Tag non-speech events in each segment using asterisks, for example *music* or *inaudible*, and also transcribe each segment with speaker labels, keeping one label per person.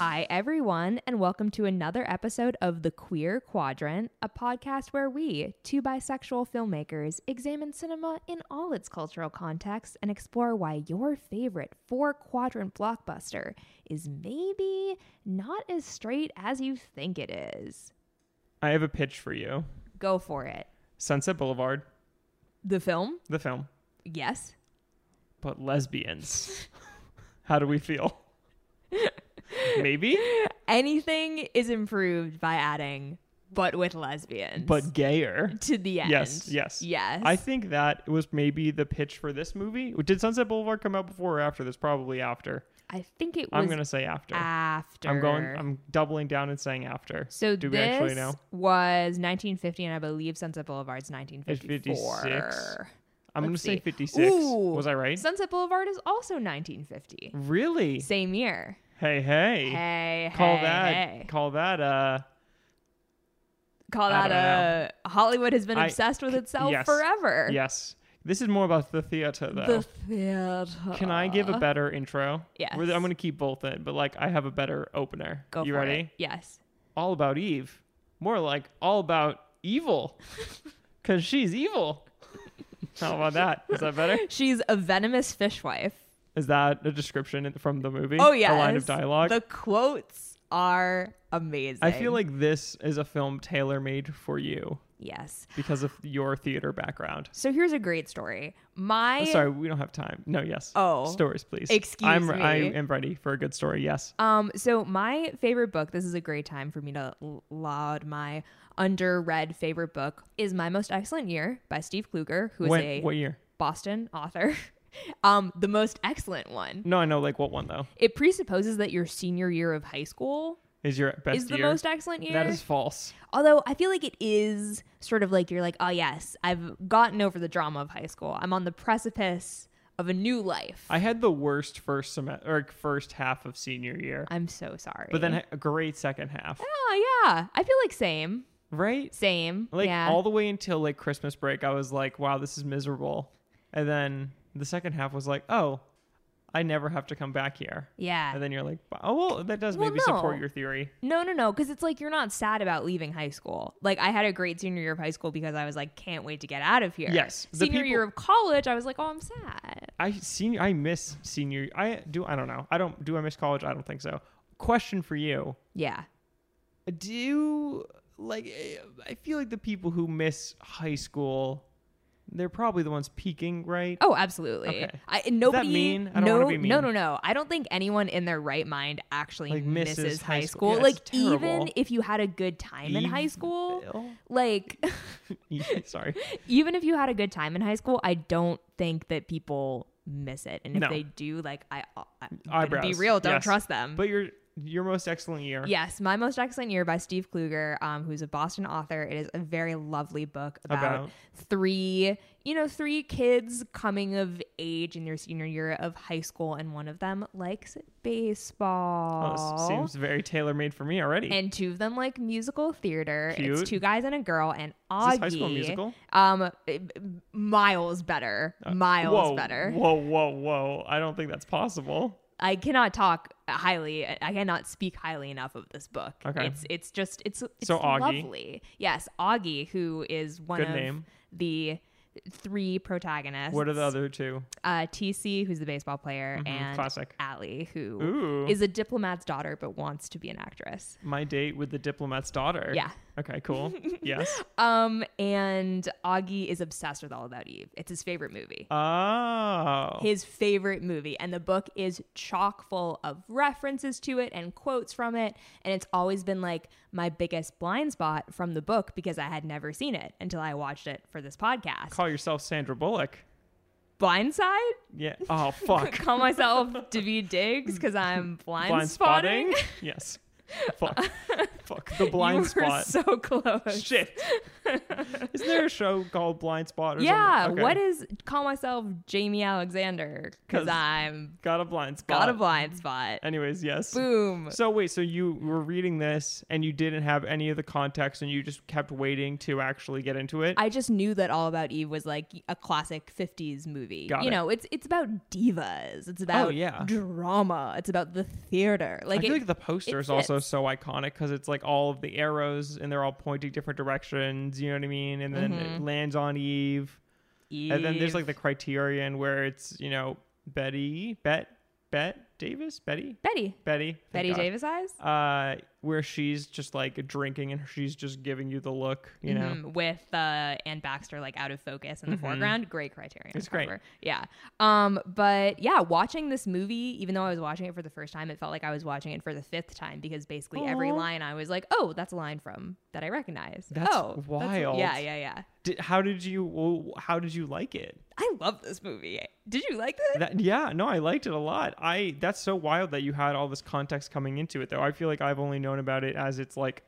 Speaker 1: Hi, everyone, and welcome to another episode of The Queer Quadrant, a podcast where we, two bisexual filmmakers, examine cinema in all its cultural contexts and explore why your favorite four quadrant blockbuster is maybe not as straight as you think it is.
Speaker 2: I have a pitch for you.
Speaker 1: Go for it.
Speaker 2: Sunset Boulevard,
Speaker 1: The film?
Speaker 2: the film,
Speaker 1: Yes. *laughs*
Speaker 2: but lesbians. How do we feel? Maybe,
Speaker 1: Anything is improved by adding, but with lesbians.
Speaker 2: but gayer.
Speaker 1: to the end.
Speaker 2: Yes, yes.
Speaker 1: Yes.
Speaker 2: I think that was maybe the pitch for this movie. Did Sunset Boulevard come out before or after this? Probably after.
Speaker 1: I think it was
Speaker 2: I'm going to say after.
Speaker 1: after.
Speaker 2: I'm going I'm doubling down and saying after.
Speaker 1: So
Speaker 2: do
Speaker 1: this
Speaker 2: we actually know?
Speaker 1: was 1950, and I believe Sunset Boulevard's
Speaker 2: It's
Speaker 1: 1954.
Speaker 2: 56. I'm going to
Speaker 1: let's
Speaker 2: say
Speaker 1: see.
Speaker 2: 56.
Speaker 1: Ooh.
Speaker 2: Was I right?
Speaker 1: Sunset Boulevard is also 1950.
Speaker 2: really?
Speaker 1: Same year.
Speaker 2: Hey, hey.
Speaker 1: Hey,
Speaker 2: Call
Speaker 1: hey,
Speaker 2: that
Speaker 1: hey.
Speaker 2: call that uh
Speaker 1: Call
Speaker 2: I
Speaker 1: that a Hollywood has been
Speaker 2: I-
Speaker 1: obsessed with itself
Speaker 2: yes.
Speaker 1: forever.
Speaker 2: Yes. This is more about the theater, though.
Speaker 1: The theater.
Speaker 2: Can I give a better intro?
Speaker 1: Yes.
Speaker 2: We're- I'm going to keep both in, but like I have a better opener.
Speaker 1: Go
Speaker 2: you
Speaker 1: for
Speaker 2: ready?
Speaker 1: it. Yes.
Speaker 2: All about Eve. More like all about
Speaker 1: *laughs*
Speaker 2: evil. Because she's evil. How about that? Is that better?
Speaker 1: She's a venomous fishwife.
Speaker 2: Is that a description in- from the movie?
Speaker 1: Oh yeah.
Speaker 2: A line of dialogue?
Speaker 1: The quotes are amazing.
Speaker 2: I feel like this is a film tailor made for you
Speaker 1: yes.
Speaker 2: because of your theater background.
Speaker 1: So here's a great story. My
Speaker 2: Sorry, we don't have time. No, yes.
Speaker 1: Oh.
Speaker 2: Stories, please.
Speaker 1: Excuse
Speaker 2: I'm,
Speaker 1: me.
Speaker 2: I am ready for a good story. Yes.
Speaker 1: Um, so my favorite book, this is a great time for me to l- laud my underread favorite book, is My Most Excellent Year by Steve Kluger, who is
Speaker 2: When-
Speaker 1: a
Speaker 2: what year?
Speaker 1: Boston author. *laughs* um, the most excellent one.
Speaker 2: No, I know like what one though.
Speaker 1: It presupposes that your senior year of high school
Speaker 2: Is your best
Speaker 1: is the
Speaker 2: year?
Speaker 1: most excellent year.
Speaker 2: That is false.
Speaker 1: Although I feel like it is sort of like you're like, oh yes, I've gotten over the drama of high school. I'm on the precipice of a new life.
Speaker 2: I had the worst first semester or first half of senior year,
Speaker 1: I'm so sorry.
Speaker 2: but then a great second half,
Speaker 1: Oh yeah. I feel like same.
Speaker 2: right?
Speaker 1: Same.
Speaker 2: Like
Speaker 1: yeah.
Speaker 2: all the way until like Christmas break, I was like, "Wow, this is miserable," and then the second half was like, "Oh, I never have to come back here."
Speaker 1: yeah.
Speaker 2: And then you're like, "Oh, well, that does
Speaker 1: Well,
Speaker 2: maybe support
Speaker 1: no.
Speaker 2: your theory."
Speaker 1: No, no, no, because it's like you're not sad about leaving high school. Like I had a great senior year of high school because I was like, can't wait to get out of here.
Speaker 2: Yes, the
Speaker 1: Senior
Speaker 2: people-
Speaker 1: year of college, I was like, oh, I'm sad.
Speaker 2: I senior, I miss senior. I do. I don't know. I don't. Do I miss college? I don't think so. Question for you:
Speaker 1: Yeah.
Speaker 2: do you, like eh, i feel like the people who miss high school they're probably the ones peaking right
Speaker 1: Oh, absolutely.
Speaker 2: Okay.
Speaker 1: I and nobody.
Speaker 2: mean? I don't
Speaker 1: no,
Speaker 2: wanna be mean.
Speaker 1: no, no, no. I don't think anyone in their right mind actually
Speaker 2: Like,
Speaker 1: misses,
Speaker 2: misses
Speaker 1: high
Speaker 2: high
Speaker 1: school.
Speaker 2: school. Yeah,
Speaker 1: like
Speaker 2: it's
Speaker 1: even
Speaker 2: terrible.
Speaker 1: if you had a good time in high
Speaker 2: Eve-
Speaker 1: school,
Speaker 2: Bill?
Speaker 1: like
Speaker 2: *laughs*
Speaker 1: *laughs*
Speaker 2: Yeah, sorry
Speaker 1: even if you had a good time in high school, I don't think that people miss it. And if
Speaker 2: No.
Speaker 1: they do, like I, I I'm gonna
Speaker 2: eyebrows
Speaker 1: be real, don't
Speaker 2: yes.
Speaker 1: trust them.
Speaker 2: but your your most excellent year
Speaker 1: Yes, My Most Excellent Year by Steve Kluger, um, who's a Boston author. It is a very lovely book about,
Speaker 2: About?
Speaker 1: three, you know, three kids coming of age in their senior year of high school, and one of them likes
Speaker 2: Oh,
Speaker 1: baseball.
Speaker 2: this Oh, seems very tailor-made for me already
Speaker 1: and two of them like musical theater.
Speaker 2: Cute.
Speaker 1: It's two guys and a girl, and Augie.
Speaker 2: is this high school musical Uh,
Speaker 1: Um, it- miles better, miles
Speaker 2: whoa,
Speaker 1: better.
Speaker 2: whoa whoa whoa i don't think that's possible
Speaker 1: I cannot talk highly. I cannot speak highly enough of this book.
Speaker 2: Okay.
Speaker 1: It's it's just it's, it's
Speaker 2: So Augie.
Speaker 1: lovely. Yes, Augie, who is one
Speaker 2: Good
Speaker 1: of
Speaker 2: name.
Speaker 1: the three protagonists.
Speaker 2: what are the other two
Speaker 1: Uh, TC, who's the baseball player, and
Speaker 2: classic.
Speaker 1: Allie, who is
Speaker 2: Ooh.
Speaker 1: a diplomat's daughter but wants to be an actress.
Speaker 2: my date with the diplomat's daughter
Speaker 1: Yeah.
Speaker 2: okay
Speaker 1: *laughs*
Speaker 2: cool yes
Speaker 1: Um, and Augie is obsessed with All About Eve. It's his favorite movie.
Speaker 2: oh
Speaker 1: his favorite movie. And the book is chock full of references to it and quotes from it. And it's always been like my biggest blind spot from the book because I had never seen it until I watched it for this podcast.
Speaker 2: call yourself sandra bullock
Speaker 1: Blindside?
Speaker 2: yeah
Speaker 1: *laughs*
Speaker 2: oh fuck
Speaker 1: Call myself David Diggs because I'm blind,
Speaker 2: blind
Speaker 1: spotting.
Speaker 2: spotting yes fuck, fuck the blind
Speaker 1: you were *laughs*
Speaker 2: spot.
Speaker 1: so close. *laughs*
Speaker 2: Shit. Isn't there a show called Blind Spot? Or
Speaker 1: yeah.
Speaker 2: something? Okay.
Speaker 1: What is call myself Jamie Alexander because
Speaker 2: 'Cause-
Speaker 1: I'm
Speaker 2: got a blind spot?
Speaker 1: got a blind spot.
Speaker 2: Anyways, yes.
Speaker 1: Boom.
Speaker 2: So wait, so you were reading this and you didn't have any of the context, and you just kept waiting to actually get into it.
Speaker 1: I just knew that All About Eve was like a classic 50s movie.
Speaker 2: Got
Speaker 1: you
Speaker 2: it. Oh,
Speaker 1: know, it's it's about divas. It's about
Speaker 2: yeah.
Speaker 1: drama. It's about the theater.
Speaker 2: I
Speaker 1: Like,
Speaker 2: feel
Speaker 1: it-
Speaker 2: like the poster
Speaker 1: it
Speaker 2: is also
Speaker 1: fits.
Speaker 2: so iconic because it's like all of the arrows and they're all pointing different directions. You know what I mean? And then
Speaker 1: Mm-hmm.
Speaker 2: it lands on Eve. And then there's
Speaker 1: Eve.
Speaker 2: like the criterion where it's you know Betty, Bet, Bet Davis, Betty,
Speaker 1: Betty.
Speaker 2: Betty, thank
Speaker 1: Betty
Speaker 2: God.
Speaker 1: Davis eyes?
Speaker 2: Uh, where she's just like drinking and she's just giving you the look. You know, Mm-hmm.
Speaker 1: Mhm, with uh, Anne Baxter like out of focus in the foreground. Great criterion.
Speaker 2: It's great.
Speaker 1: cover. Yeah. Um, but yeah, watching this movie, even though I was watching it for the first time, it felt like I was watching it for the fifth time because basically every
Speaker 2: Aw.
Speaker 1: line I was like, oh, that's a line from that I recognize.
Speaker 2: That's
Speaker 1: oh,
Speaker 2: wild.
Speaker 1: yeah, yeah, yeah.
Speaker 2: Did, how did you? well, How did you like it?
Speaker 1: I love this movie. Did you like it?
Speaker 2: That, yeah, no, I liked it a lot. I that's so wild that you had all this context coming into it though. I feel like I've only known about it as it's like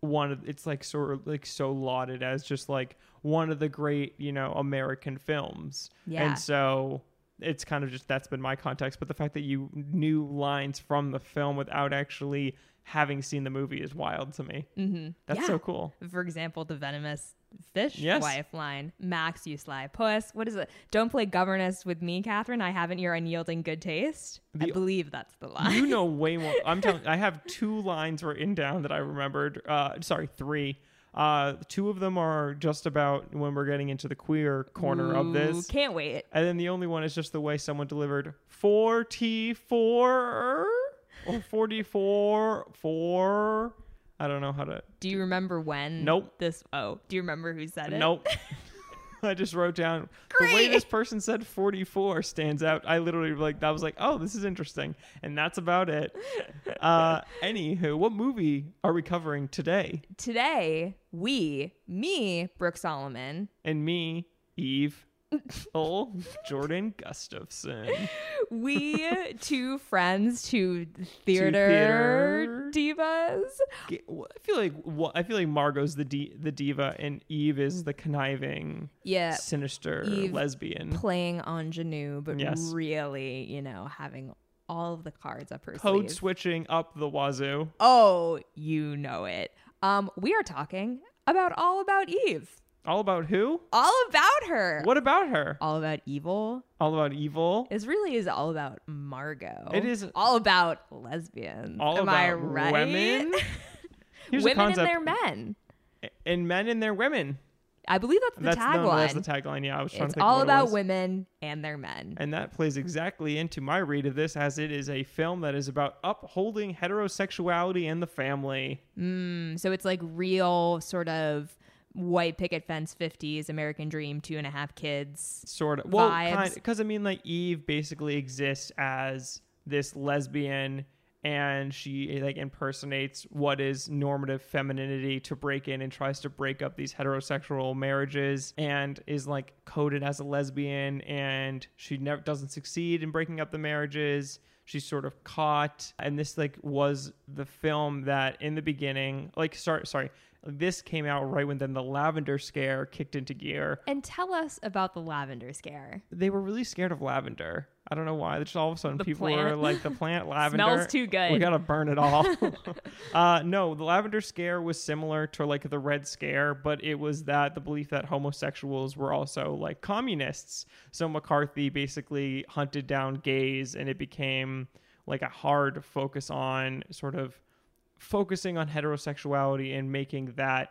Speaker 2: one of it's like sort of like so lauded as just like one of the great, you know, American films.
Speaker 1: Yeah.
Speaker 2: And so it's kind of just that's been my context, but the fact that you knew lines from the film without actually having seen the movie is wild to me.
Speaker 1: mm-hmm.
Speaker 2: That's so cool.
Speaker 1: For example, the venomous fish
Speaker 2: Yes.
Speaker 1: wife line. Max, you sly puss. What is it? Don't play governess with me, Catherine. I haven't your unyielding good taste. I
Speaker 2: The-
Speaker 1: believe that's the line.
Speaker 2: You know way more. I'm telling. I have two lines written down that I remembered. Uh, sorry, three. Uh, two of them are just about when we're getting into the queer corner of this,
Speaker 1: Ooh, Can't wait.
Speaker 2: and then the only one is just the way someone delivered forty four or forty four four. I don't know how to.
Speaker 1: Do you remember when?
Speaker 2: Nope.
Speaker 1: This. Oh, do you remember who said it?
Speaker 2: Nope. *laughs* I just wrote down the way
Speaker 1: Great.
Speaker 2: this person said 44 stands out. I literally like that was like, oh, this is interesting, and that's about it.
Speaker 1: *laughs*
Speaker 2: Uh, anywho, what movie are we covering today?
Speaker 1: Today, we, me, Brooke Solomon,
Speaker 2: And me,
Speaker 1: *laughs*
Speaker 2: Eve, oh, Jordan Gustafson.
Speaker 1: *gasps* we *laughs* two friends, two
Speaker 2: theater
Speaker 1: theater, divas.
Speaker 2: G- wh- I feel like wha- I feel like Margot's the di- the diva, and Eve is the conniving,
Speaker 1: Yeah,
Speaker 2: sinister
Speaker 1: Eve
Speaker 2: lesbian.
Speaker 1: playing ingenue, but
Speaker 2: Mm-hmm. Yes.
Speaker 1: really, you know, having all of the cards up her
Speaker 2: Code
Speaker 1: sleeve.
Speaker 2: switching up the wazoo.
Speaker 1: Oh, you know it. Um, we are talking about all about Eve,
Speaker 2: All about who?
Speaker 1: all about her,
Speaker 2: What about her?
Speaker 1: all about evil.
Speaker 2: All about evil.
Speaker 1: This really is all about Margot.
Speaker 2: It is-
Speaker 1: all about lesbians.
Speaker 2: all
Speaker 1: Am
Speaker 2: about
Speaker 1: I right?
Speaker 2: women.
Speaker 1: *laughs*
Speaker 2: Here's a
Speaker 1: women and
Speaker 2: concept:
Speaker 1: their men.
Speaker 2: and men and their women.
Speaker 1: I believe that's the
Speaker 2: that's
Speaker 1: tagline.
Speaker 2: The, that's the tagline. Yeah, I was trying
Speaker 1: it's
Speaker 2: to think
Speaker 1: all
Speaker 2: what it
Speaker 1: about
Speaker 2: was.
Speaker 1: women and their men.
Speaker 2: And that plays exactly into my read of this, as it is a film that is about upholding heterosexuality and the family.
Speaker 1: Mm, so it's like real sort of white picket fence 50s, American Dream, two and a half kids.
Speaker 2: Sort of. Well,
Speaker 1: Vibes.
Speaker 2: because I mean, like Eve basically exists as this lesbian, and she like impersonates what is normative femininity to break in and tries to break up these heterosexual marriages, and is like coded as a lesbian, and she never doesn't succeed in breaking up the marriages. she's sort of caught and this like was the film that in the beginning like sorry sorry this came out right when then the lavender scare kicked into gear
Speaker 1: And tell us about the lavender scare.
Speaker 2: they were really scared of lavender. I don't know why. Just all of a sudden,
Speaker 1: The
Speaker 2: people
Speaker 1: plant.
Speaker 2: were like,
Speaker 1: *laughs*
Speaker 2: "The plant lavender
Speaker 1: Smells too good.
Speaker 2: We gotta burn
Speaker 1: *laughs*
Speaker 2: it all." *laughs* uh, no, the lavender scare was similar to like the red scare, but it was that the belief that homosexuals were also like communists. So McCarthy basically hunted down gays, and it became like a hard focus on sort of focusing on heterosexuality and making that.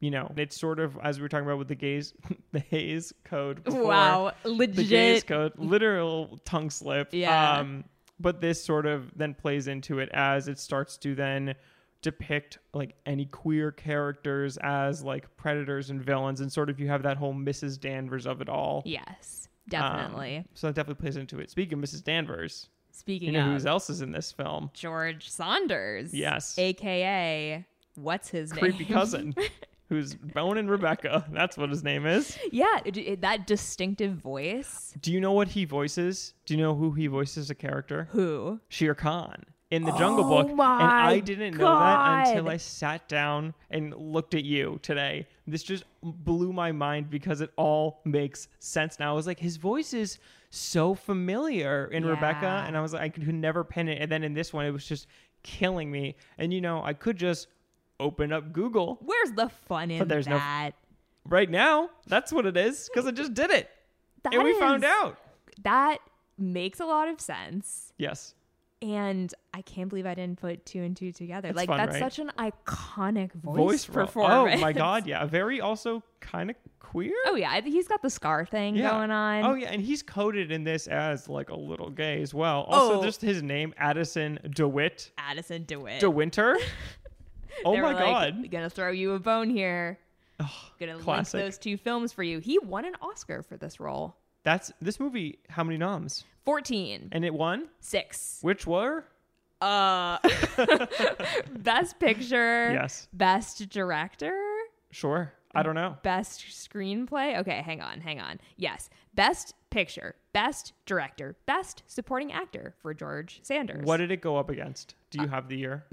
Speaker 2: You know, it's sort of as we were talking about with the gays, *laughs* the Hayes Code. Before,
Speaker 1: Wow,
Speaker 2: the gaze
Speaker 1: legit.
Speaker 2: code, literal tongue slip.
Speaker 1: Yeah.
Speaker 2: Um, but this sort of then plays into it as it starts to then depict like any queer characters as like predators and villains, and sort of you have that whole Mrs. Danvers of it all.
Speaker 1: Yes,
Speaker 2: Um,
Speaker 1: definitely.
Speaker 2: so that definitely plays into it. Speaking of Mrs. Danvers,
Speaker 1: Speaking
Speaker 2: you know
Speaker 1: of
Speaker 2: who else is in this film?
Speaker 1: George Saunders.
Speaker 2: Yes.
Speaker 1: AKA, what's his *laughs*
Speaker 2: Creepy
Speaker 1: name? *laughs*
Speaker 2: cousin. Who's Bone and Rebecca? That's what his name is.
Speaker 1: Yeah, it- it- that distinctive voice.
Speaker 2: Do you know what he voices? Do you know who he voices a character?
Speaker 1: Who?
Speaker 2: Shere Khan. in the Jungle
Speaker 1: Oh
Speaker 2: Book, and
Speaker 1: my
Speaker 2: I didn't know that until
Speaker 1: God.
Speaker 2: I sat down and looked at you today. This just blew my mind because it all makes sense now. I was like, his voice is so familiar in Rebecca,
Speaker 1: Yeah.
Speaker 2: and I was like, I could never pin it. And then in this one, it was just killing me. And you know, I could just open up Google
Speaker 1: Where's the fun in
Speaker 2: there's no-
Speaker 1: that?
Speaker 2: right now. That's what it is because I just did it,
Speaker 1: That
Speaker 2: and we found
Speaker 1: is-
Speaker 2: out.
Speaker 1: That makes a lot of sense.
Speaker 2: Yes,
Speaker 1: And I can't believe I didn't put two and two together.
Speaker 2: That's
Speaker 1: like
Speaker 2: fun,
Speaker 1: that's
Speaker 2: right?
Speaker 1: such an iconic voice,
Speaker 2: voice, role.
Speaker 1: performance. *laughs*
Speaker 2: Oh my god, yeah, very also kind of queer.
Speaker 1: Oh yeah, I think he's got the scar thing
Speaker 2: Yeah.
Speaker 1: going on.
Speaker 2: Oh yeah, and he's coded in this as like a little gay as well. Also,
Speaker 1: Oh.
Speaker 2: just his name, Addison DeWitt,
Speaker 1: Addison DeWitt. *laughs*
Speaker 2: DeWinter. oh
Speaker 1: They
Speaker 2: my
Speaker 1: were like,
Speaker 2: god,
Speaker 1: Gonna throw you a bone here. Gonna
Speaker 2: classic.
Speaker 1: link those two films for you. He won an Oscar for this role.
Speaker 2: that's this movie. How many noms?
Speaker 1: 14.
Speaker 2: And it won.
Speaker 1: Six.
Speaker 2: Which were? *laughs*
Speaker 1: Uh *laughs* Best Picture.
Speaker 2: Yes.
Speaker 1: Best Director.
Speaker 2: Sure, I don't know.
Speaker 1: Best Screenplay. Okay, hang on, hang on. Yes. Best Picture. Best Director. Best Supporting Actor for George Sanders. Mm.
Speaker 2: What did it go up against? Do
Speaker 1: Uh,
Speaker 2: you have the year?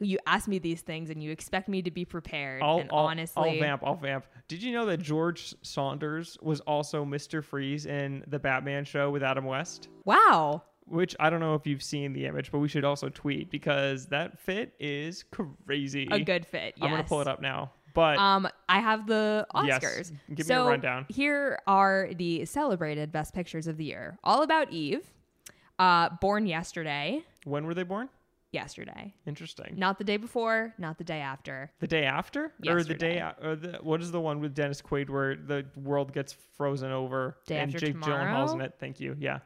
Speaker 1: you ask me these things and you expect me to be prepared.
Speaker 2: I'll,
Speaker 1: and
Speaker 2: I'll-
Speaker 1: honestly,
Speaker 2: I'll vamp. I'll vamp. Did you know that George Saunders was also Mister Freeze in the Batman show with Adam West?
Speaker 1: wow.
Speaker 2: Which I don't know if you've seen the image, but we should also tweet because that fit is crazy.
Speaker 1: A good fit. Yes.
Speaker 2: I'm gonna pull it up now. But
Speaker 1: Um, I have the
Speaker 2: Yes.
Speaker 1: Um, Oscars.
Speaker 2: Give me a
Speaker 1: So
Speaker 2: rundown.
Speaker 1: Here are the celebrated best pictures of the year: All About Eve, uh, Born Yesterday,
Speaker 2: when were they born?
Speaker 1: yesterday,
Speaker 2: Interesting.
Speaker 1: not the day before, not the day after.
Speaker 2: The day after, or the day,
Speaker 1: Yesterday.
Speaker 2: a- or the, what is the one with Dennis Quaid where the world gets frozen over
Speaker 1: Day
Speaker 2: and
Speaker 1: after
Speaker 2: Jake
Speaker 1: tomorrow?
Speaker 2: Gyllenhaal's in it? Thank you. Yeah,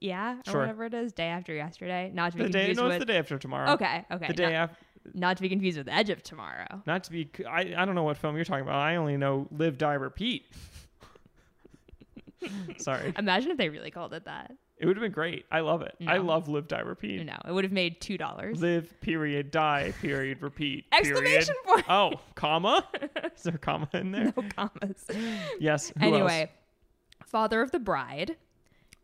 Speaker 1: Yeah, or
Speaker 2: Sure.
Speaker 1: whatever it is, day after yesterday. Not to be
Speaker 2: the day.
Speaker 1: confused
Speaker 2: No, it's
Speaker 1: with.
Speaker 2: the day after tomorrow.
Speaker 1: Okay, okay.
Speaker 2: The day
Speaker 1: not,
Speaker 2: after.
Speaker 1: not to be confused with Edge of Tomorrow.
Speaker 2: *laughs* Not to be. c- I, I don't know what film you're talking about. I only know Live, Die, Repeat. *laughs* Sorry,
Speaker 1: Imagine if they really called it that.
Speaker 2: it would have been great. I love it. I
Speaker 1: No.
Speaker 2: love Live, Die, Repeat.
Speaker 1: You know, it would have made two dollars.
Speaker 2: Live, period, die, period, repeat.
Speaker 1: Exclamation point.
Speaker 2: period. Oh,
Speaker 1: *laughs*
Speaker 2: comma? Is there a comma in there?
Speaker 1: No commas.
Speaker 2: Yes. *laughs* who else?
Speaker 1: anyway, Father of the Bride.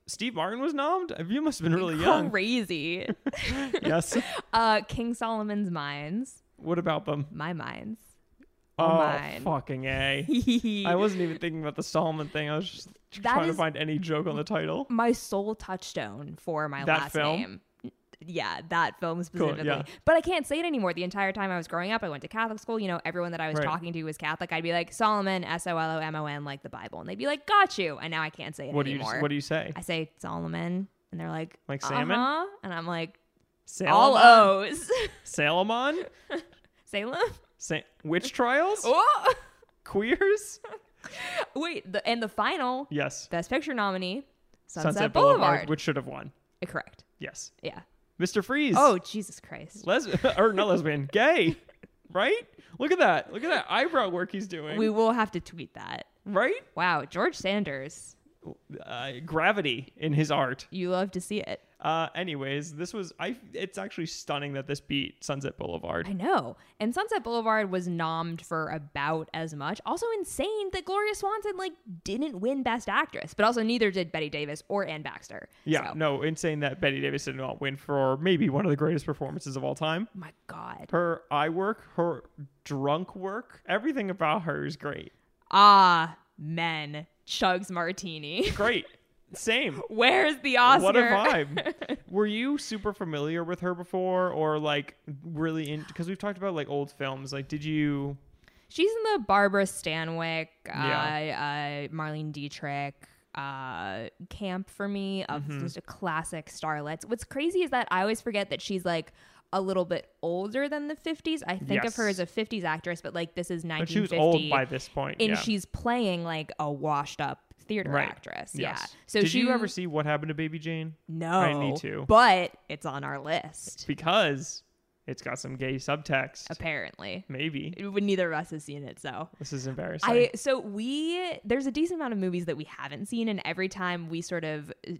Speaker 2: Steve Martin was nommed? You must have been really young.
Speaker 1: Crazy. *laughs*
Speaker 2: yes.
Speaker 1: Uh, King Solomon's Mines.
Speaker 2: What about them?
Speaker 1: My Mines. *laughs*
Speaker 2: Oh,
Speaker 1: Oh, mine. *laughs*
Speaker 2: fucking A. I wasn't even thinking about the Solomon thing. I was just
Speaker 1: That
Speaker 2: trying
Speaker 1: is-
Speaker 2: to find any joke on the title.
Speaker 1: my sole touchstone for my
Speaker 2: That
Speaker 1: last
Speaker 2: film?
Speaker 1: name. Yeah, that film specifically.
Speaker 2: yeah.
Speaker 1: But I can't say it anymore. The entire time I was growing up, I went to Catholic school. You know, everyone that I was
Speaker 2: Right.
Speaker 1: talking to was Catholic. I'd be like, Solomon, S O L O M O N, like the Bible. And they'd be like, got you. And now I can't say it
Speaker 2: What do you
Speaker 1: anymore.
Speaker 2: what do you say?
Speaker 1: I say Solomon. And they're like,
Speaker 2: Like salmon?
Speaker 1: Uh-huh. And I'm like, all
Speaker 2: Salomon?
Speaker 1: O's. *laughs*
Speaker 2: Salomon?
Speaker 1: Salem?
Speaker 2: *laughs* Sa- witch trials?
Speaker 1: Oh!
Speaker 2: Queers?
Speaker 1: *laughs* Wait, the, and the final
Speaker 2: Yes.
Speaker 1: Best Picture nominee Sunset,
Speaker 2: Sunset,
Speaker 1: Boulevard.
Speaker 2: which should have won.
Speaker 1: Eh, Correct.
Speaker 2: Yes.
Speaker 1: Yeah.
Speaker 2: Mr. Freeze.
Speaker 1: Oh, Jesus Christ.
Speaker 2: Les *laughs* or not lesbian, gay, right? Look at that! Look at that eyebrow work he's doing,
Speaker 1: We will have to tweet that.
Speaker 2: right?
Speaker 1: Wow, George Sanders.
Speaker 2: Uh, gravity in his art.
Speaker 1: You love to see it.
Speaker 2: Uh, anyways, this was I. It's actually stunning that this beat Sunset Boulevard.
Speaker 1: I know. And Sunset Boulevard was nommed for about as much. Also insane that Gloria Swanson like didn't win Best Actress, but also neither did Betty Davis or Ann Baxter.
Speaker 2: Yeah,
Speaker 1: So,
Speaker 2: no, insane that Betty Davis did not win for maybe one of the greatest performances of all time.
Speaker 1: oh my God.
Speaker 2: Her eye work, her drunk work, everything about her is great.
Speaker 1: Ah, men. Chugs Martini. *laughs*
Speaker 2: Great. Same.
Speaker 1: Where's the Oscar?
Speaker 2: What
Speaker 1: *laughs*
Speaker 2: a vibe. Were you super familiar with her before or like really in because we've talked about like old films. Like did you
Speaker 1: She's in the Barbara Stanwyck, uh,
Speaker 2: Yeah.
Speaker 1: uh, Marlene Dietrich uh, camp for me of
Speaker 2: Mm-hmm.
Speaker 1: just a classic starlets. What's crazy is that I always forget that she's like a little bit older than the 50s. I think of her as
Speaker 2: Yes.
Speaker 1: a 50s actress, but like this is 1950.
Speaker 2: but she was old by this point.
Speaker 1: and
Speaker 2: yeah.
Speaker 1: she's playing like a washed up theater actress. Yeah.
Speaker 2: Yes.
Speaker 1: So
Speaker 2: did
Speaker 1: she
Speaker 2: you ever see What Happened to Baby Jane?
Speaker 1: No.
Speaker 2: I need to.
Speaker 1: But it's on our list
Speaker 2: Because it's got some gay subtext.
Speaker 1: apparently.
Speaker 2: Maybe.
Speaker 1: Neither of us has seen it, so
Speaker 2: This is embarrassing.
Speaker 1: I so we there's a decent amount of movies that we haven't seen, and every time we sort of uh,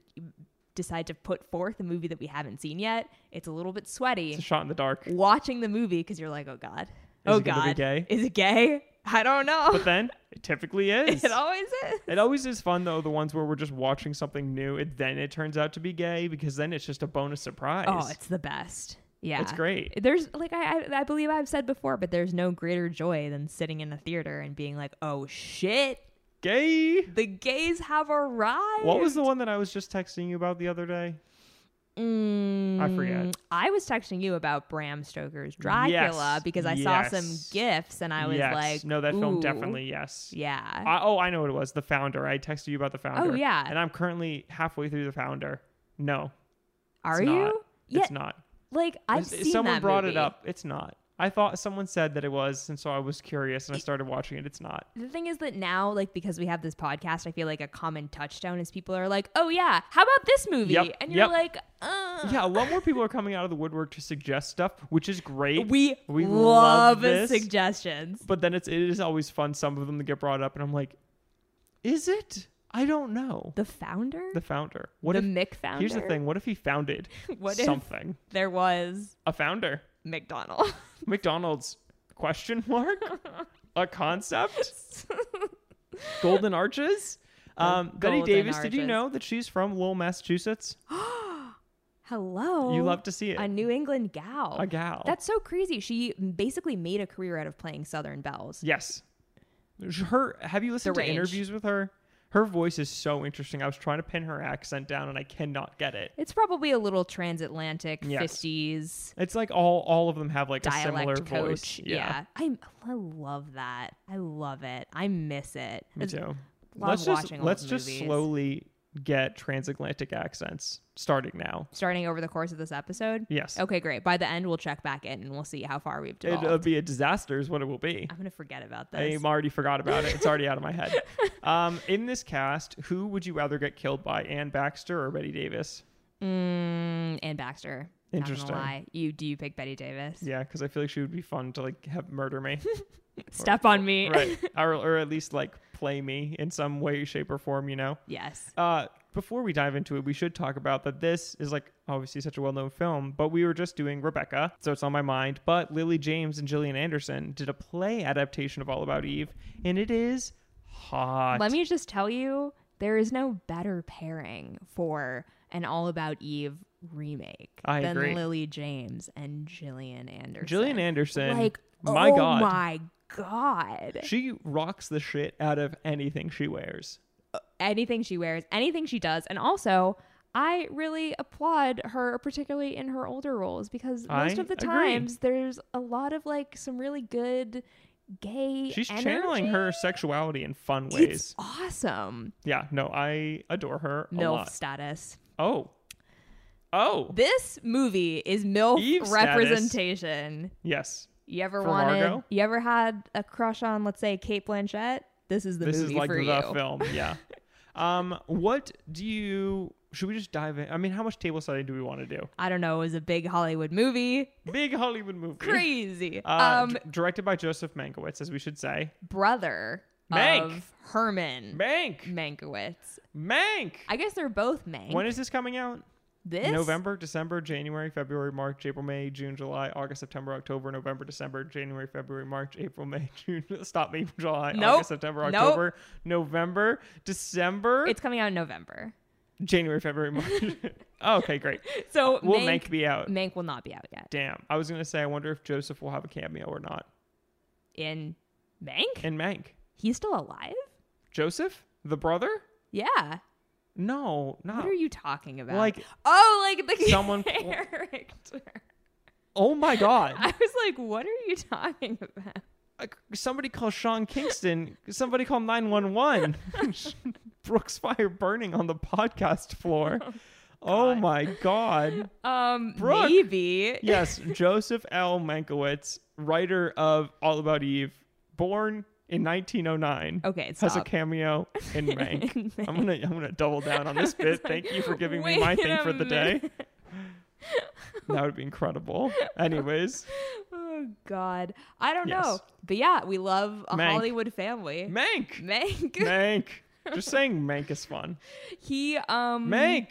Speaker 1: decide to put forth a movie that we haven't seen yet, it's a little bit
Speaker 2: it's a
Speaker 1: sweaty
Speaker 2: shot in the dark.
Speaker 1: watching the movie because you're like, oh god, oh
Speaker 2: it gonna be
Speaker 1: god,
Speaker 2: gay?
Speaker 1: is it gay? I don't know.
Speaker 2: But then it typically
Speaker 1: *laughs*
Speaker 2: is.
Speaker 1: it always is.
Speaker 2: It always is fun though, the ones where we're just watching something new and then it turns out to be gay because then it's just a bonus surprise.
Speaker 1: Oh, it's the best. Yeah.
Speaker 2: It's great.
Speaker 1: There's like I I- I believe I've said before, but there's no greater joy than sitting in a theater and being like, "Oh shit,
Speaker 2: Gay.
Speaker 1: the gays have arrived."
Speaker 2: What was the one that I was just texting you about the other day?
Speaker 1: Mm,
Speaker 2: I forget.
Speaker 1: I was texting you about Bram Stoker's Dracula
Speaker 2: Yes,
Speaker 1: because I saw some
Speaker 2: yes,
Speaker 1: gifs and I was
Speaker 2: yes.
Speaker 1: like,
Speaker 2: no, that film
Speaker 1: "Ooh,
Speaker 2: definitely yes.
Speaker 1: Yeah.
Speaker 2: I, oh, I know what it was. The founder. I texted you about the founder.
Speaker 1: yeah.
Speaker 2: And I'm currently halfway through the founder. No,
Speaker 1: Are
Speaker 2: it's
Speaker 1: you?
Speaker 2: not.
Speaker 1: Yeah.
Speaker 2: it's not.
Speaker 1: Like I've
Speaker 2: It's-
Speaker 1: seen
Speaker 2: someone
Speaker 1: that
Speaker 2: brought it
Speaker 1: movie.
Speaker 2: up. It's not. I thought someone said that it was, and so I was curious and I started watching it. It's not.
Speaker 1: The thing is that now, like because we have this podcast, I feel like a common touchstone is people are like, "Oh yeah, how about this movie?"
Speaker 2: Yep,
Speaker 1: And you're
Speaker 2: yep.
Speaker 1: like, uh,
Speaker 2: Yeah, a lot more people are coming out of the woodwork to suggest stuff, which is great.
Speaker 1: We,
Speaker 2: We
Speaker 1: love,
Speaker 2: love this.
Speaker 1: suggestions.
Speaker 2: but then it's it is always fun. Some of them that get brought up, and I'm like, is it? I don't know.
Speaker 1: The founder,
Speaker 2: The founder. What
Speaker 1: the
Speaker 2: if?
Speaker 1: Mick founder.
Speaker 2: Here's the thing. What if he founded
Speaker 1: *laughs* What if
Speaker 2: something?
Speaker 1: there was
Speaker 2: A founder.
Speaker 1: McDonald's? *laughs*
Speaker 2: McDonald's? Question *laughs* mark. a concept. Golden Arches. Um, Betty
Speaker 1: Golden
Speaker 2: Davis. Did you
Speaker 1: Arches.
Speaker 2: know that she's from Lowell, Massachusetts?
Speaker 1: Hello,
Speaker 2: you love to see it.
Speaker 1: a New England gal.
Speaker 2: a gal.
Speaker 1: Oh, That's so crazy. She basically made a career out of playing Southern bells.
Speaker 2: Yes. Her have you listened to
Speaker 1: range.
Speaker 2: interviews with her? Her voice is so interesting. I was trying to pin her accent down and I cannot get it.
Speaker 1: It's probably a little transatlantic
Speaker 2: Yes.
Speaker 1: 50s
Speaker 2: It's like all all of them have like a similar
Speaker 1: dialect
Speaker 2: voice.
Speaker 1: coach. I, I love that. I love it. I miss it.
Speaker 2: Me
Speaker 1: It's-
Speaker 2: too.
Speaker 1: love
Speaker 2: let's just
Speaker 1: watching old
Speaker 2: let's just
Speaker 1: movies.
Speaker 2: slowly get transatlantic accents starting now.
Speaker 1: Starting over the course of this episode.
Speaker 2: Yes. uh,
Speaker 1: Okay, great. By the end, we'll check back in and we'll see how far we've developed.
Speaker 2: It'll be a disaster is what it will be.
Speaker 1: I'm gonna forget about
Speaker 2: I
Speaker 1: this.
Speaker 2: already forgot about it. It's already out of
Speaker 1: *laughs*
Speaker 2: my head. Um, in this cast, who would you rather get killed by, Ann Baxter or Betty Davis?
Speaker 1: Mm, and Baxter. Not gonna
Speaker 2: Interesting.
Speaker 1: lie. You do you pick Betty Davis?
Speaker 2: Yeah, because I feel like she would be fun to like have
Speaker 1: *laughs*
Speaker 2: murder me.
Speaker 1: Step on me.
Speaker 2: right or, or at least like play me in some way shape or form you know
Speaker 1: *laughs* yes.
Speaker 2: uh before we dive into it we should talk about that this is like obviously such a well-known film but we were just doing rebecca so it's on my mind but lily james and gillian anderson did a play adaptation of all about eve and it is hot
Speaker 1: Let me just tell you, there is no better pairing for an All About Eve remake
Speaker 2: I
Speaker 1: than
Speaker 2: agree.
Speaker 1: Lily James and Gillian Anderson.
Speaker 2: gillian anderson
Speaker 1: like
Speaker 2: my
Speaker 1: oh
Speaker 2: god
Speaker 1: my god,
Speaker 2: she rocks the shit out of anything she wears
Speaker 1: anything she wears, anything she does, and also. I really applaud her, particularly in her older roles, because most
Speaker 2: I
Speaker 1: of the
Speaker 2: agree.
Speaker 1: times there's a lot of like some really good gay.
Speaker 2: she's
Speaker 1: energy.
Speaker 2: channeling her sexuality in fun ways
Speaker 1: It's awesome.
Speaker 2: yeah no i adore her a
Speaker 1: MILF
Speaker 2: lot
Speaker 1: status.
Speaker 2: oh oh
Speaker 1: This movie is MILF
Speaker 2: Eve status.
Speaker 1: representation.
Speaker 2: yes
Speaker 1: You ever
Speaker 2: For
Speaker 1: wanted?
Speaker 2: Margot?
Speaker 1: You ever had a crush on, let's say, Kate Blanchett? This is the
Speaker 2: this
Speaker 1: movie
Speaker 2: is like
Speaker 1: for
Speaker 2: the
Speaker 1: you.
Speaker 2: film
Speaker 1: *laughs*
Speaker 2: yeah um what do you should we just dive in i mean how much table setting do we want to do
Speaker 1: I don't know. It was a big Hollywood
Speaker 2: *laughs*
Speaker 1: movie.
Speaker 2: big hollywood movie
Speaker 1: Crazy.
Speaker 2: uh,
Speaker 1: um,
Speaker 2: d- directed by joseph mankiewicz as we should say
Speaker 1: brother
Speaker 2: Mank.
Speaker 1: of Herman
Speaker 2: mank
Speaker 1: Mankiewicz.
Speaker 2: mank
Speaker 1: I guess they're both Mank.
Speaker 2: when is this coming out
Speaker 1: this
Speaker 2: november december january february march april may june july august september october november december january february march april may *laughs* june stop me july
Speaker 1: Nope.
Speaker 2: august september
Speaker 1: Nope.
Speaker 2: october november december
Speaker 1: It's coming out in
Speaker 2: *laughs*
Speaker 1: November.
Speaker 2: january
Speaker 1: *laughs*
Speaker 2: february march *laughs* okay great
Speaker 1: So
Speaker 2: will
Speaker 1: Mank,
Speaker 2: mank be out
Speaker 1: Mank will not be out yet.
Speaker 2: Damn. I was going to say, I wonder if Joseph will have a cameo or not.
Speaker 1: In Mank,
Speaker 2: And Mank.
Speaker 1: he's still alive.
Speaker 2: Joseph? The brother?
Speaker 1: Yeah.
Speaker 2: No,
Speaker 1: What
Speaker 2: not.
Speaker 1: are you talking about?
Speaker 2: Like-
Speaker 1: oh, like the *laughs*
Speaker 2: Someone-
Speaker 1: character.
Speaker 2: Oh my God.
Speaker 1: *laughs* I was like, what are you talking about?
Speaker 2: Uh, somebody call Sean Kingston. Somebody call 911. *laughs* Brooks fire burning on the podcast floor.
Speaker 1: *laughs*
Speaker 2: Oh, my God.
Speaker 1: Um,
Speaker 2: Brooke.
Speaker 1: maybe.
Speaker 2: Yes, Joseph L. Mankiewicz, writer of All About Eve, born in 1909.
Speaker 1: Okay,
Speaker 2: Has a
Speaker 1: Oh, stop.
Speaker 2: cameo
Speaker 1: *laughs*
Speaker 2: in Mank.
Speaker 1: In
Speaker 2: I'm gonna I'm gonna double down on this
Speaker 1: *laughs*
Speaker 2: bit. Thank you for giving me my
Speaker 1: Wait
Speaker 2: thing
Speaker 1: a
Speaker 2: for the day.
Speaker 1: minute. *laughs*
Speaker 2: That would be incredible.
Speaker 1: *laughs*
Speaker 2: Anyways,
Speaker 1: Oh God, I don't
Speaker 2: Yes.
Speaker 1: know, but yeah, we love a
Speaker 2: Mank.
Speaker 1: Hollywood family.
Speaker 2: Mank,
Speaker 1: Mank.
Speaker 2: Mank. Just saying, Mank is fun.
Speaker 1: *laughs* He um.
Speaker 2: Mank.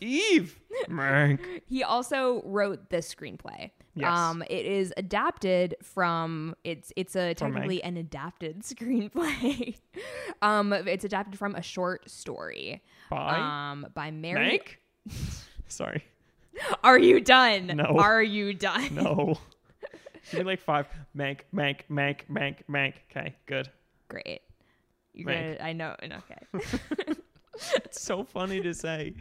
Speaker 2: Eve. Merk.
Speaker 1: He also wrote this screenplay.
Speaker 2: Yes.
Speaker 1: Um, it is adapted from it's it's a
Speaker 2: From Mank.
Speaker 1: technically an adapted *laughs* screenplay. um, it's adapted from a short story.
Speaker 2: Bye.
Speaker 1: Um, by Mary.
Speaker 2: Mank? *laughs* Sorry.
Speaker 1: Are you done?
Speaker 2: No.
Speaker 1: Are you done?
Speaker 2: No. Give me like five. Mank, mank, mank, mank, mank. Okay, good.
Speaker 1: *laughs* Great. You're
Speaker 2: Mank.
Speaker 1: gonna. I know. and
Speaker 2: *laughs*
Speaker 1: Okay.
Speaker 2: It's so funny to
Speaker 1: *laughs*
Speaker 2: say.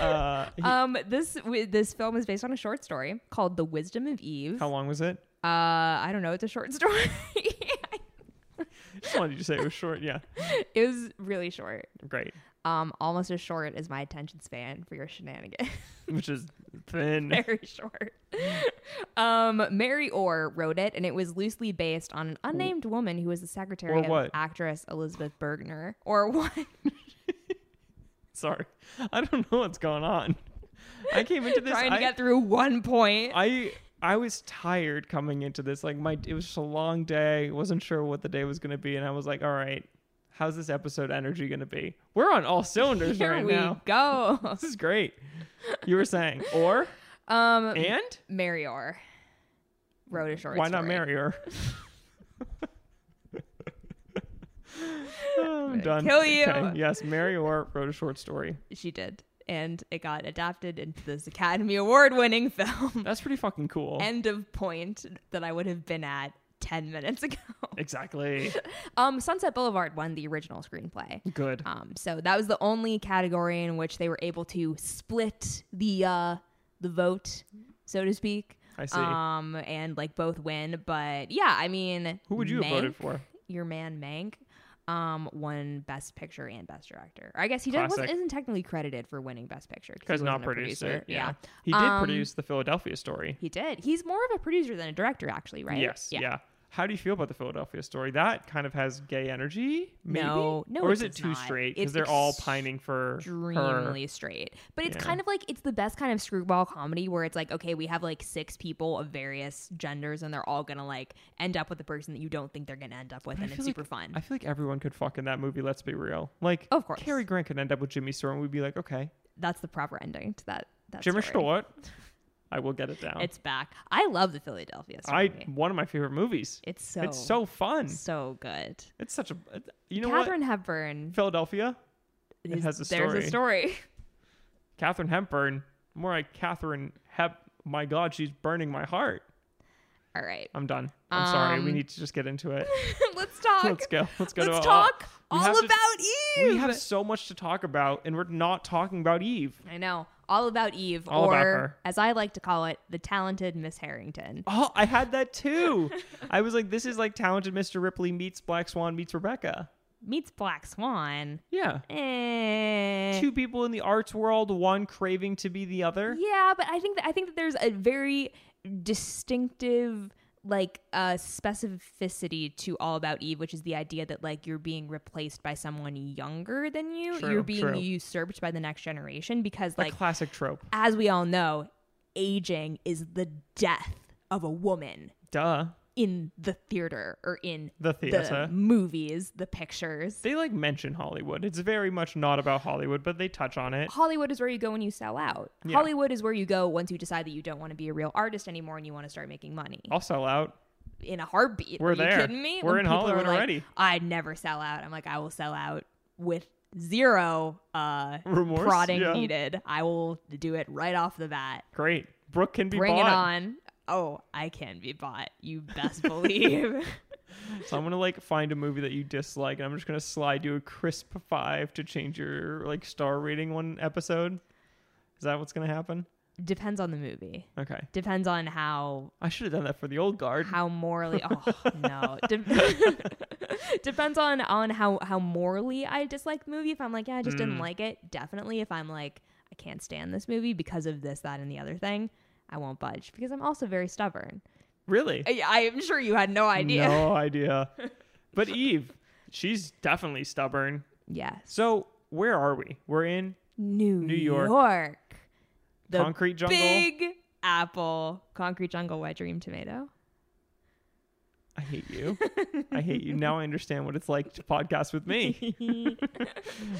Speaker 2: Uh, he-
Speaker 1: um, this wi- this film is based on a short story called "The Wisdom of Eve."
Speaker 2: how long was it?
Speaker 1: Uh, I don't know. It's a short *laughs* story.
Speaker 2: Just wanted you to say it was short. Yeah,
Speaker 1: it was really short.
Speaker 2: great.
Speaker 1: Um, almost as short as my attention span for your shenanigans. *laughs*
Speaker 2: Which is thin.
Speaker 1: Very short. um, Mary Orr wrote it, and it was loosely based on an unnamed woman who was the secretary
Speaker 2: Or
Speaker 1: of
Speaker 2: what?
Speaker 1: actress Elizabeth Bergner. Or what?
Speaker 2: Sorry, I don't know what's going on. I came into
Speaker 1: *laughs*
Speaker 2: this.
Speaker 1: Trying to
Speaker 2: I,
Speaker 1: get through one point.
Speaker 2: I I was tired coming into this. Like my, it was just a long day. wasn't sure what the day was going to be, and I was like, all right, how's this episode energy going to be? We're on
Speaker 1: *laughs*
Speaker 2: all cylinders
Speaker 1: Here
Speaker 2: right
Speaker 1: we
Speaker 2: now. *laughs*
Speaker 1: go.
Speaker 2: This is great. You
Speaker 1: *laughs*
Speaker 2: were saying or
Speaker 1: Um,
Speaker 2: and
Speaker 1: Mary Orr wrote a short
Speaker 2: why
Speaker 1: story.
Speaker 2: not
Speaker 1: *laughs*
Speaker 2: marry her? *laughs* Oh, I'm
Speaker 1: gonna
Speaker 2: done.
Speaker 1: kill you.
Speaker 2: Okay, Yes, Mary Orr wrote a short story.
Speaker 1: She did. And it got adapted into this Academy Award winning *laughs* film.
Speaker 2: That's pretty fucking cool.
Speaker 1: End of point that I would have been at 10 minutes *laughs* ago. *laughs*
Speaker 2: exactly.
Speaker 1: Um, Sunset Boulevard won the original screenplay.
Speaker 2: Good.
Speaker 1: Um, so that was the only category in which they were able to split the uh, the vote, so to speak.
Speaker 2: I see.
Speaker 1: Um, and like both win, but yeah, I mean,
Speaker 2: Who would you have voted
Speaker 1: Mank,
Speaker 2: for?
Speaker 1: Your man Mank, um, won Best Picture and Best Director. Or I guess he didn't, wasn't,
Speaker 2: Classic.
Speaker 1: isn't technically credited for winning Best Picture he
Speaker 2: Because not
Speaker 1: wasn't a
Speaker 2: produced it. Yeah.
Speaker 1: yeah,
Speaker 2: He did
Speaker 1: Um,
Speaker 2: produce the Philadelphia story.
Speaker 1: he did. He's more of a producer than a director, actually, right?
Speaker 2: Yes. Yeah. How do you feel about the Philadelphia story? That kind of has gay energy, maybe?
Speaker 1: No, no,
Speaker 2: Or
Speaker 1: it
Speaker 2: is it
Speaker 1: does
Speaker 2: too
Speaker 1: not.
Speaker 2: straight?
Speaker 1: It's
Speaker 2: Because they're all pining for her.
Speaker 1: extremely straight. But it's
Speaker 2: Yeah.
Speaker 1: kind of like it's the best kind of screwball comedy where it's like, okay, we have like six people of various genders and they're all gonna like end up with the person that you don't think they're gonna end up with,
Speaker 2: I
Speaker 1: and it's
Speaker 2: feel
Speaker 1: super
Speaker 2: like-
Speaker 1: fun.
Speaker 2: I feel like everyone could fuck in that movie, let's be real. Like,
Speaker 1: Of course.
Speaker 2: Cary Grant could end up with Jimmy Stewart, and we'd be like, okay,
Speaker 1: That's the proper ending to that. that
Speaker 2: Jimmy
Speaker 1: story. *laughs*
Speaker 2: Stewart. I will get it down.
Speaker 1: It's back. I love the Philadelphia story.
Speaker 2: I one of my favorite movies.
Speaker 1: it's so
Speaker 2: It's so fun.
Speaker 1: so good.
Speaker 2: It's such a you know what?
Speaker 1: Catherine Hepburn.
Speaker 2: Philadelphia. it
Speaker 1: is-
Speaker 2: has a
Speaker 1: There's a story. *laughs*
Speaker 2: Catherine Hepburn. More like Catherine Hep. My God, she's burning my heart.
Speaker 1: All right, *laughs*
Speaker 2: I'm done. I'm sorry. We
Speaker 1: Um,
Speaker 2: need to just get
Speaker 1: *laughs*
Speaker 2: into it.
Speaker 1: let's talk.
Speaker 2: Let's go. Let's go.
Speaker 1: Let's
Speaker 2: to
Speaker 1: talk
Speaker 2: we
Speaker 1: all
Speaker 2: have to-
Speaker 1: about Eve.
Speaker 2: We have so much to talk about, and we're not talking about Eve.
Speaker 1: I know. All about Eve,
Speaker 2: All
Speaker 1: or
Speaker 2: about her.
Speaker 1: as I like to call it, the talented Miss Harrington.
Speaker 2: Oh, I had
Speaker 1: *laughs*
Speaker 2: that too. I was like, this is like talented Mr. Ripley meets Black Swan meets Rebecca.
Speaker 1: Meets Black Swan.
Speaker 2: Yeah.
Speaker 1: Eh.
Speaker 2: Two people in the arts world, one craving to be the other.
Speaker 1: Yeah, but I think that I think that there's a very distinctive like uh specificity to all about Eve, which is the idea that like you're being replaced by someone younger than you.
Speaker 2: True,
Speaker 1: you're being
Speaker 2: true.
Speaker 1: usurped by the next generation because
Speaker 2: A
Speaker 1: like
Speaker 2: classic trope.
Speaker 1: as we all know, aging is the death of a woman
Speaker 2: Duh.
Speaker 1: in the theater or in
Speaker 2: The theater.
Speaker 1: the movies, the pictures.
Speaker 2: they like mention Hollywood. It's very much not about Hollywood, but they touch on it.
Speaker 1: Hollywood is where you go when you sell out.
Speaker 2: Yeah.
Speaker 1: Hollywood is where you go once you decide that you don't want to be a real artist anymore and you want to start making money
Speaker 2: I'll sell out.
Speaker 1: in a heartbeat.
Speaker 2: We're
Speaker 1: are you
Speaker 2: there.
Speaker 1: kidding me?
Speaker 2: We're in
Speaker 1: people are
Speaker 2: Hollywood
Speaker 1: like,
Speaker 2: already.
Speaker 1: I'd never sell out. I'm like, I will sell out with zero uh,
Speaker 2: *laughs* Remorse?
Speaker 1: prodding
Speaker 2: Yeah.
Speaker 1: needed. I will do it right off the bat.
Speaker 2: Great. Brooke can be
Speaker 1: Bring
Speaker 2: bought.
Speaker 1: it on. Oh, I can be bought. You
Speaker 2: *laughs*
Speaker 1: best believe.
Speaker 2: So I'm gonna like find a movie that you dislike, and I'm just gonna slide you a crisp five to change your like star rating one episode. Is that what's gonna happen?
Speaker 1: Depends on the movie.
Speaker 2: Okay.
Speaker 1: Depends on how
Speaker 2: I should have done that for the old guard.
Speaker 1: how *laughs* morally oh no De- *laughs* depends on on how how morally i dislike the movie if i'm like yeah i just didn't like it definitely if i'm like i can't stand this movie because of this that and the other thing i won't budge because i'm also very stubborn
Speaker 2: Really?
Speaker 1: I- i'm sure you had no idea
Speaker 2: No idea.
Speaker 1: *laughs*
Speaker 2: But Eve, she's definitely stubborn.
Speaker 1: yes
Speaker 2: So where are we? We're in
Speaker 1: new,
Speaker 2: York.
Speaker 1: York. the
Speaker 2: concrete
Speaker 1: *laughs*
Speaker 2: jungle.
Speaker 1: big apple concrete jungle wet dream tomato
Speaker 2: I
Speaker 1: *laughs*
Speaker 2: hate you. I hate you. Now I understand what it's like to podcast with me.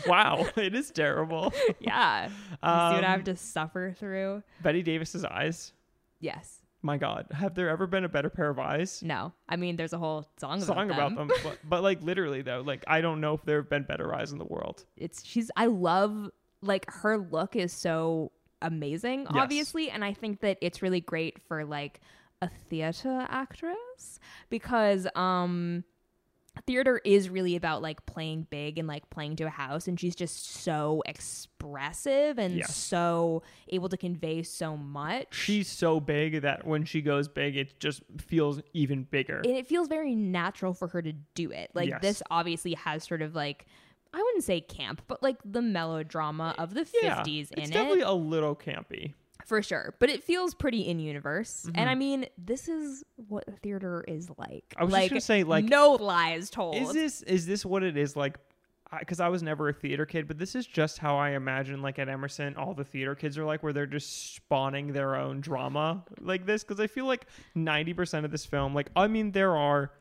Speaker 2: Wow, *laughs* it is terrible.
Speaker 1: *laughs* yeah. You see
Speaker 2: Um,
Speaker 1: what I have to suffer through?
Speaker 2: Betty Davis's eyes.
Speaker 1: Yes.
Speaker 2: My God, have there ever been a better pair of eyes?
Speaker 1: No. I mean, there's a whole song,
Speaker 2: Song about them, but, but like literally though, like I don't know if there have been better eyes in the world.
Speaker 1: It's she's. I love like her look is so amazing,
Speaker 2: Yes.
Speaker 1: obviously, and I think that it's really great for like a theater actress because um theater is really about like playing big and like playing to a house and she's just so expressive and
Speaker 2: Yes.
Speaker 1: so able to convey so much
Speaker 2: She's so big that when she goes big, it just feels even bigger.
Speaker 1: and it feels very natural for her to do it. Like
Speaker 2: Yes.
Speaker 1: this obviously has sort of like I wouldn't say camp, but like the melodrama of the
Speaker 2: yeah,
Speaker 1: 50s
Speaker 2: it's
Speaker 1: in
Speaker 2: definitely
Speaker 1: it
Speaker 2: a little campy.
Speaker 1: for sure. But it feels pretty in universe. And I mean, this is what theater is like.
Speaker 2: Mm-hmm. I was just
Speaker 1: like,
Speaker 2: gonna say, like,
Speaker 1: no lies told.
Speaker 2: Is this is this what it is like? Because I, was never a theater kid, but this is just how I imagine. Like at Emerson, all the theater kids are like, where they're just spawning their own drama like this. Because I feel like ninety percent of this film, like I mean, there are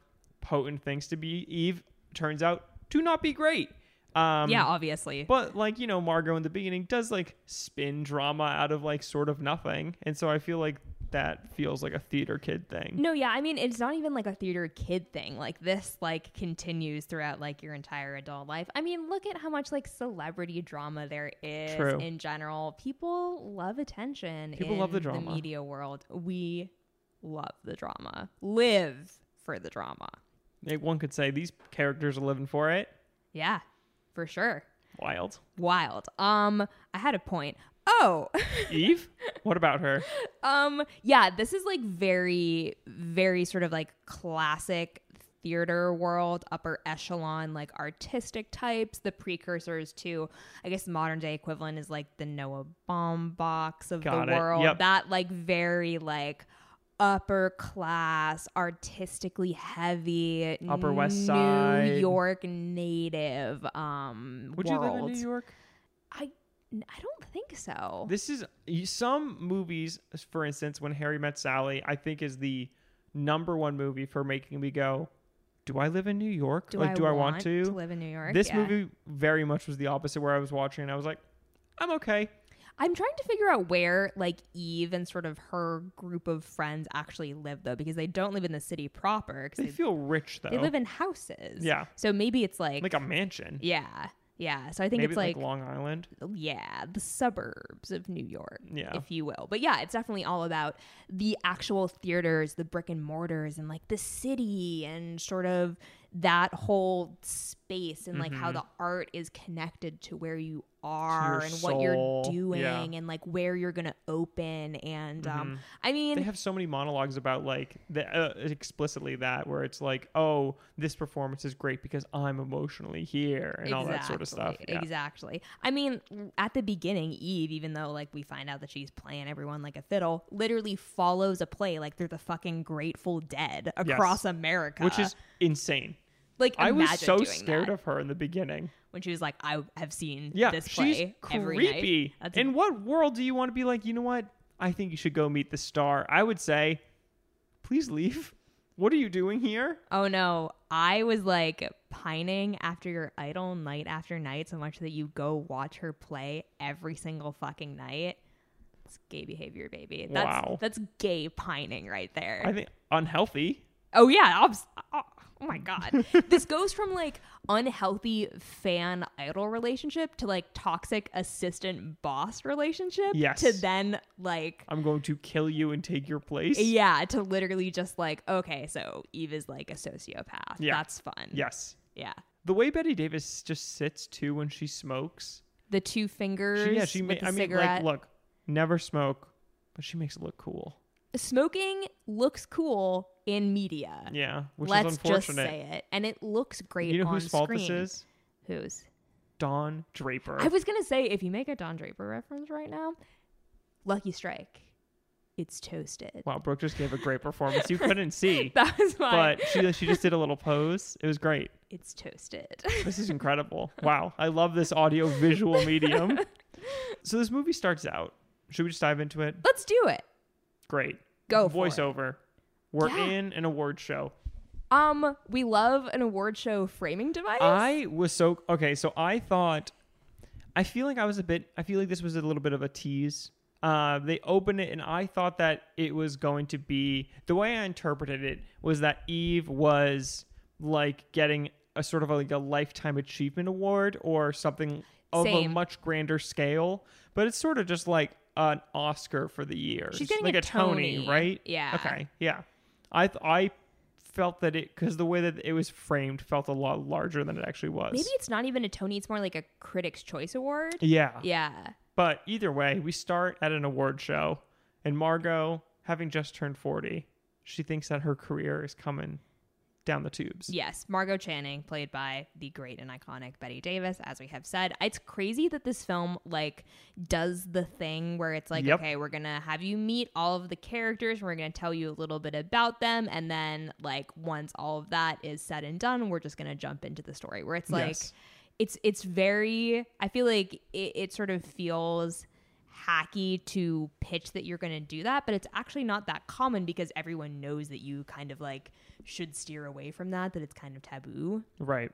Speaker 2: potent things to be. Eve turns out to not be great. Um,
Speaker 1: yeah, obviously.
Speaker 2: But like you know, Margot in the beginning does like spin drama out of like sort of nothing, and so I feel like that feels like a theater kid thing.
Speaker 1: No, yeah, I mean it's not even like a theater kid thing. Like this like continues throughout like your entire adult life. I mean, look at how much like celebrity drama there is
Speaker 2: True.
Speaker 1: in general. People love attention.
Speaker 2: People love
Speaker 1: in
Speaker 2: the drama.
Speaker 1: media world. We love the drama. Live for the drama.
Speaker 2: Like, One could say these characters are living for it.
Speaker 1: Yeah, for sure.
Speaker 2: Wild.
Speaker 1: Wild. Um, I had a point. Oh, *laughs*
Speaker 2: Eve? What about her?
Speaker 1: um yeah this is like very very sort of like classic theater world upper echelon like artistic types the precursors to i guess modern day equivalent is like the noah Baumbachs of
Speaker 2: Got
Speaker 1: the
Speaker 2: it.
Speaker 1: world
Speaker 2: Yep.
Speaker 1: that like very like upper class artistically heavy
Speaker 2: Upper West
Speaker 1: new
Speaker 2: Side.
Speaker 1: york native um
Speaker 2: Would
Speaker 1: world
Speaker 2: you live in New York?
Speaker 1: i i don't think so
Speaker 2: This is some movies, for instance, when Harry Met Sally, I think is the number one movie for making me go, Do I live in New York? like, do I want, to?
Speaker 1: live in new york
Speaker 2: This
Speaker 1: Yeah.
Speaker 2: movie very much was the opposite where I was watching and I was like, I'm okay.
Speaker 1: I'm trying to figure out where like Eve and sort of her group of friends actually live though, because they don't live in the city proper. 'cause
Speaker 2: They
Speaker 1: they,
Speaker 2: feel rich though.
Speaker 1: they live in houses.
Speaker 2: Yeah.
Speaker 1: So maybe it's like,
Speaker 2: like a mansion.
Speaker 1: yeah, yeah. So I think
Speaker 2: Maybe
Speaker 1: it's like,
Speaker 2: Long Island.
Speaker 1: yeah, the suburbs of New York,
Speaker 2: Yeah.
Speaker 1: if you will. But yeah, it's definitely all about the actual theaters, the brick and mortars, and like the city and sort of that whole space and like
Speaker 2: Mm-hmm.
Speaker 1: how the art is connected to where you are and what you're
Speaker 2: soul,
Speaker 1: doing
Speaker 2: yeah.
Speaker 1: and like where you're gonna open. And um, I mean,
Speaker 2: Mm-hmm. they have so many monologues about like the, uh, explicitly that where it's like oh this performance is great because i'm emotionally here and all that sort of stuff
Speaker 1: Exactly,
Speaker 2: yeah.
Speaker 1: Exactly. I mean, at the beginning, Eve, even though like we find out that she's playing everyone like a fiddle, literally follows a play like they're the fucking Grateful Dead across America,
Speaker 2: which is insane
Speaker 1: like
Speaker 2: i was
Speaker 1: imagine
Speaker 2: so
Speaker 1: doing
Speaker 2: scared
Speaker 1: that
Speaker 2: of her in the beginning
Speaker 1: when she was like, I have seen
Speaker 2: yeah
Speaker 1: this
Speaker 2: she's
Speaker 1: play every night.
Speaker 2: creepy
Speaker 1: That's
Speaker 2: in what world do you want to be like you know what i think you should go meet the star i would say please leave what are you doing here
Speaker 1: Oh no, I was like pining after your idol night after night so much that you go watch her play every single fucking night. It's gay behavior, baby. That's
Speaker 2: Wow.
Speaker 1: that's gay pining right there.
Speaker 2: i think unhealthy
Speaker 1: Oh yeah, obs- oh, oh my
Speaker 2: *laughs*
Speaker 1: god. this goes from like unhealthy fan idol relationship to like toxic assistant boss relationship
Speaker 2: Yes.
Speaker 1: to then like
Speaker 2: i'm going to kill you and take your place
Speaker 1: yeah, to literally just like okay, so Eve is like a sociopath.
Speaker 2: Yeah.
Speaker 1: That's fun.
Speaker 2: yes
Speaker 1: Yeah.
Speaker 2: the way betty davis just sits too when she smokes
Speaker 1: The two fingers
Speaker 2: She, yeah, she
Speaker 1: with
Speaker 2: made.
Speaker 1: the
Speaker 2: I mean,
Speaker 1: cigarette.
Speaker 2: like, look, never smoke, but she makes it look cool.
Speaker 1: Smoking looks cool in media.
Speaker 2: Yeah, which
Speaker 1: Let's
Speaker 2: is
Speaker 1: just
Speaker 2: unfortunate.
Speaker 1: say it. And it looks great
Speaker 2: you know
Speaker 1: on
Speaker 2: whose fault
Speaker 1: screen.
Speaker 2: this is?
Speaker 1: Whose?
Speaker 2: Don Draper.
Speaker 1: I was gonna say if you make a Don Draper reference right now, Lucky Strike, it's toasted.
Speaker 2: wow, Brooke just gave a great performance. You couldn't see,
Speaker 1: *laughs* That was my.
Speaker 2: but she she just did a little pose. It was great.
Speaker 1: it's toasted. *laughs*
Speaker 2: This is incredible. Wow, I love this audio visual medium.
Speaker 1: *laughs*
Speaker 2: So this movie starts out. Should we just dive into it?
Speaker 1: Let's do it.
Speaker 2: Great.
Speaker 1: Go for it.
Speaker 2: voiceover. We're
Speaker 1: Yeah.
Speaker 2: in an award show.
Speaker 1: Um, we love an award show framing device.
Speaker 2: I was so okay. So I thought, I feel like I was a bit. I feel like this was a little bit of a tease. Uh, they opened it, and I thought that it was going to be the way I interpreted it was that Eve was like getting a sort of like a lifetime achievement award or something of a
Speaker 1: Same.
Speaker 2: much grander scale. But it's sort of just like an Oscar for the year,
Speaker 1: She's getting
Speaker 2: like
Speaker 1: a
Speaker 2: a Tony,
Speaker 1: Tony.
Speaker 2: right?
Speaker 1: Yeah.
Speaker 2: Okay. Yeah. I th- I felt that it because the way that it was framed felt a lot larger than it actually was.
Speaker 1: Maybe it's not even a Tony. It's more like a Critics' Choice Award.
Speaker 2: Yeah.
Speaker 1: Yeah.
Speaker 2: But either way, we start at an award show, and Margot, having just turned forty, she thinks that her career is coming down the tubes.
Speaker 1: Yes, Margot Channing, played by the great and iconic Betty Davis, as we have said. It's crazy that this film like does the thing where it's like,
Speaker 2: Yep.
Speaker 1: okay, we're gonna have you meet all of the characters, we're gonna tell you a little bit about them, and then like once all of that is said and done, we're just gonna jump into the story. Where it's like
Speaker 2: Yes.
Speaker 1: it's it's very I feel like it, it sort of feels hacky to pitch that you're going to do that, but it's actually not that common because everyone knows that you kind of like should steer away from that, that it's kind of taboo.
Speaker 2: Right.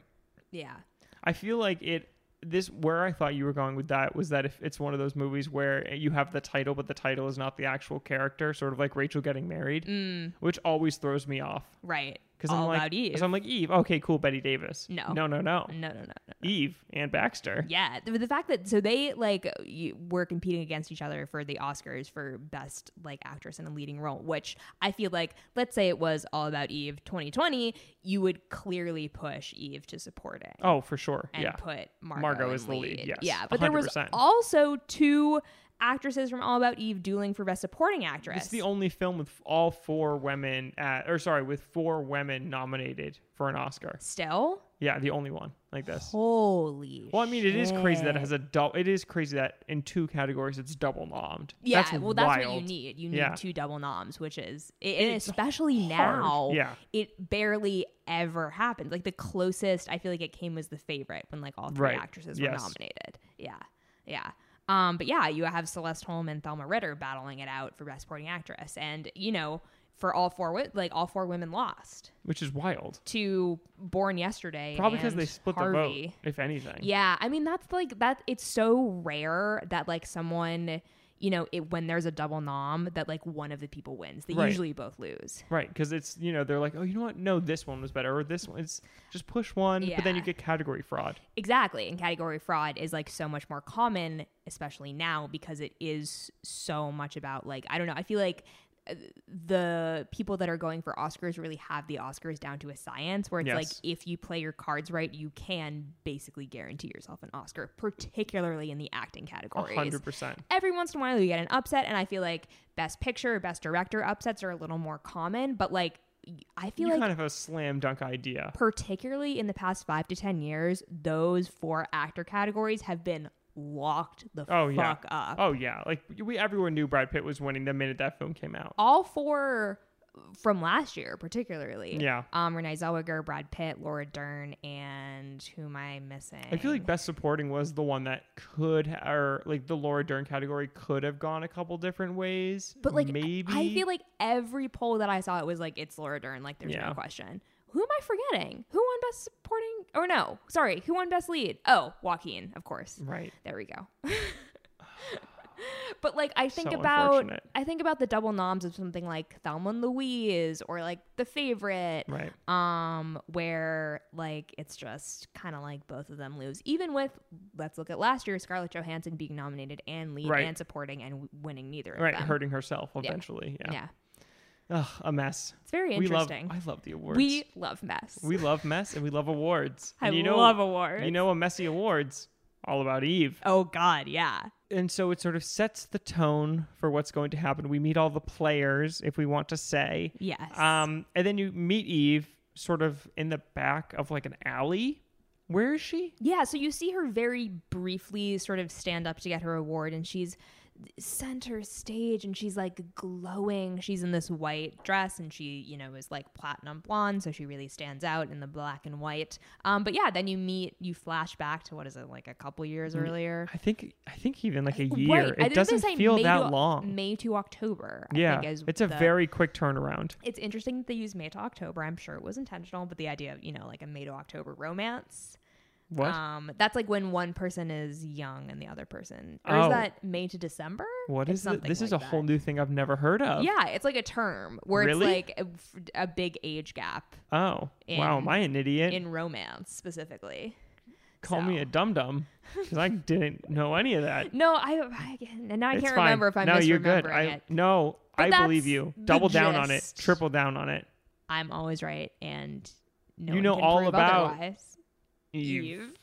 Speaker 1: Yeah.
Speaker 2: I feel like it. This where I thought you were going with that was that if it's one of those movies where you have the title but the title is not the actual character, sort of like Rachel getting married, which always throws me off
Speaker 1: Right.
Speaker 2: because
Speaker 1: Mm. All
Speaker 2: I'm like,
Speaker 1: about Eve.
Speaker 2: 'cause I'm like Eve. Okay, cool, Betty Davis.
Speaker 1: No.
Speaker 2: no, no, no.
Speaker 1: no, no, no, no.
Speaker 2: Eve and Baxter.
Speaker 1: Yeah, the, the fact that so they like you, were competing against each other for the Oscars for best like actress in a leading role, which I feel like let's say it was All About Eve 2020, you would clearly push Eve to support it.
Speaker 2: Oh, for sure.
Speaker 1: and
Speaker 2: yeah.
Speaker 1: put Margot,
Speaker 2: Margot
Speaker 1: in
Speaker 2: is the lead, yes,
Speaker 1: yeah, but there was
Speaker 2: 100%.
Speaker 1: also two actresses from All About Eve dueling for Best Supporting Actress.
Speaker 2: It's the only film with all four women, at, or sorry, with four women nominated for an Oscar.
Speaker 1: Still,
Speaker 2: Yeah, the only one like this.
Speaker 1: holy.
Speaker 2: Well, I mean, it is crazy that it
Speaker 1: shit.
Speaker 2: has a double. It is crazy that in two categories it's double nommed.
Speaker 1: Yeah,
Speaker 2: that's
Speaker 1: well, that's what you
Speaker 2: wild.
Speaker 1: need. You need
Speaker 2: Yeah.
Speaker 1: two double noms, which is, and
Speaker 2: It's
Speaker 1: especially
Speaker 2: hard.
Speaker 1: now,
Speaker 2: Yeah.
Speaker 1: it barely ever happens. Like the closest I feel like it came was the favorite when like all three
Speaker 2: Right.
Speaker 1: actresses were
Speaker 2: Yes.
Speaker 1: nominated. Yeah, yeah. Um, but yeah, you have Celeste Holm and Thelma Ritter battling it out for best supporting actress, and you know, for all four, wi- like all four women lost
Speaker 2: which is wild.
Speaker 1: to Born Yesterday,
Speaker 2: Probably because
Speaker 1: and
Speaker 2: they split
Speaker 1: Harvey.
Speaker 2: the vote, if anything.
Speaker 1: Yeah, I mean that's like that. It's so rare that like someone, you know, it, when there's a double nom, that like one of the people wins. They
Speaker 2: Right.
Speaker 1: usually both lose.
Speaker 2: Right, because it's you know they're like, oh, you know what? No, this one was better, or this one. It's just push one, but then you
Speaker 1: Yeah.
Speaker 2: get category fraud.
Speaker 1: Exactly, and category fraud is like so much more common, especially now because it is so much about like I don't know. I feel like uh, the people that are going for Oscars really have the Oscars down to a science where it's like
Speaker 2: Yes.
Speaker 1: if you play your cards right, you can basically guarantee yourself an Oscar, particularly in the acting
Speaker 2: A
Speaker 1: categories.
Speaker 2: hundred percent.
Speaker 1: every once in a while you get an upset and i feel like best picture best director upsets are a little more common but like i feel
Speaker 2: You
Speaker 1: like
Speaker 2: kind of have a slam dunk idea.
Speaker 1: particularly in the past five to ten years those four actor categories have been locked the
Speaker 2: Oh, yeah.
Speaker 1: fuck up
Speaker 2: Oh yeah, like we everyone knew Brad Pitt was winning the minute that film came out.
Speaker 1: all four from last year particularly
Speaker 2: Yeah.
Speaker 1: um renee zellweger brad pitt laura dern and who am i missing
Speaker 2: I feel like best supporting was the one that could or like the Laura Dern category could have gone a couple different ways.
Speaker 1: But like,
Speaker 2: maybe
Speaker 1: I feel like every poll that I saw, it was like it's Laura Dern. Like, there's no
Speaker 2: Yeah.
Speaker 1: question. Who am I forgetting? Who won best supporting? Or no, sorry, who won best lead? Oh, Joaquin, of course.
Speaker 2: right.
Speaker 1: There we go. *laughs* but like, I think
Speaker 2: So
Speaker 1: about
Speaker 2: unfortunate.
Speaker 1: I think about the double noms of something like Thelma and Louise or like The Favorite,
Speaker 2: Right.
Speaker 1: um, where like it's just kind of like both of them lose. Even with let's look at last year, Scarlett Johansson being nominated and lead
Speaker 2: Right.
Speaker 1: and supporting and w- winning neither of
Speaker 2: Right,
Speaker 1: them.
Speaker 2: hurting herself eventually. Yeah.
Speaker 1: yeah.
Speaker 2: Ugh, a mess.
Speaker 1: It's very
Speaker 2: We love
Speaker 1: interesting.
Speaker 2: I love the awards.
Speaker 1: We love mess.
Speaker 2: we love mess and we love awards.
Speaker 1: *laughs* I
Speaker 2: and you know
Speaker 1: love awards.
Speaker 2: you know a messy awards all about Eve.
Speaker 1: Oh God, yeah.
Speaker 2: and so it sort of sets the tone for what's going to happen. We meet all the players, if we want to say.
Speaker 1: Yes.
Speaker 2: Um, and then you meet Eve sort of in the back of like an alley. Where is she?
Speaker 1: Yeah, so you see her very briefly sort of stand up to get her award, and she's center stage and she's like glowing. She's in this white dress and she, you know, is like platinum blonde, so she really stands out in the black and white. Um, but yeah, then you meet, you flash back to what is it, like a couple years earlier?
Speaker 2: I think I think even like Mm, a
Speaker 1: Right.
Speaker 2: year.
Speaker 1: I think
Speaker 2: It
Speaker 1: they
Speaker 2: doesn't
Speaker 1: say
Speaker 2: feel
Speaker 1: May
Speaker 2: that
Speaker 1: to-
Speaker 2: long.
Speaker 1: May to October. I
Speaker 2: yeah,
Speaker 1: think is
Speaker 2: it's a
Speaker 1: the-
Speaker 2: very quick turnaround.
Speaker 1: It's interesting that they use May to October. I'm sure it was intentional, but the idea of you know like a May to October romance.
Speaker 2: What?
Speaker 1: Um, that's like when one person is young and the other person. Or is
Speaker 2: Oh.
Speaker 1: that May to December?
Speaker 2: what
Speaker 1: It's
Speaker 2: is it?
Speaker 1: something
Speaker 2: This is a
Speaker 1: like
Speaker 2: whole
Speaker 1: that.
Speaker 2: new thing I've never heard of.
Speaker 1: Yeah, it's like a term where
Speaker 2: Oh. Really?
Speaker 1: it's like a, a big age gap
Speaker 2: Oh, wow.
Speaker 1: In-
Speaker 2: Am I an idiot?
Speaker 1: in romance specifically.
Speaker 2: Call me
Speaker 1: so.
Speaker 2: a dum dum
Speaker 1: *laughs*
Speaker 2: because I didn't know any of that.
Speaker 1: No, I, I and now I
Speaker 2: it's
Speaker 1: can't
Speaker 2: fine.
Speaker 1: remember if I'm
Speaker 2: no,
Speaker 1: misremembering
Speaker 2: you're good.
Speaker 1: it.
Speaker 2: I no,
Speaker 1: But
Speaker 2: I believe
Speaker 1: that's
Speaker 2: you.
Speaker 1: the
Speaker 2: Double down on it.
Speaker 1: gist.
Speaker 2: Triple down on it.
Speaker 1: I'm always right, and no
Speaker 2: You
Speaker 1: one
Speaker 2: know
Speaker 1: can
Speaker 2: all
Speaker 1: prove
Speaker 2: about
Speaker 1: otherwise.
Speaker 2: You-
Speaker 1: Eve.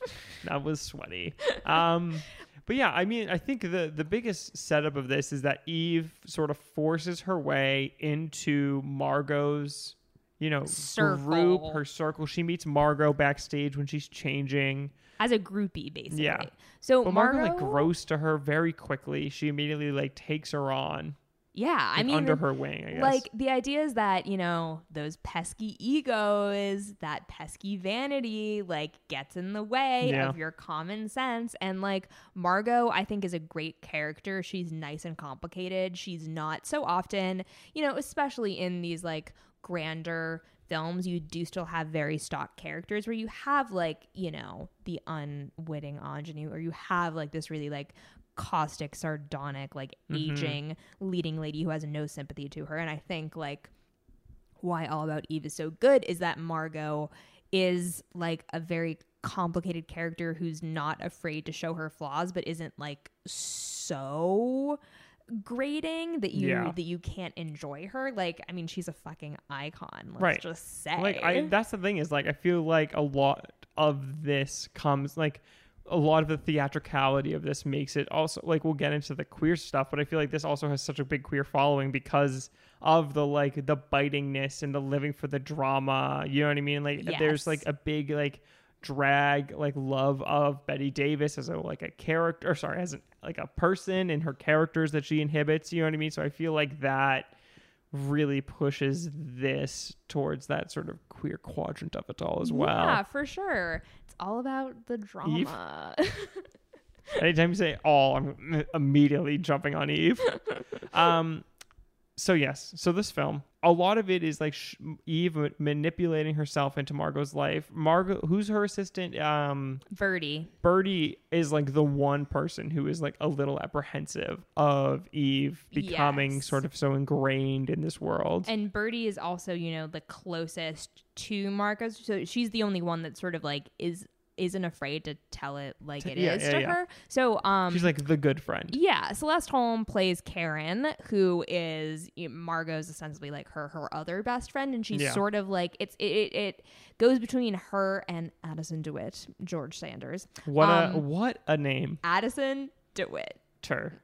Speaker 2: that was sweaty. Um, *laughs* but yeah, I mean, I think the the biggest setup of this is that Eve sort of forces her way into Margot's, you know,
Speaker 1: Circle.
Speaker 2: group, her circle. She meets Margot backstage when she's changing.
Speaker 1: as a groupie basically.
Speaker 2: Yeah.
Speaker 1: So
Speaker 2: But
Speaker 1: Margot,
Speaker 2: Margot like grows to her very quickly. She immediately like takes her on
Speaker 1: yeah, I
Speaker 2: like,
Speaker 1: mean
Speaker 2: under her wing, I guess.
Speaker 1: like the idea is that, you know, those pesky egos, that pesky vanity like gets in the way
Speaker 2: Yeah.
Speaker 1: of your common sense and like Margot I think is a great character. She's nice and complicated. She's not so often, you know, especially in these like grander films you do still have very stock characters where you have like you know the unwitting ingenue or you have like this really like caustic sardonic like aging leading lady who has no sympathy to her and i think like why all about eve is so good is that margot is like a very complicated character who's not afraid to show her flaws but isn't like so grating that you
Speaker 2: Yeah.
Speaker 1: that you can't enjoy her like i mean she's a fucking icon let's
Speaker 2: Right.
Speaker 1: just say
Speaker 2: like I that's the thing is like I feel like a lot of this comes like a lot of the theatricality of this makes it also like we'll get into the queer stuff, but I feel like this also has such a big queer following because of the like the bitingness and the living for the drama. You know what I mean? Like
Speaker 1: Yes.
Speaker 2: there's like a big like drag like love of Betty Davis as a like a character or sorry, as an like a person and her characters that she inhibits, you know what I mean? So I feel like that really pushes this towards that sort of queer quadrant of it all as well.
Speaker 1: Yeah, for sure. It's all about the drama.
Speaker 2: Anytime you say all, I'm immediately jumping
Speaker 1: *laughs*
Speaker 2: on Eve. um, so yes, so this film, a lot of it is like sh- Eve manipulating herself into Margot's life. Margot, who's her assistant? Um,
Speaker 1: *laughs* Birdie.
Speaker 2: Birdie is like the one person who is like a little apprehensive of Eve becoming
Speaker 1: Yes.
Speaker 2: sort of so ingrained in this world.
Speaker 1: And Birdie is also, you know, the closest to Marcos. So she's the only one that sort of like is isn't afraid to tell it like it is
Speaker 2: yeah, yeah,
Speaker 1: to
Speaker 2: yeah.
Speaker 1: her. So um
Speaker 2: She's like the good friend.
Speaker 1: yeah, Celeste Holm plays Karen, who is you know, Margot's essentially like her her other best friend, and she's
Speaker 2: Yeah.
Speaker 1: sort of like it's it, it it goes between her and Addison DeWitt, George Sanders.
Speaker 2: What a
Speaker 1: Um,
Speaker 2: what a name.
Speaker 1: Addison DeWitt,
Speaker 2: Ter.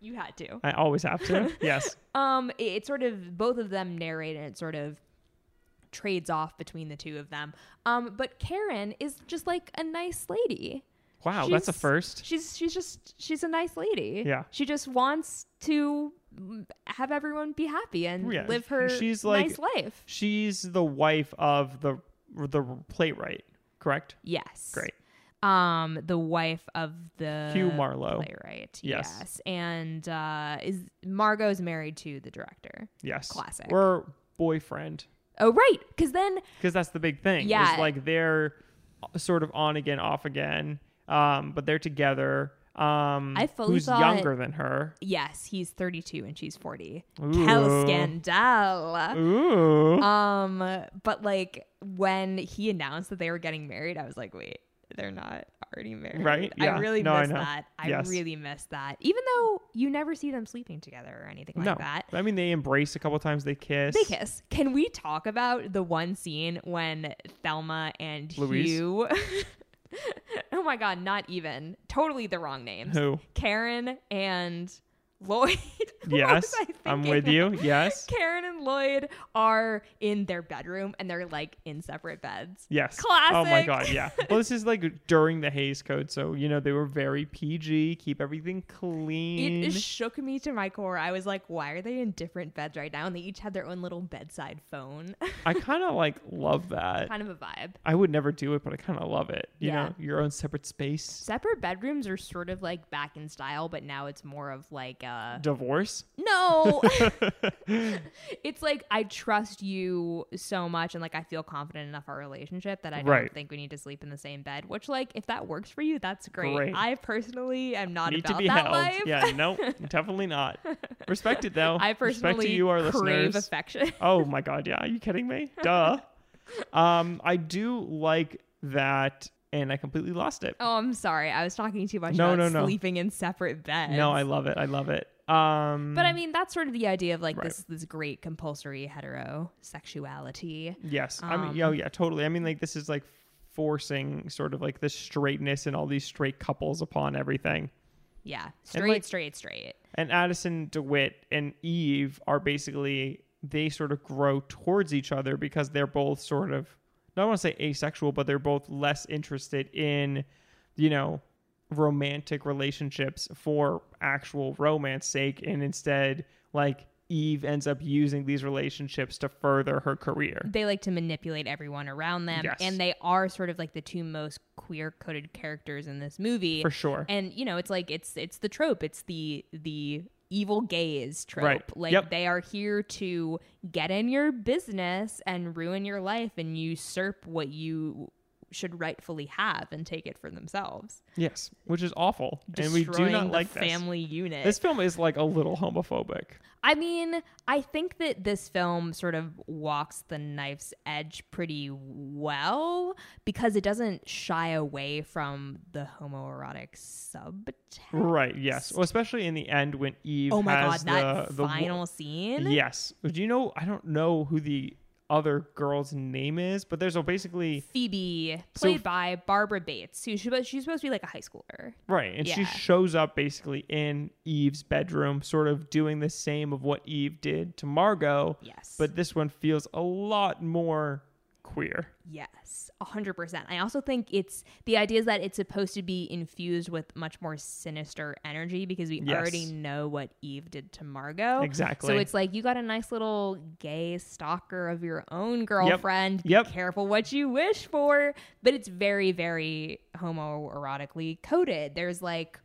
Speaker 1: you had to.
Speaker 2: I always have
Speaker 1: *laughs*
Speaker 2: to. yes.
Speaker 1: Um, it, it sort of both of them narrate and it sort of trades off between the two of them. Um, but Karen is just like a nice lady.
Speaker 2: Wow, that's a
Speaker 1: She's-
Speaker 2: first.
Speaker 1: She's she's just she's a nice lady.
Speaker 2: Yeah.
Speaker 1: She just wants to mm, have everyone be happy and
Speaker 2: Yeah,
Speaker 1: live her
Speaker 2: she's like-
Speaker 1: nice life.
Speaker 2: She's the wife of the the playwright, correct?
Speaker 1: Yes.
Speaker 2: Great.
Speaker 1: Um, the wife of the
Speaker 2: Hugh Marlowe.
Speaker 1: playwright.
Speaker 2: Yes.
Speaker 1: And uh, is Margot's married to the director.
Speaker 2: Yes.
Speaker 1: Classic.
Speaker 2: Or boyfriend,
Speaker 1: Oh right, because then
Speaker 2: because that's the big thing. is,
Speaker 1: Yeah.
Speaker 2: like they're uh, sort of on again, off again, um, but they're together. Um,
Speaker 1: I fully
Speaker 2: who's
Speaker 1: thought-
Speaker 2: younger than her?
Speaker 1: Yes, he's 32 and she's 40.
Speaker 2: Ooh.
Speaker 1: Hell scandal.
Speaker 2: Ooh.
Speaker 1: Um, but like when he announced that they were getting married, I was like, wait, they're not already married.
Speaker 2: Right?
Speaker 1: I
Speaker 2: Yeah.
Speaker 1: really
Speaker 2: No, I
Speaker 1: missed
Speaker 2: know.
Speaker 1: that. I
Speaker 2: Yes.
Speaker 1: really missed that. Even though you never see them sleeping together or anything like
Speaker 2: no,
Speaker 1: that.
Speaker 2: I mean they embrace a couple times. They kiss.
Speaker 1: They kiss. Can we talk about the one scene when Thelma and
Speaker 2: Louise?
Speaker 1: Hugh? *laughs* *laughs* oh my god, not even. Totally the wrong names.
Speaker 2: Who?
Speaker 1: Karen and Lloyd. *laughs* What
Speaker 2: Yes,
Speaker 1: was I
Speaker 2: I'm
Speaker 1: thinking?
Speaker 2: with you. Yes,
Speaker 1: Karen and Lloyd are in their bedroom and they're like in separate beds.
Speaker 2: yes. Oh my
Speaker 1: Classic.
Speaker 2: god, yeah. Well, this is like during the Hayes Code, so you know they were very PG. Keep everything clean.
Speaker 1: It shook me to my core. I was like, why are they in different beds right now? And they each had their own little bedside phone. *laughs*
Speaker 2: I kind of like love that.
Speaker 1: kind of a vibe.
Speaker 2: I would never do it, but I kind of love it. You
Speaker 1: Yeah.
Speaker 2: know, your own separate space.
Speaker 1: Separate bedrooms are sort of like back in style, but now it's more of like a
Speaker 2: Divorce. *laughs*
Speaker 1: no. it's like I trust you so much, and like I feel confident enough in our relationship that I don't
Speaker 2: Right.
Speaker 1: think we need to sleep in the same bed. Which, like, if that works for you, that's great.
Speaker 2: Great.
Speaker 1: I personally am not
Speaker 2: Need
Speaker 1: about
Speaker 2: to be
Speaker 1: that
Speaker 2: held.
Speaker 1: life.
Speaker 2: Yeah, no,
Speaker 1: *laughs*
Speaker 2: definitely not. Respect it *laughs* though.
Speaker 1: I
Speaker 2: Respect to
Speaker 1: personally
Speaker 2: you, our
Speaker 1: crave
Speaker 2: listeners.
Speaker 1: affection. *laughs*
Speaker 2: oh my god, yeah. Are you kidding me? Duh. Um, I do like that, and I completely lost it.
Speaker 1: Oh, I'm sorry. I was talking too much
Speaker 2: No,
Speaker 1: about
Speaker 2: no, no.
Speaker 1: sleeping in separate beds.
Speaker 2: no, I love it. I love it. Um,
Speaker 1: But I mean, that's sort of the idea of like
Speaker 2: Right.
Speaker 1: this this great compulsory heterosexuality.
Speaker 2: yes, I mean, yeah, yeah, totally. I mean, like this is like forcing sort of like the straightness and all these straight couples upon everything.
Speaker 1: Yeah,
Speaker 2: And,
Speaker 1: straight,
Speaker 2: like-
Speaker 1: straight, straight.
Speaker 2: and Addison DeWitt and Eve are basically they sort of grow towards each other because they're both sort of I don't want to say asexual, but they're both less interested in, you know, romantic relationships for actual romance sake and instead like Eve ends up using these relationships to further her career.
Speaker 1: They like to manipulate everyone around them,
Speaker 2: Yes.
Speaker 1: and they are sort of like the two most queer coded characters in this movie.
Speaker 2: For sure.
Speaker 1: And you know, it's like it's it's the trope. It's the the evil gays trope.
Speaker 2: Right.
Speaker 1: Like
Speaker 2: Yep.
Speaker 1: they are here to get in your business and ruin your life and usurp what you should rightfully have and take it for themselves.
Speaker 2: yes. Which is awful. And we
Speaker 1: Destroying
Speaker 2: do not
Speaker 1: the
Speaker 2: like this.
Speaker 1: family unit.
Speaker 2: This film is like a little homophobic.
Speaker 1: I mean, I think that this film sort of walks the knife's edge pretty well because it doesn't shy away from the homoerotic subtext.
Speaker 2: Right. Yes. Well, especially in the end when Eve.
Speaker 1: Oh my god,
Speaker 2: has
Speaker 1: that
Speaker 2: the, the wo-
Speaker 1: final scene.
Speaker 2: Yes. Do you know? I don't know who the other girl's name is, but there's a basically
Speaker 1: Phoebe,
Speaker 2: So-
Speaker 1: played by Barbara Bates, who she, she's supposed to be like a high schooler.
Speaker 2: right, and she
Speaker 1: Yeah.
Speaker 2: shows up basically in Eve's bedroom, sort of doing the same of what Eve did to Margot.
Speaker 1: Yes.
Speaker 2: But this one feels a lot more queer.
Speaker 1: Yes, 100%. I also think it's the idea is that it's supposed to be infused with much more sinister energy because we
Speaker 2: Yes.
Speaker 1: already know what Eve did to Margot.
Speaker 2: Exactly.
Speaker 1: Oh, So it's like you got a nice little gay stalker of your own girlfriend.
Speaker 2: Yep.
Speaker 1: Be careful what you wish for. But it's very, very homoerotically coded. There's like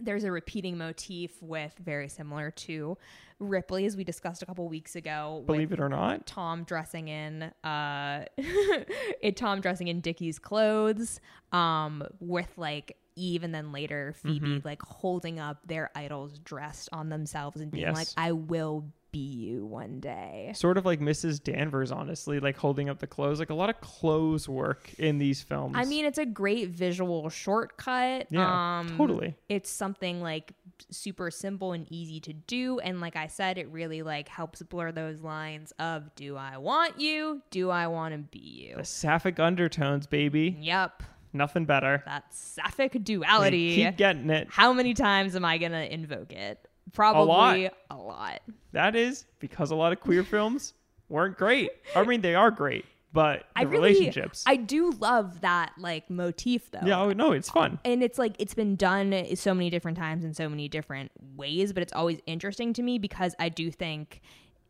Speaker 1: there's a repeating motif with very similar to Ripley, as we discussed a couple weeks ago. with
Speaker 2: Believe it or not.
Speaker 1: Tom dressing in uh *laughs* it Tom dressing in Dickie's clothes um with like Eve and then later Phoebe
Speaker 2: Mm-hmm.
Speaker 1: like holding up their idols dressed on themselves and being
Speaker 2: Yes.
Speaker 1: like I will be you one day.
Speaker 2: Sort of like Mrs. Danvers, honestly, like holding up the clothes. Like a lot of clothes work in these films.
Speaker 1: I mean it's a great visual shortcut.
Speaker 2: yeah,
Speaker 1: um
Speaker 2: totally.
Speaker 1: it's something like super simple and easy to do and like i said it really like helps blur those lines of do i want you do i want to be you
Speaker 2: The sapphic undertones, baby.
Speaker 1: yep
Speaker 2: Nothing better.
Speaker 1: that sapphic
Speaker 2: They
Speaker 1: duality.
Speaker 2: Keep getting it.
Speaker 1: How many times am I going to invoke it? Probably a lot.
Speaker 2: That is because a lot of queer films weren't great. I mean, they are great, but the
Speaker 1: I really,
Speaker 2: relationships.
Speaker 1: I do love that like motif though.
Speaker 2: yeah, oh, no, it's fun.
Speaker 1: And it's like it's been done so many different times in so many different ways, but it's always interesting to me because I do think,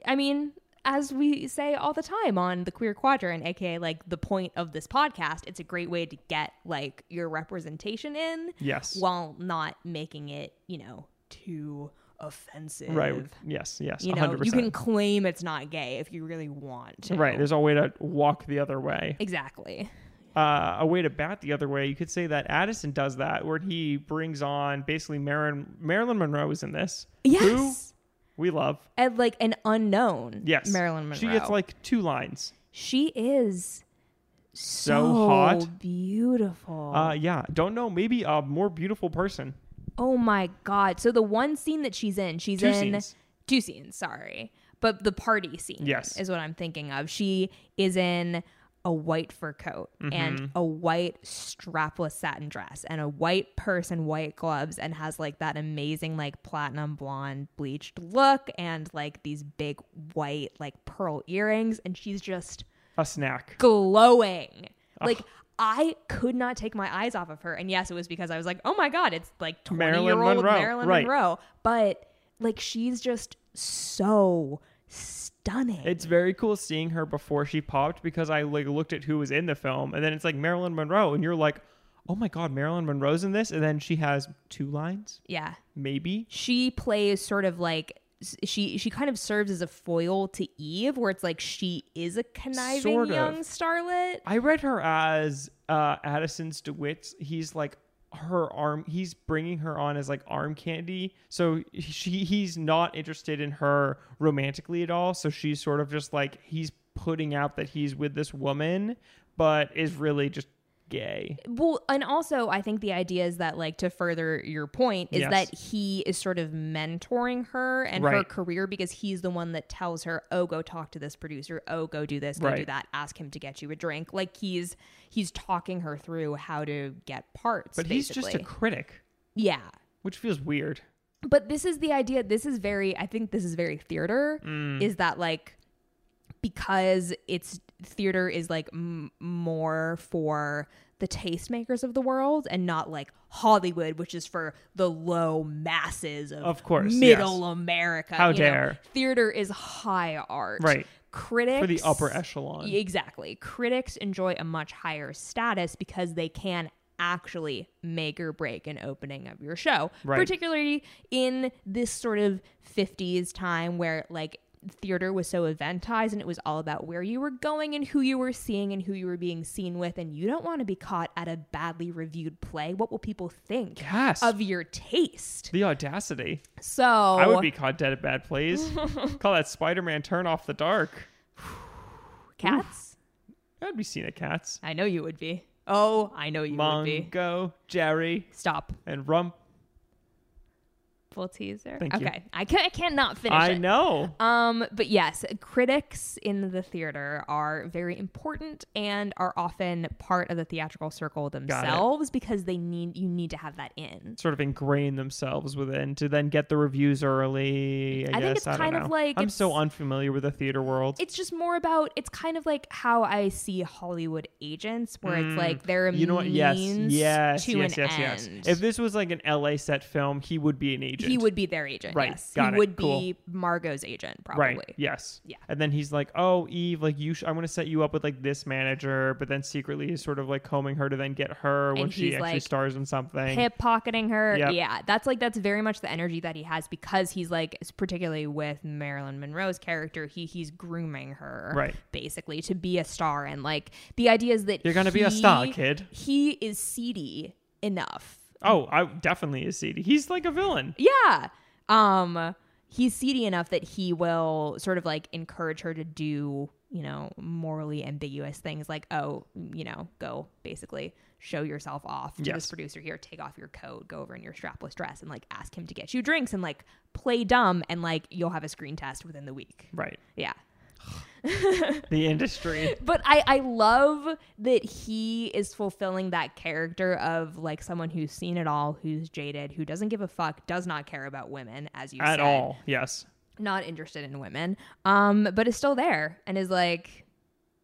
Speaker 1: I mean, as we say all the time on the queer quadrant, aka like the point of this podcast, it's a great way to get like your representation in
Speaker 2: Yes.
Speaker 1: while not making it, you know, too offensive.
Speaker 2: right. Yes. Yes.
Speaker 1: You know,
Speaker 2: 100%.
Speaker 1: you can claim it's not gay if you really want to.
Speaker 2: Right. There's a way to walk the other way.
Speaker 1: Exactly.
Speaker 2: Uh, a way to bat the other way. You could say that Addison does that, where he brings on basically Marilyn, Marilyn Monroe is in this. Who
Speaker 1: Yes.
Speaker 2: we love.
Speaker 1: And like an unknown.
Speaker 2: Yes.
Speaker 1: Marilyn Monroe.
Speaker 2: She gets like two lines.
Speaker 1: She is so,
Speaker 2: hot.
Speaker 1: beautiful.
Speaker 2: Uh, yeah. Don't know. Maybe a more beautiful person.
Speaker 1: oh my god. So the one scene that she's in, she's
Speaker 2: Two
Speaker 1: in
Speaker 2: scenes.
Speaker 1: two scenes, sorry. But the party scene
Speaker 2: Yes.
Speaker 1: is what I'm thinking of. She is in a white fur coat and
Speaker 2: Mhm.
Speaker 1: a white strapless satin dress and a white purse and white gloves and has like that amazing like platinum blonde bleached look and like these big white like pearl earrings and she's just
Speaker 2: A snack.
Speaker 1: glowing. Like I could not take my eyes off of her. And yes, it was because I was like, oh my God, it's like 20 year
Speaker 2: Marilyn
Speaker 1: old
Speaker 2: Monroe,
Speaker 1: Marilyn
Speaker 2: right.
Speaker 1: Monroe. But like she's just so stunning.
Speaker 2: It's very cool seeing her before she popped because I like looked at who was in the film and then it's like Marilyn Monroe and you're like, "Oh my god, Marilyn Monroe's in this." And then she has two lines,
Speaker 1: yeah.
Speaker 2: maybe.
Speaker 1: She plays sort of like s- she she kind of serves as a foil to Eve, where it's like she is a conniving
Speaker 2: Sort of.
Speaker 1: young starlet.
Speaker 2: I read her as uh Addison's DeWitt. He's like her arm he's bringing her on as like arm candy. So she he's not interested in her romantically at all. So she's sort of just like he's putting out that he's with this woman but is really just gay.
Speaker 1: Well, and also I think the idea is that like to further your point is
Speaker 2: Yes.
Speaker 1: that he is sort of mentoring her and her
Speaker 2: Right.
Speaker 1: career because he's the one that tells her, "Oh, go talk to this producer. Oh, go do this, go do
Speaker 2: Right.
Speaker 1: that. Ask him to get you a drink." Like he's he's talking her through how to get parts.
Speaker 2: But he's just a
Speaker 1: basically.
Speaker 2: critic,
Speaker 1: yeah.
Speaker 2: which feels weird.
Speaker 1: but this is the idea this is very i think this is very theater
Speaker 2: Mm.
Speaker 1: is that like because it's theater is like m- more for the tastemakers of the world and not like hollywood which is for the low masses of,
Speaker 2: Of course, yes.
Speaker 1: middle america
Speaker 2: How
Speaker 1: you know.
Speaker 2: dare.
Speaker 1: theater is high art
Speaker 2: Right.
Speaker 1: critics
Speaker 2: for the upper echelon.
Speaker 1: Exactly. Critics enjoy a much higher status because they can actually make or break an opening of your show,
Speaker 2: Right.
Speaker 1: particularly in this sort of 50s time where like theater was so eventized and it was all about where you were going and who you were seeing and who you were being seen with and you don't want to be caught at a badly reviewed play. What will people think
Speaker 2: Yes.
Speaker 1: of Oh. your taste?
Speaker 2: the audacity.
Speaker 1: So
Speaker 2: I would be caught dead at bad
Speaker 1: *laughs*
Speaker 2: plays. Call that Spider Man turn off the dark.
Speaker 1: cats?
Speaker 2: I'd be seen at cats.
Speaker 1: I know you would be. Oh, I know you would be.
Speaker 2: Mongo, Jerry,
Speaker 1: Stop.
Speaker 2: and Rump.
Speaker 1: full teaser.
Speaker 2: Thank you.
Speaker 1: okay, I can I cannot finish
Speaker 2: I
Speaker 1: it.
Speaker 2: know.
Speaker 1: Um, but yes, critics in the theater are very important and are often part of the theatrical circle themselves because they need you need to have that in.
Speaker 2: Sort of ingrain themselves within to then get the reviews early. I,
Speaker 1: think
Speaker 2: guess.
Speaker 1: it's
Speaker 2: I don't
Speaker 1: kind of
Speaker 2: know.
Speaker 1: like
Speaker 2: I'm
Speaker 1: it's-
Speaker 2: so unfamiliar with the theater world.
Speaker 1: It's just more about it's kind of like how I see Hollywood agents, where it's like they're a
Speaker 2: Mm. you know what? Yes,
Speaker 1: means
Speaker 2: yes,
Speaker 1: to
Speaker 2: yes,
Speaker 1: an
Speaker 2: yes, yes.
Speaker 1: end.
Speaker 2: If this was like an LA set film, he would be an agent.
Speaker 1: he would be their agent.
Speaker 2: Right,
Speaker 1: Yes.
Speaker 2: got
Speaker 1: he
Speaker 2: it,
Speaker 1: would
Speaker 2: cool.
Speaker 1: be Margot's agent, probably.
Speaker 2: Right. Yes.
Speaker 1: Yeah.
Speaker 2: And then he's like, "Oh, Eve, like you, sh- I want to set you up with like this manager," but then secretly he's sort of like combing her to then get her when
Speaker 1: And
Speaker 2: she
Speaker 1: he's
Speaker 2: actually
Speaker 1: like,
Speaker 2: stars in something.
Speaker 1: hip pocketing her.
Speaker 2: Yep.
Speaker 1: Yeah, that's like that's very much the energy that he has because he's like particularly with Marilyn Monroe's character, he he's grooming her
Speaker 2: Right.
Speaker 1: basically to be a star and like the idea is that
Speaker 2: You're gonna be a
Speaker 1: he-
Speaker 2: star, kid.
Speaker 1: He is seedy enough.
Speaker 2: Oh, I definitely is seedy. He's like a villain.
Speaker 1: Yeah. Um he's seedy enough that he will sort of like encourage her to do, you know, morally ambiguous things like, oh, you know, go basically show yourself off to this
Speaker 2: Yes.
Speaker 1: producer here, take off your coat, go over in your strapless dress and like ask him to get you drinks and like play dumb and like you'll have a screen test within the week.
Speaker 2: Right.
Speaker 1: Yeah.
Speaker 2: *laughs*
Speaker 1: *laughs*
Speaker 2: The industry.
Speaker 1: But I, I love that he is fulfilling that character of like someone who's seen it all, who's jaded, who doesn't give a fuck, does not care about women, as you
Speaker 2: At
Speaker 1: said.
Speaker 2: all. Yes.
Speaker 1: not interested in women, um, but is still there and is like,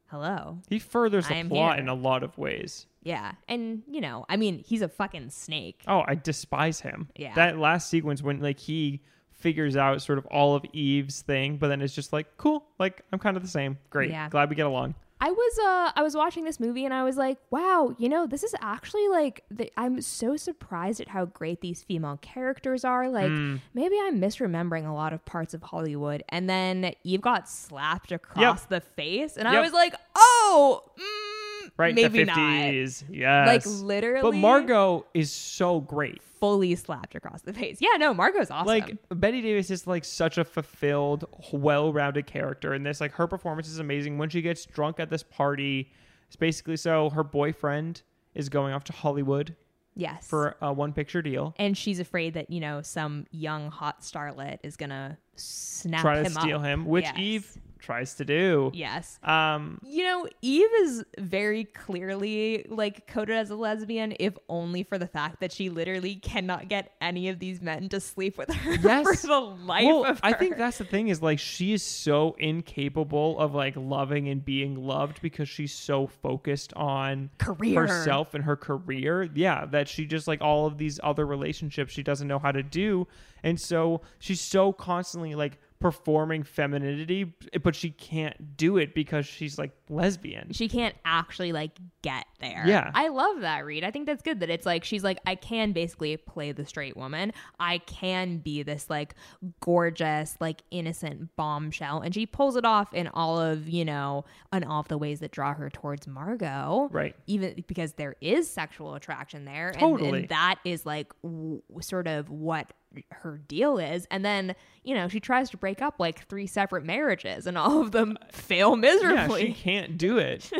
Speaker 1: hello.
Speaker 2: He furthers
Speaker 1: I
Speaker 2: the
Speaker 1: am
Speaker 2: plot
Speaker 1: here.
Speaker 2: in a lot of ways.
Speaker 1: Yeah. And, you know, I mean, he's a fucking snake.
Speaker 2: Oh, I despise him.
Speaker 1: Yeah.
Speaker 2: That last sequence when like he figures out sort of all of Eve's thing, but then it's just like, cool, like I'm kind of the same. Great.
Speaker 1: Yeah.
Speaker 2: Glad we get along.
Speaker 1: I was uh I was watching this movie and I was like, wow, you know, this is actually like the, I'm so surprised at how great these female characters are. Like
Speaker 2: Hmm.
Speaker 1: maybe I'm misremembering a lot of parts of Hollywood. And then Eve got slapped across the face and I
Speaker 2: Yep.
Speaker 1: was like, oh, mm,
Speaker 2: Right?
Speaker 1: maybe
Speaker 2: the
Speaker 1: not.
Speaker 2: 50s. Yes.
Speaker 1: Like literally
Speaker 2: But Margot is so great.
Speaker 1: fully slapped across the face. Yeah, no, Margot's awesome.
Speaker 2: Like Betty Davis is like such a fulfilled, well-rounded character in this. Like her performance is amazing. When she gets drunk at this party, it's basically so her boyfriend is going off to Hollywood
Speaker 1: yes.
Speaker 2: for a one-picture deal.
Speaker 1: and she's afraid that, you know, some young hot starlet is going to snap
Speaker 2: Try
Speaker 1: him
Speaker 2: to steal
Speaker 1: up.
Speaker 2: him, which
Speaker 1: Yes.
Speaker 2: Eve tries to do.
Speaker 1: Yes.
Speaker 2: Um,
Speaker 1: You know, Eve is very clearly like coded as a lesbian, if only for the fact that she literally cannot get any of these men to sleep with her *laughs*
Speaker 2: Yes.
Speaker 1: for the life
Speaker 2: well,
Speaker 1: of her.
Speaker 2: I think that's the thing is like she is so incapable of like loving and being loved because she's so focused on
Speaker 1: Career.
Speaker 2: herself and her career. Yeah, that she just like all of these other relationships she doesn't know how to do, and so she's so constantly like performing femininity, but she can't do it because she's like lesbian.
Speaker 1: she can't actually like get there.
Speaker 2: Yeah.
Speaker 1: I love that read. I think that's good that it's like she's like I can basically play the straight woman. I can be this like gorgeous, like innocent bombshell and she pulls it off in all of, you know, in all of the ways that draw her towards Margot.
Speaker 2: Right.
Speaker 1: Even because there is sexual attraction there and- and,
Speaker 2: Totally.
Speaker 1: that is like w- sort of what her deal is and then you know she tries to break up like three separate marriages and all of them fail
Speaker 2: Uh, Yeah,
Speaker 1: miserably
Speaker 2: she can't
Speaker 1: *laughs*
Speaker 2: do it.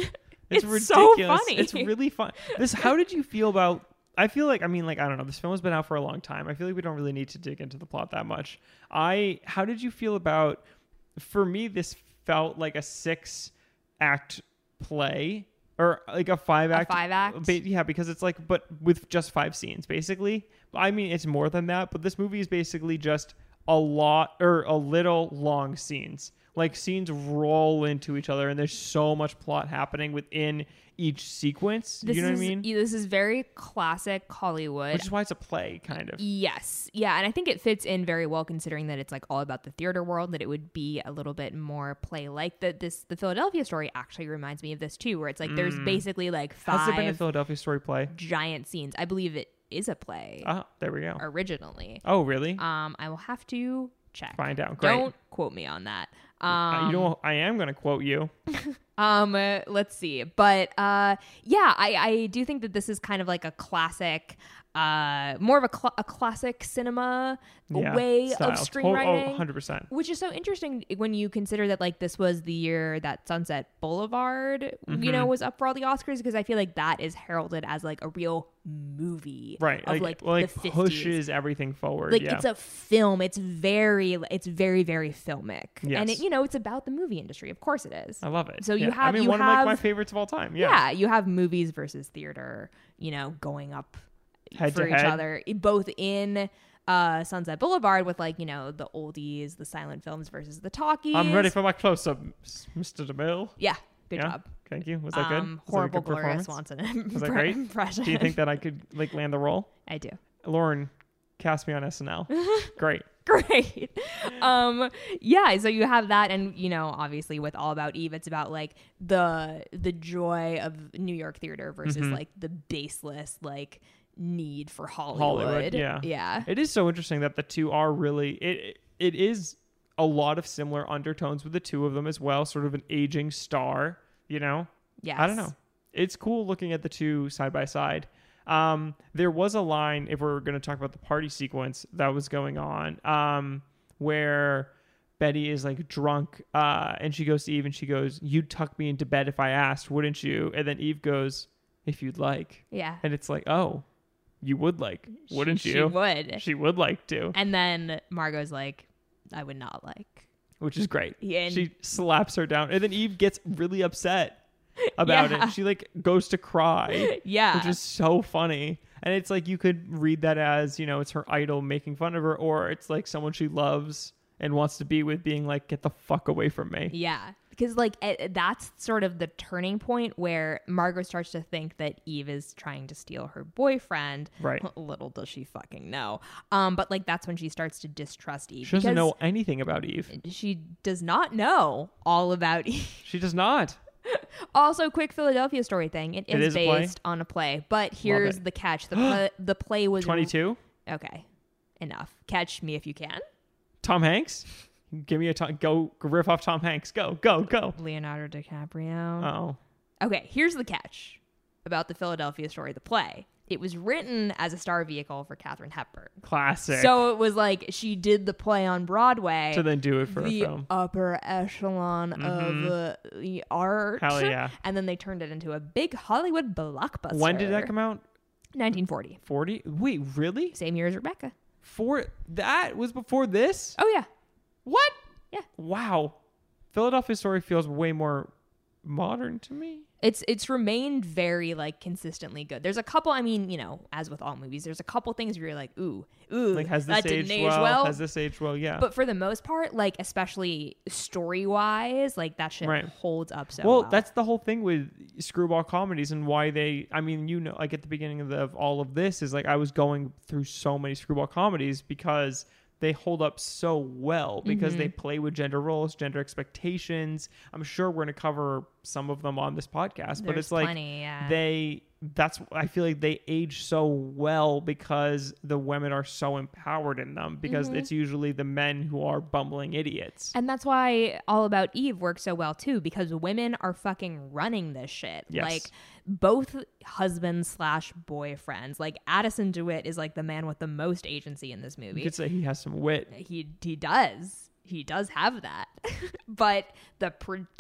Speaker 2: It's,
Speaker 1: It's so
Speaker 2: ridiculous.
Speaker 1: funny.
Speaker 2: It's really fun. This. How did you feel about? I feel like I mean, like I don't know. This film has been out for a long time. I feel like we don't really need to dig into the plot that much. I. How did you feel about? For me, this felt like a six act play or like a five act.
Speaker 1: five act?
Speaker 2: ba- yeah, because it's like, but with just five scenes, basically. I mean, it's more than that, but this movie is basically just a lot or a little long scenes. Like scenes roll into each other, and there's so much plot happening within each sequence.
Speaker 1: This
Speaker 2: you know
Speaker 1: is, E
Speaker 2: what I mean?
Speaker 1: yeah, This is very classic Hollywood.
Speaker 2: Which is why it's a play, kind
Speaker 1: E
Speaker 2: of.
Speaker 1: yes. Yeah. And I think it fits in very well considering that it's like all about the theater world, that it would be a little bit more play like that. This, the Philadelphia story actually reminds me of this too, where it's like there's basically like
Speaker 2: Mm. Has it been a
Speaker 1: five E
Speaker 2: Philadelphia story play?
Speaker 1: giant scenes. I believe it is a play
Speaker 2: Ah, there we go.
Speaker 1: originally.
Speaker 2: Oh, really?
Speaker 1: Um, I will have to check.
Speaker 2: Find out. Great.
Speaker 1: Don't quote me on that.
Speaker 2: Uh,
Speaker 1: Um,
Speaker 2: you know, I am going to quote you.
Speaker 1: Um, uh, let's see, but uh, yeah, I I do think that this is kind of like a classic, uh, more of a, cl- a classic cinema
Speaker 2: Yeah,
Speaker 1: way
Speaker 2: style.
Speaker 1: of
Speaker 2: To-
Speaker 1: screenwriting.
Speaker 2: Oh, 100%.
Speaker 1: which is so interesting when you consider that like this was the year that Sunset Boulevard, you
Speaker 2: Mm-hmm.
Speaker 1: know, was up for all the Oscars because I feel like that is heralded as like a real movie,
Speaker 2: Right.
Speaker 1: Of
Speaker 2: like,
Speaker 1: like,
Speaker 2: well, like
Speaker 1: the 50s.
Speaker 2: pushes everything forward.
Speaker 1: like
Speaker 2: yeah.
Speaker 1: it's a film. It's very it's very very filmic, and
Speaker 2: Yes.
Speaker 1: it you know it's about the movie industry. Of course, it is.
Speaker 2: I love it.
Speaker 1: So you
Speaker 2: Yeah. I
Speaker 1: have-
Speaker 2: mean,
Speaker 1: you
Speaker 2: one of
Speaker 1: have-
Speaker 2: like, my favorites of all time. Yeah.
Speaker 1: yeah. you have movies versus theater, you know, going up
Speaker 2: Head
Speaker 1: for
Speaker 2: to
Speaker 1: each
Speaker 2: head.
Speaker 1: other, i- both in uh, Sunset Boulevard with like you know the oldies, the silent films versus the talkies.
Speaker 2: I'm ready for my close up, Mr. DeMille.
Speaker 1: yeah, good
Speaker 2: yeah.
Speaker 1: job.
Speaker 2: Thank you. Was that good?
Speaker 1: Um,
Speaker 2: Was that a
Speaker 1: horrible
Speaker 2: good
Speaker 1: Gloria
Speaker 2: performance?
Speaker 1: Swanson *laughs*
Speaker 2: that great?
Speaker 1: impression.
Speaker 2: Do you
Speaker 1: *laughs*
Speaker 2: think that I could like land the role?
Speaker 1: I do? *laughs*
Speaker 2: Lauren, cast me on SNL. Great.
Speaker 1: great um yeah so you have that and you know obviously with all about eve it's about like the the joy of new york theater versus
Speaker 2: Mm-hmm.
Speaker 1: like the baseless like need for hollywood,
Speaker 2: yeah.
Speaker 1: yeah
Speaker 2: It is so interesting that the two are really it. It is a lot of similar undertones with the two of them as well. Sort of an aging star, you know.
Speaker 1: yes
Speaker 2: I don't know. It's cool looking at the two side by side. Um, there was a line if we're going to talk about the party sequence that was going on, um, where Betty is like drunk, uh, and she goes to Eve and she goes, "You'd tuck me into bed if I asked, wouldn't you?" And then Eve goes, "If you'd like,"
Speaker 1: yeah
Speaker 2: and it's like, "Oh, you would like, wouldn't
Speaker 1: she,
Speaker 2: you?"
Speaker 1: she would
Speaker 2: She would like to,
Speaker 1: and then margot's like i would not like
Speaker 2: which is great.
Speaker 1: Yeah, and-
Speaker 2: she slaps her down, and then Eve gets really upset
Speaker 1: *laughs*
Speaker 2: about
Speaker 1: Yeah.
Speaker 2: it. She like goes to cry.
Speaker 1: yeah
Speaker 2: which is so funny. And it's like you could read that as, you know, it's her idol making fun of her, or it's like someone she loves and wants to be with being like, get the fuck away from me.
Speaker 1: Yeah. Because, like, it, that's sort of the turning point where Margot starts to think that Eve is trying to steal her boyfriend.
Speaker 2: Right.
Speaker 1: *laughs* Little does she fucking know. Um, but, like, that's when she starts to distrust Eve.
Speaker 2: She doesn't
Speaker 1: because
Speaker 2: know anything about Eve.
Speaker 1: She does not know all about *laughs* Eve.
Speaker 2: She does not.
Speaker 1: Also, quick Philadelphia story thing. It is,
Speaker 2: It is a play?
Speaker 1: based on a play, but here's
Speaker 2: it.
Speaker 1: the catch:
Speaker 2: *gasps*
Speaker 1: the play, the play was
Speaker 2: 22.
Speaker 1: Okay, enough. Catch me if you can.
Speaker 2: Tom Hanks. Give me a Tom. Go riff off Tom Hanks. Go, go, go.
Speaker 1: Leonardo DiCaprio.
Speaker 2: Oh,
Speaker 1: Okay, here's the catch about the Philadelphia story, the play. It was written as a star vehicle for Katherine Hepburn.
Speaker 2: classic.
Speaker 1: So it was like she did the play on Broadway.
Speaker 2: to then do it for a
Speaker 1: the
Speaker 2: film.
Speaker 1: upper echelon of uh, the art.
Speaker 2: Mm-hmm. Hell yeah.
Speaker 1: And then they turned it into a big Hollywood blockbuster.
Speaker 2: When did that come out?
Speaker 1: 1940.
Speaker 2: 40? Wait, really?
Speaker 1: Same year as Rebecca.
Speaker 2: For that was before this?
Speaker 1: Oh, yeah.
Speaker 2: What?
Speaker 1: Yeah.
Speaker 2: Wow. Philadelphia Story feels way more modern to me.
Speaker 1: It's it's remained very like consistently good. There's a couple. I mean, you know, as with all movies, there's a couple things where you're like, ooh, ooh,
Speaker 2: Like has
Speaker 1: that
Speaker 2: this
Speaker 1: didn't
Speaker 2: aged
Speaker 1: age
Speaker 2: well,
Speaker 1: well.
Speaker 2: Has this aged well? Yeah.
Speaker 1: but for the most part, like especially story wise, like that shit
Speaker 2: Right.
Speaker 1: holds up so
Speaker 2: well, that's the whole thing with screwball comedies and why they. I mean, you know, like at the beginning of, the, of all of this is like I was going through so many screwball comedies because they hold up so well because they
Speaker 1: Mm-hmm.
Speaker 2: play with gender roles, gender expectations. I'm sure we're going to cover some of them on this podcast, but
Speaker 1: There's
Speaker 2: it's like
Speaker 1: plenty, yeah.
Speaker 2: they. That's I feel like they age so well because the women are so empowered in them because it's usually the men who are bumbling idiots.
Speaker 1: And that's why All About Eve works so well too, because women are fucking running this shit.
Speaker 2: Yes.
Speaker 1: Like both husbands slash boyfriends. Like Addison DeWitt is like the man with the most agency in this
Speaker 2: You
Speaker 1: movie.
Speaker 2: could say he has some wit.
Speaker 1: he he does. He does have that. *laughs* but the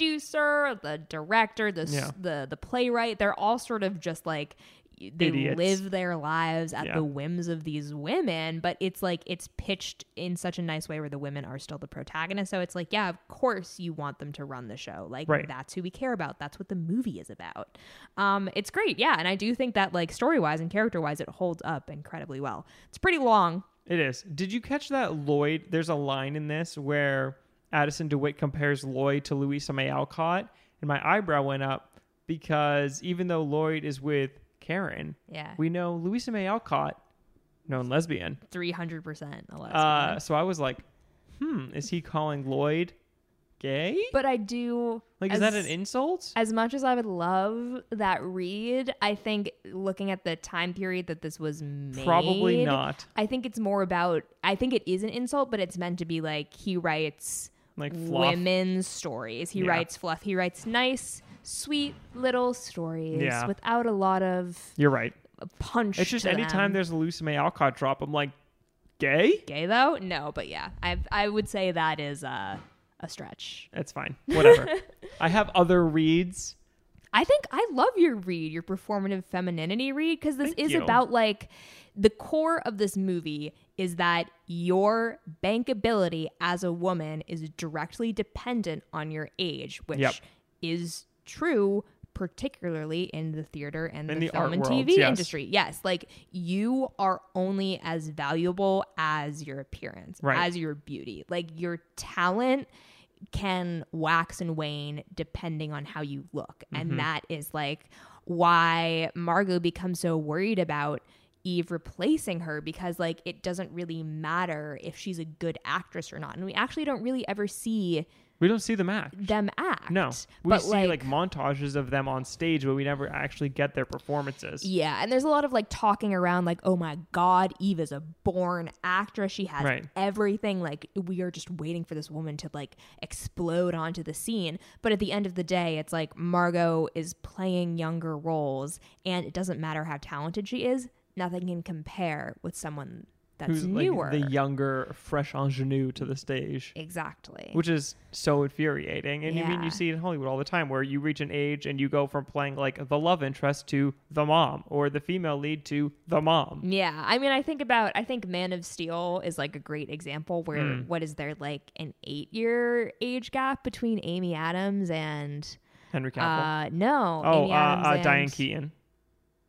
Speaker 1: producer, the director, the s-
Speaker 2: Yeah.
Speaker 1: the the playwright, they're all sort of just like they
Speaker 2: Idiots.
Speaker 1: live their lives at
Speaker 2: Yeah.
Speaker 1: the whims of these women, but it's like it's pitched in such a nice way where the women are still the protagonists. So it's like, yeah, of course you want them to run the show. Like
Speaker 2: Right.
Speaker 1: that's who we care about. That's what the movie is about. Um, it's great, yeah. And I do think that like story wise and character wise, it holds up incredibly well. It's pretty long.
Speaker 2: It is. Did you catch that Lloyd? There's a line in this where Addison DeWitt compares Lloyd to Louisa May Alcott, and my eyebrow went up because even though Lloyd is with Karen,
Speaker 1: Yeah.
Speaker 2: we know Louisa May Alcott, known lesbian.
Speaker 1: three hundred percent a lesbian.
Speaker 2: Uh, so I was like, hmm, is he calling Lloyd gay?
Speaker 1: but I do
Speaker 2: Like,
Speaker 1: as,
Speaker 2: is that an insult?
Speaker 1: as much as I would love that read, I think looking at the time period that this was made,
Speaker 2: Probably not.
Speaker 1: I think it's more about. I think it is an insult, but it's meant to be like he writes
Speaker 2: Like fluff.
Speaker 1: women's stories. He
Speaker 2: Yeah.
Speaker 1: writes fluff. He writes nice, sweet little stories
Speaker 2: Yeah.
Speaker 1: without a lot of
Speaker 2: You're right.
Speaker 1: punch.
Speaker 2: It's just
Speaker 1: to
Speaker 2: anytime
Speaker 1: them.
Speaker 2: there's a Louisa May Alcott drop, I'm like, gay?
Speaker 1: gay though. No, but yeah, I I would say that is uh, a stretch.
Speaker 2: That's fine.
Speaker 1: *laughs*
Speaker 2: Whatever. I have other reads.
Speaker 1: I think I love your read, your performative femininity read, because this
Speaker 2: Thank
Speaker 1: is
Speaker 2: you.
Speaker 1: about like the core of this movie is that your bankability as a woman is directly dependent on your age, which
Speaker 2: Yep.
Speaker 1: is true particularly in the theater and
Speaker 2: In
Speaker 1: the,
Speaker 2: the
Speaker 1: film
Speaker 2: art
Speaker 1: and
Speaker 2: world,
Speaker 1: TV
Speaker 2: yes.
Speaker 1: industry. Yes, like you are only as valuable as your appearance,
Speaker 2: Right.
Speaker 1: as your beauty. Like your talent can wax and wane depending on how you look.
Speaker 2: Mm-hmm.
Speaker 1: And that is like why Margot becomes so worried about Eve replacing her because like it doesn't really matter if she's a good actress or not. And we actually don't really ever see
Speaker 2: We don't see them act.
Speaker 1: them act.
Speaker 2: No, we
Speaker 1: but
Speaker 2: see like, montages of them on stage, but we never actually get their performances.
Speaker 1: Yeah, and there's a lot of like talking around, like, oh my God, Eve is a born actress. She has
Speaker 2: Right.
Speaker 1: everything. Like, we are just waiting for this woman to like explode onto the scene. But at the end of the day, it's like Margot is playing younger roles, and it doesn't matter how talented she is, nothing can compare with someone that's
Speaker 2: Who's
Speaker 1: newer.
Speaker 2: like the younger, fresh ingenue to the stage,
Speaker 1: exactly.
Speaker 2: which is so infuriating. And you mean
Speaker 1: Yeah.
Speaker 2: you see it in Hollywood all the time, where you reach an age and you go from playing like the love interest to the mom, or the female lead to the mom.
Speaker 1: Yeah, I mean, I think about I think Man of Steel is like a great example where
Speaker 2: Hmm.
Speaker 1: what is there like an eight year age gap between Amy Adams and
Speaker 2: Henry Cavill.
Speaker 1: uh no
Speaker 2: oh,
Speaker 1: Amy
Speaker 2: uh,
Speaker 1: Adams
Speaker 2: uh,
Speaker 1: and
Speaker 2: Diane Keaton.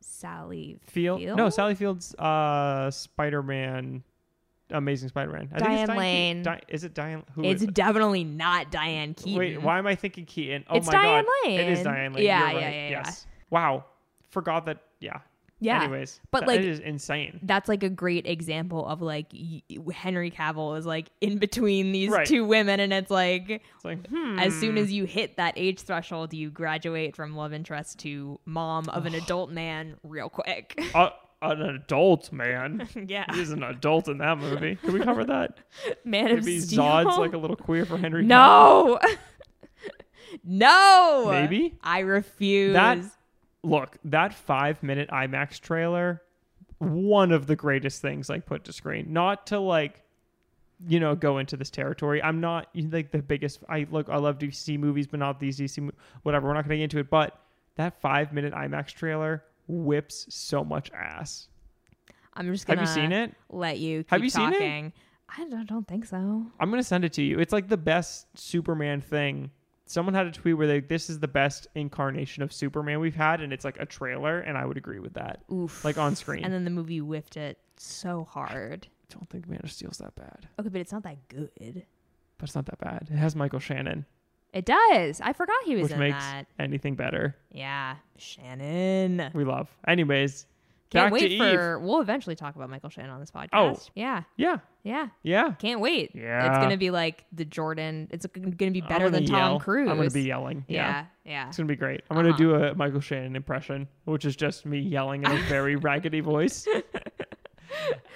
Speaker 1: Sally
Speaker 2: Field?
Speaker 1: Field
Speaker 2: No, Sally Field's uh, Spider-Man, Amazing Spider-Man. I think
Speaker 1: Diane
Speaker 2: it's Diane Keaton.
Speaker 1: Lane.
Speaker 2: Di- is it Diane? Who
Speaker 1: It's
Speaker 2: is it?
Speaker 1: definitely not Diane Keaton.
Speaker 2: Wait, why am I thinking Keaton? Oh
Speaker 1: It's
Speaker 2: my
Speaker 1: Diane
Speaker 2: god, it is
Speaker 1: Lane.
Speaker 2: Diane Lane.
Speaker 1: Yeah,
Speaker 2: You're
Speaker 1: yeah,
Speaker 2: right.
Speaker 1: yeah, yeah.
Speaker 2: Yes. Wow, forgot that. Yeah.
Speaker 1: Yeah,
Speaker 2: Anyways,
Speaker 1: but,
Speaker 2: that-
Speaker 1: like-
Speaker 2: it is insane.
Speaker 1: That's like a great example of like y- Henry Cavill is like in between these
Speaker 2: Right.
Speaker 1: two women, and it's like
Speaker 2: It's like, hmm.
Speaker 1: as soon as you hit that age threshold, you graduate from love interest to mom of
Speaker 2: *sighs*
Speaker 1: an adult man real quick. *laughs*
Speaker 2: uh, an adult man.
Speaker 1: yeah,
Speaker 2: He's an adult in that movie. Can we cover that?
Speaker 1: Man of
Speaker 2: *laughs* Maybe
Speaker 1: Steel.
Speaker 2: Zod's
Speaker 1: *laughs*
Speaker 2: like a little queer for Henry.
Speaker 1: no, *laughs* no.
Speaker 2: Maybe?
Speaker 1: I refuse.
Speaker 2: Cavill. That look that five minute IMAX trailer. One of the greatest things like put to screen. Not to like, you know, go into this territory. I'm not like the biggest. I look. I love DC movies, but not these DC. mo- Whatever. We're not going to get into it. But that five minute IMAX trailer whips so much ass.
Speaker 1: I'm just gonna
Speaker 2: Have you seen it?
Speaker 1: let you keep
Speaker 2: Have you seen it?
Speaker 1: talking. I don't, don't think so.
Speaker 2: I'm gonna send it to you. It's like the best Superman thing. Someone had a tweet where they this is the best incarnation of Superman we've had, and it's like a trailer, and I would agree with that.
Speaker 1: Oof.
Speaker 2: Like on
Speaker 1: *laughs*
Speaker 2: screen.
Speaker 1: and then the movie whiffed it so hard.
Speaker 2: I don't think Man of Steel's that bad.
Speaker 1: Okay, but it's not that good.
Speaker 2: But it's not that bad. It has Michael Shannon,
Speaker 1: It does. I forgot he was
Speaker 2: which
Speaker 1: in
Speaker 2: makes
Speaker 1: that.
Speaker 2: anything better.
Speaker 1: Yeah, Shannon.
Speaker 2: We love. Anyways,
Speaker 1: Can't
Speaker 2: back to
Speaker 1: wait
Speaker 2: Eve.
Speaker 1: for. We'll eventually talk about Michael Shannon on this podcast.
Speaker 2: Oh.
Speaker 1: yeah,
Speaker 2: Yeah,
Speaker 1: yeah.
Speaker 2: yeah.
Speaker 1: Can't wait.
Speaker 2: Yeah.
Speaker 1: it's gonna be like the Jordan. It's gonna be
Speaker 2: I'm
Speaker 1: better than
Speaker 2: gonna
Speaker 1: Tom
Speaker 2: yell.
Speaker 1: Cruise.
Speaker 2: I'm gonna be yelling.
Speaker 1: Yeah, yeah.
Speaker 2: It's gonna be great. I'm gonna
Speaker 1: Uh-huh.
Speaker 2: do a Michael Shannon impression, which is just me
Speaker 1: *laughs*
Speaker 2: yelling in a very raggedy voice.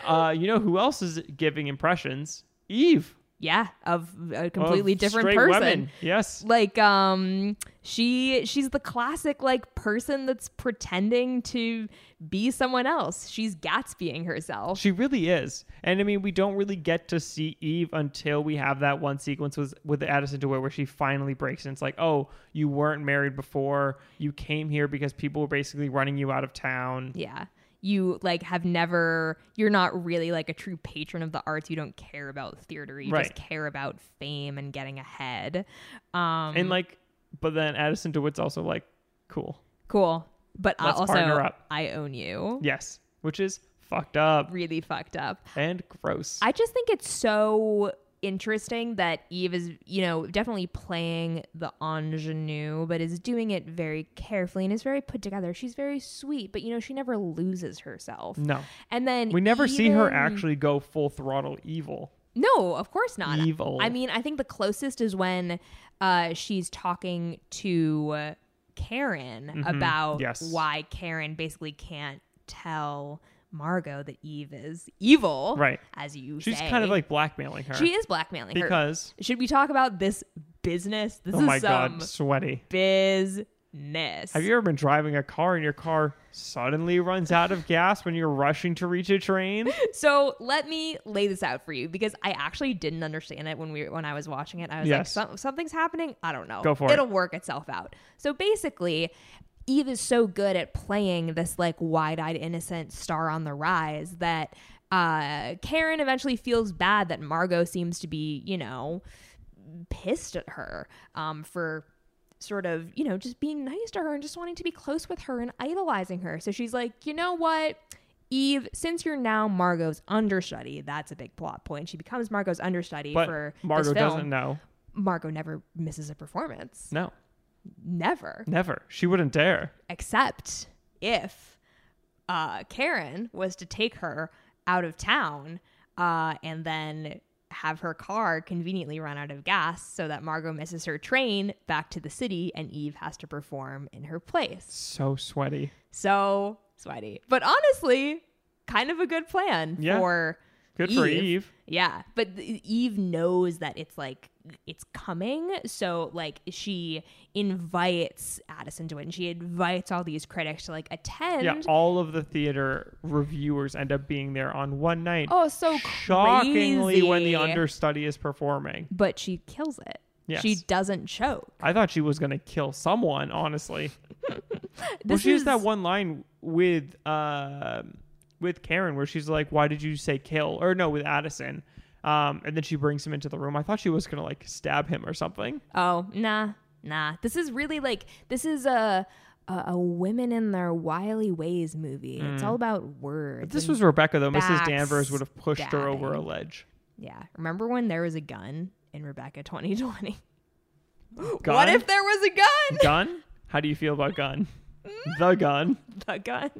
Speaker 2: Uh, you know who else is giving impressions? Eve,
Speaker 1: Yeah, of a completely
Speaker 2: of
Speaker 1: different
Speaker 2: straight
Speaker 1: person.
Speaker 2: Women. Yes,
Speaker 1: Like um she she's the classic like person that's pretending to be someone else. She's Gatsbying herself.
Speaker 2: she really is. And I mean, we don't really get to see Eve until we have that one sequence with with Addison DeWitt where she finally breaks and it's like, oh, you weren't married before. You came here because people were basically running you out of town.
Speaker 1: Yeah. You like have never you're not really like a true patron of the arts. You don't care about theater. You
Speaker 2: Right.
Speaker 1: just care about fame and getting ahead. Um
Speaker 2: And like, but then Addison DeWitt's also like, cool.
Speaker 1: cool. But I
Speaker 2: Let's partner
Speaker 1: also
Speaker 2: up.
Speaker 1: I own you.
Speaker 2: Yes, which is fucked up.
Speaker 1: Really fucked up.
Speaker 2: and gross.
Speaker 1: I just think it's so interesting that Eve is, you know, definitely playing the ingenue, but is doing it very carefully and is very put together. She's very sweet, but you know, she never loses herself.
Speaker 2: no,
Speaker 1: And then
Speaker 2: we never see her
Speaker 1: even-
Speaker 2: actually go full throttle evil.
Speaker 1: No, of course not.
Speaker 2: Evil.
Speaker 1: I mean, I think the closest is when uh, she's talking to Karen about
Speaker 2: Mm-hmm. Yes.
Speaker 1: why Karen basically can't tell Margot that Eve is evil,
Speaker 2: Right.
Speaker 1: As you,
Speaker 2: She's
Speaker 1: say.
Speaker 2: kind of like blackmailing her
Speaker 1: She is blackmailing her.
Speaker 2: because
Speaker 1: Should we talk about this business? This
Speaker 2: oh
Speaker 1: is
Speaker 2: my
Speaker 1: some
Speaker 2: god, sweaty.
Speaker 1: business.
Speaker 2: Have you ever been driving a car and your car suddenly runs out of gas when you're rushing to reach
Speaker 1: *laughs*
Speaker 2: a train?
Speaker 1: so let me lay this out for you because I actually didn't understand it when we when I was watching it. I was
Speaker 2: Yes.
Speaker 1: like, Some, something's happening. I don't know.
Speaker 2: Go for it.
Speaker 1: It'll work itself out. So basically, Eve is so good at playing this like wide-eyed innocent star on the rise that uh, Karen eventually feels bad that Margot seems to be, you know, pissed at her um, for sort of, you know, just being nice to her and just wanting to be close with her and idolizing her. So she's like, you know what? Eve, since you're now Margot's understudy, that's a big plot point. She becomes Margot's understudy
Speaker 2: But
Speaker 1: for
Speaker 2: Margot
Speaker 1: this film.
Speaker 2: doesn't know.
Speaker 1: Margot never misses a performance.
Speaker 2: No,
Speaker 1: Never.
Speaker 2: never. She wouldn't dare.
Speaker 1: Except if uh, Karen was to take her out of town uh, and then have her car conveniently run out of gas so that Margot misses her train back to the city and Eve has to perform in her place.
Speaker 2: So sweaty.
Speaker 1: So sweaty. But honestly, kind of a good plan
Speaker 2: Yeah.
Speaker 1: for.
Speaker 2: Good for
Speaker 1: Eve.
Speaker 2: Eve.
Speaker 1: Yeah, but th- Eve knows that it's like it's coming, so like she invites Addison to it, and she invites all these critics to like attend.
Speaker 2: Yeah, all of the theater reviewers end up being there on one night.
Speaker 1: Oh, so
Speaker 2: Shockingly, when the
Speaker 1: crazy.
Speaker 2: understudy is performing.
Speaker 1: But she kills it.
Speaker 2: Yes.
Speaker 1: She doesn't choke.
Speaker 2: I thought she was gonna kill someone, honestly. well,
Speaker 1: This
Speaker 2: she used that
Speaker 1: is-
Speaker 2: one line with um with Karen where she's like, "Why did you say kill?" Or no, with Addison. Um, and then she brings him into the room. I thought she was gonna like stab him or something.
Speaker 1: Oh, nah, nah. This is really like this is a a, a women in their wily ways movie. It's all about words.
Speaker 2: Mm. This
Speaker 1: and-
Speaker 2: was Rebecca though. Mrs. Danvers would have pushed her over a
Speaker 1: Backstabbing.
Speaker 2: ledge.
Speaker 1: yeah. Remember when there was a gun in Rebecca
Speaker 2: *gasps*
Speaker 1: 2020? What
Speaker 2: Gun?
Speaker 1: if there was a
Speaker 2: *laughs*
Speaker 1: gun? *laughs*
Speaker 2: Gun? How do you feel about gun?
Speaker 1: Mm.
Speaker 2: the gun,
Speaker 1: the gun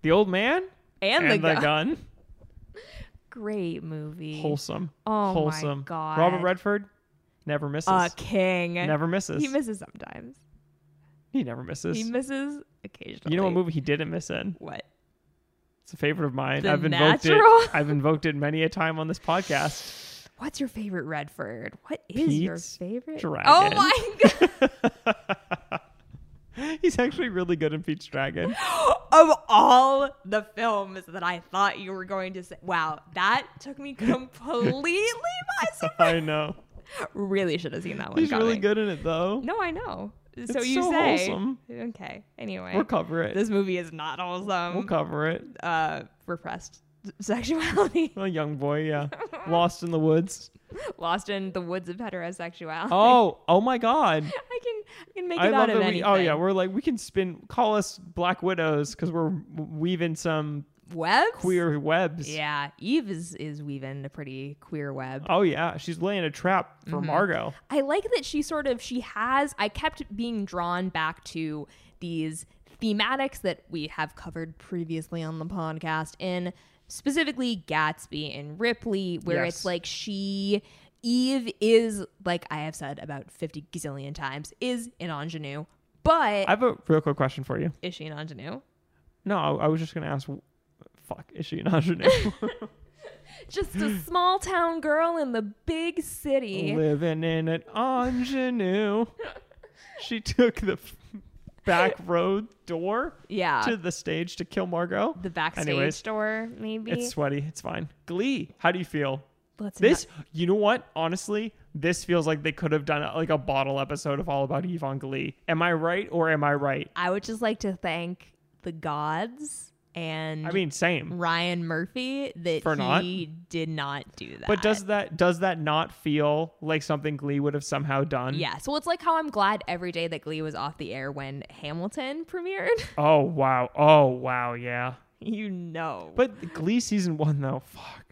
Speaker 2: the old man,
Speaker 1: and, the, gun. *laughs* Great movie.
Speaker 2: Wholesome.
Speaker 1: Oh my
Speaker 2: Wholesome.
Speaker 1: God.
Speaker 2: Robert Redford never misses.
Speaker 1: a king.
Speaker 2: never misses.
Speaker 1: He misses sometimes.
Speaker 2: he never misses.
Speaker 1: He misses occasionally.
Speaker 2: you know what movie he didn't miss in?
Speaker 1: What?
Speaker 2: It's a favorite of mine.
Speaker 1: The
Speaker 2: I've invoked
Speaker 1: Natural?
Speaker 2: it. I've invoked it many a time on this podcast.
Speaker 1: What's your favorite Redford? What is your
Speaker 2: Pete's
Speaker 1: favorite?
Speaker 2: Dragon.
Speaker 1: *laughs* Oh my *laughs* god!
Speaker 2: *laughs* He's actually really good in
Speaker 1: *gasps*
Speaker 2: Pete's Dragon.
Speaker 1: of all the films that I thought you were going to say, wow, that took
Speaker 2: *laughs*
Speaker 1: me completely by surprise.
Speaker 2: I know.
Speaker 1: Really should have seen that one.
Speaker 2: He's really
Speaker 1: coming.
Speaker 2: good in it though.
Speaker 1: Oh No, I know. so
Speaker 2: It's
Speaker 1: you
Speaker 2: so
Speaker 1: say
Speaker 2: wholesome.
Speaker 1: okay. Anyway,
Speaker 2: We'll cover it.
Speaker 1: this movie is not wholesome.
Speaker 2: We'll cover it.
Speaker 1: uh, repressed sexuality. *laughs*
Speaker 2: A young boy, yeah. Lost in the woods.
Speaker 1: Lost in the woods of heterosexuality.
Speaker 2: Oh, oh my God.
Speaker 1: *laughs* I can I can make
Speaker 2: I
Speaker 1: it out
Speaker 2: love
Speaker 1: of
Speaker 2: that we.
Speaker 1: anything.
Speaker 2: Oh yeah, we're like we can spin. Call us Black Widows because we're weaving some
Speaker 1: webs.
Speaker 2: queer webs.
Speaker 1: Yeah, Eve is is weaving a pretty queer web.
Speaker 2: Oh yeah, she's laying a trap
Speaker 1: Mm-hmm.
Speaker 2: for Margot.
Speaker 1: I like that she sort of she has I kept being drawn back to these thematics that we have covered previously on the podcast in specifically Gatsby and Ripley where
Speaker 2: Yes.
Speaker 1: it's like she Eve is like I have said about 50 gazillion times is an ingenue but
Speaker 2: I have a real quick question for you.
Speaker 1: is she an ingenue
Speaker 2: No, I, I was just gonna ask. Fuck, is she an ingenue?
Speaker 1: just a small town girl in the big city
Speaker 2: Living in an ingenue. she took the f- back road door
Speaker 1: yeah
Speaker 2: to the stage to kill Margot.
Speaker 1: the backstage
Speaker 2: Anyways,
Speaker 1: door maybe
Speaker 2: It's sweaty. It's fine. Glee. How do you feel?
Speaker 1: Let's
Speaker 2: This, you know what? Honestly, this feels like they could have done uh, like a bottle episode of All About Eve on Glee. Am I right or am I right?
Speaker 1: I would just like to thank the gods and
Speaker 2: I mean,
Speaker 1: Mm,
Speaker 2: same.
Speaker 1: Ryan Murphy that
Speaker 2: For not?
Speaker 1: he did not do that.
Speaker 2: But does that does that not feel like something Glee would have somehow done?
Speaker 1: yeah, so it's like how I'm glad every day that Glee was off the air when Hamilton *laughs* premiered.
Speaker 2: Oh wow. Oh wow. Yeah.
Speaker 1: you know,
Speaker 2: But Glee season one though. Fuck.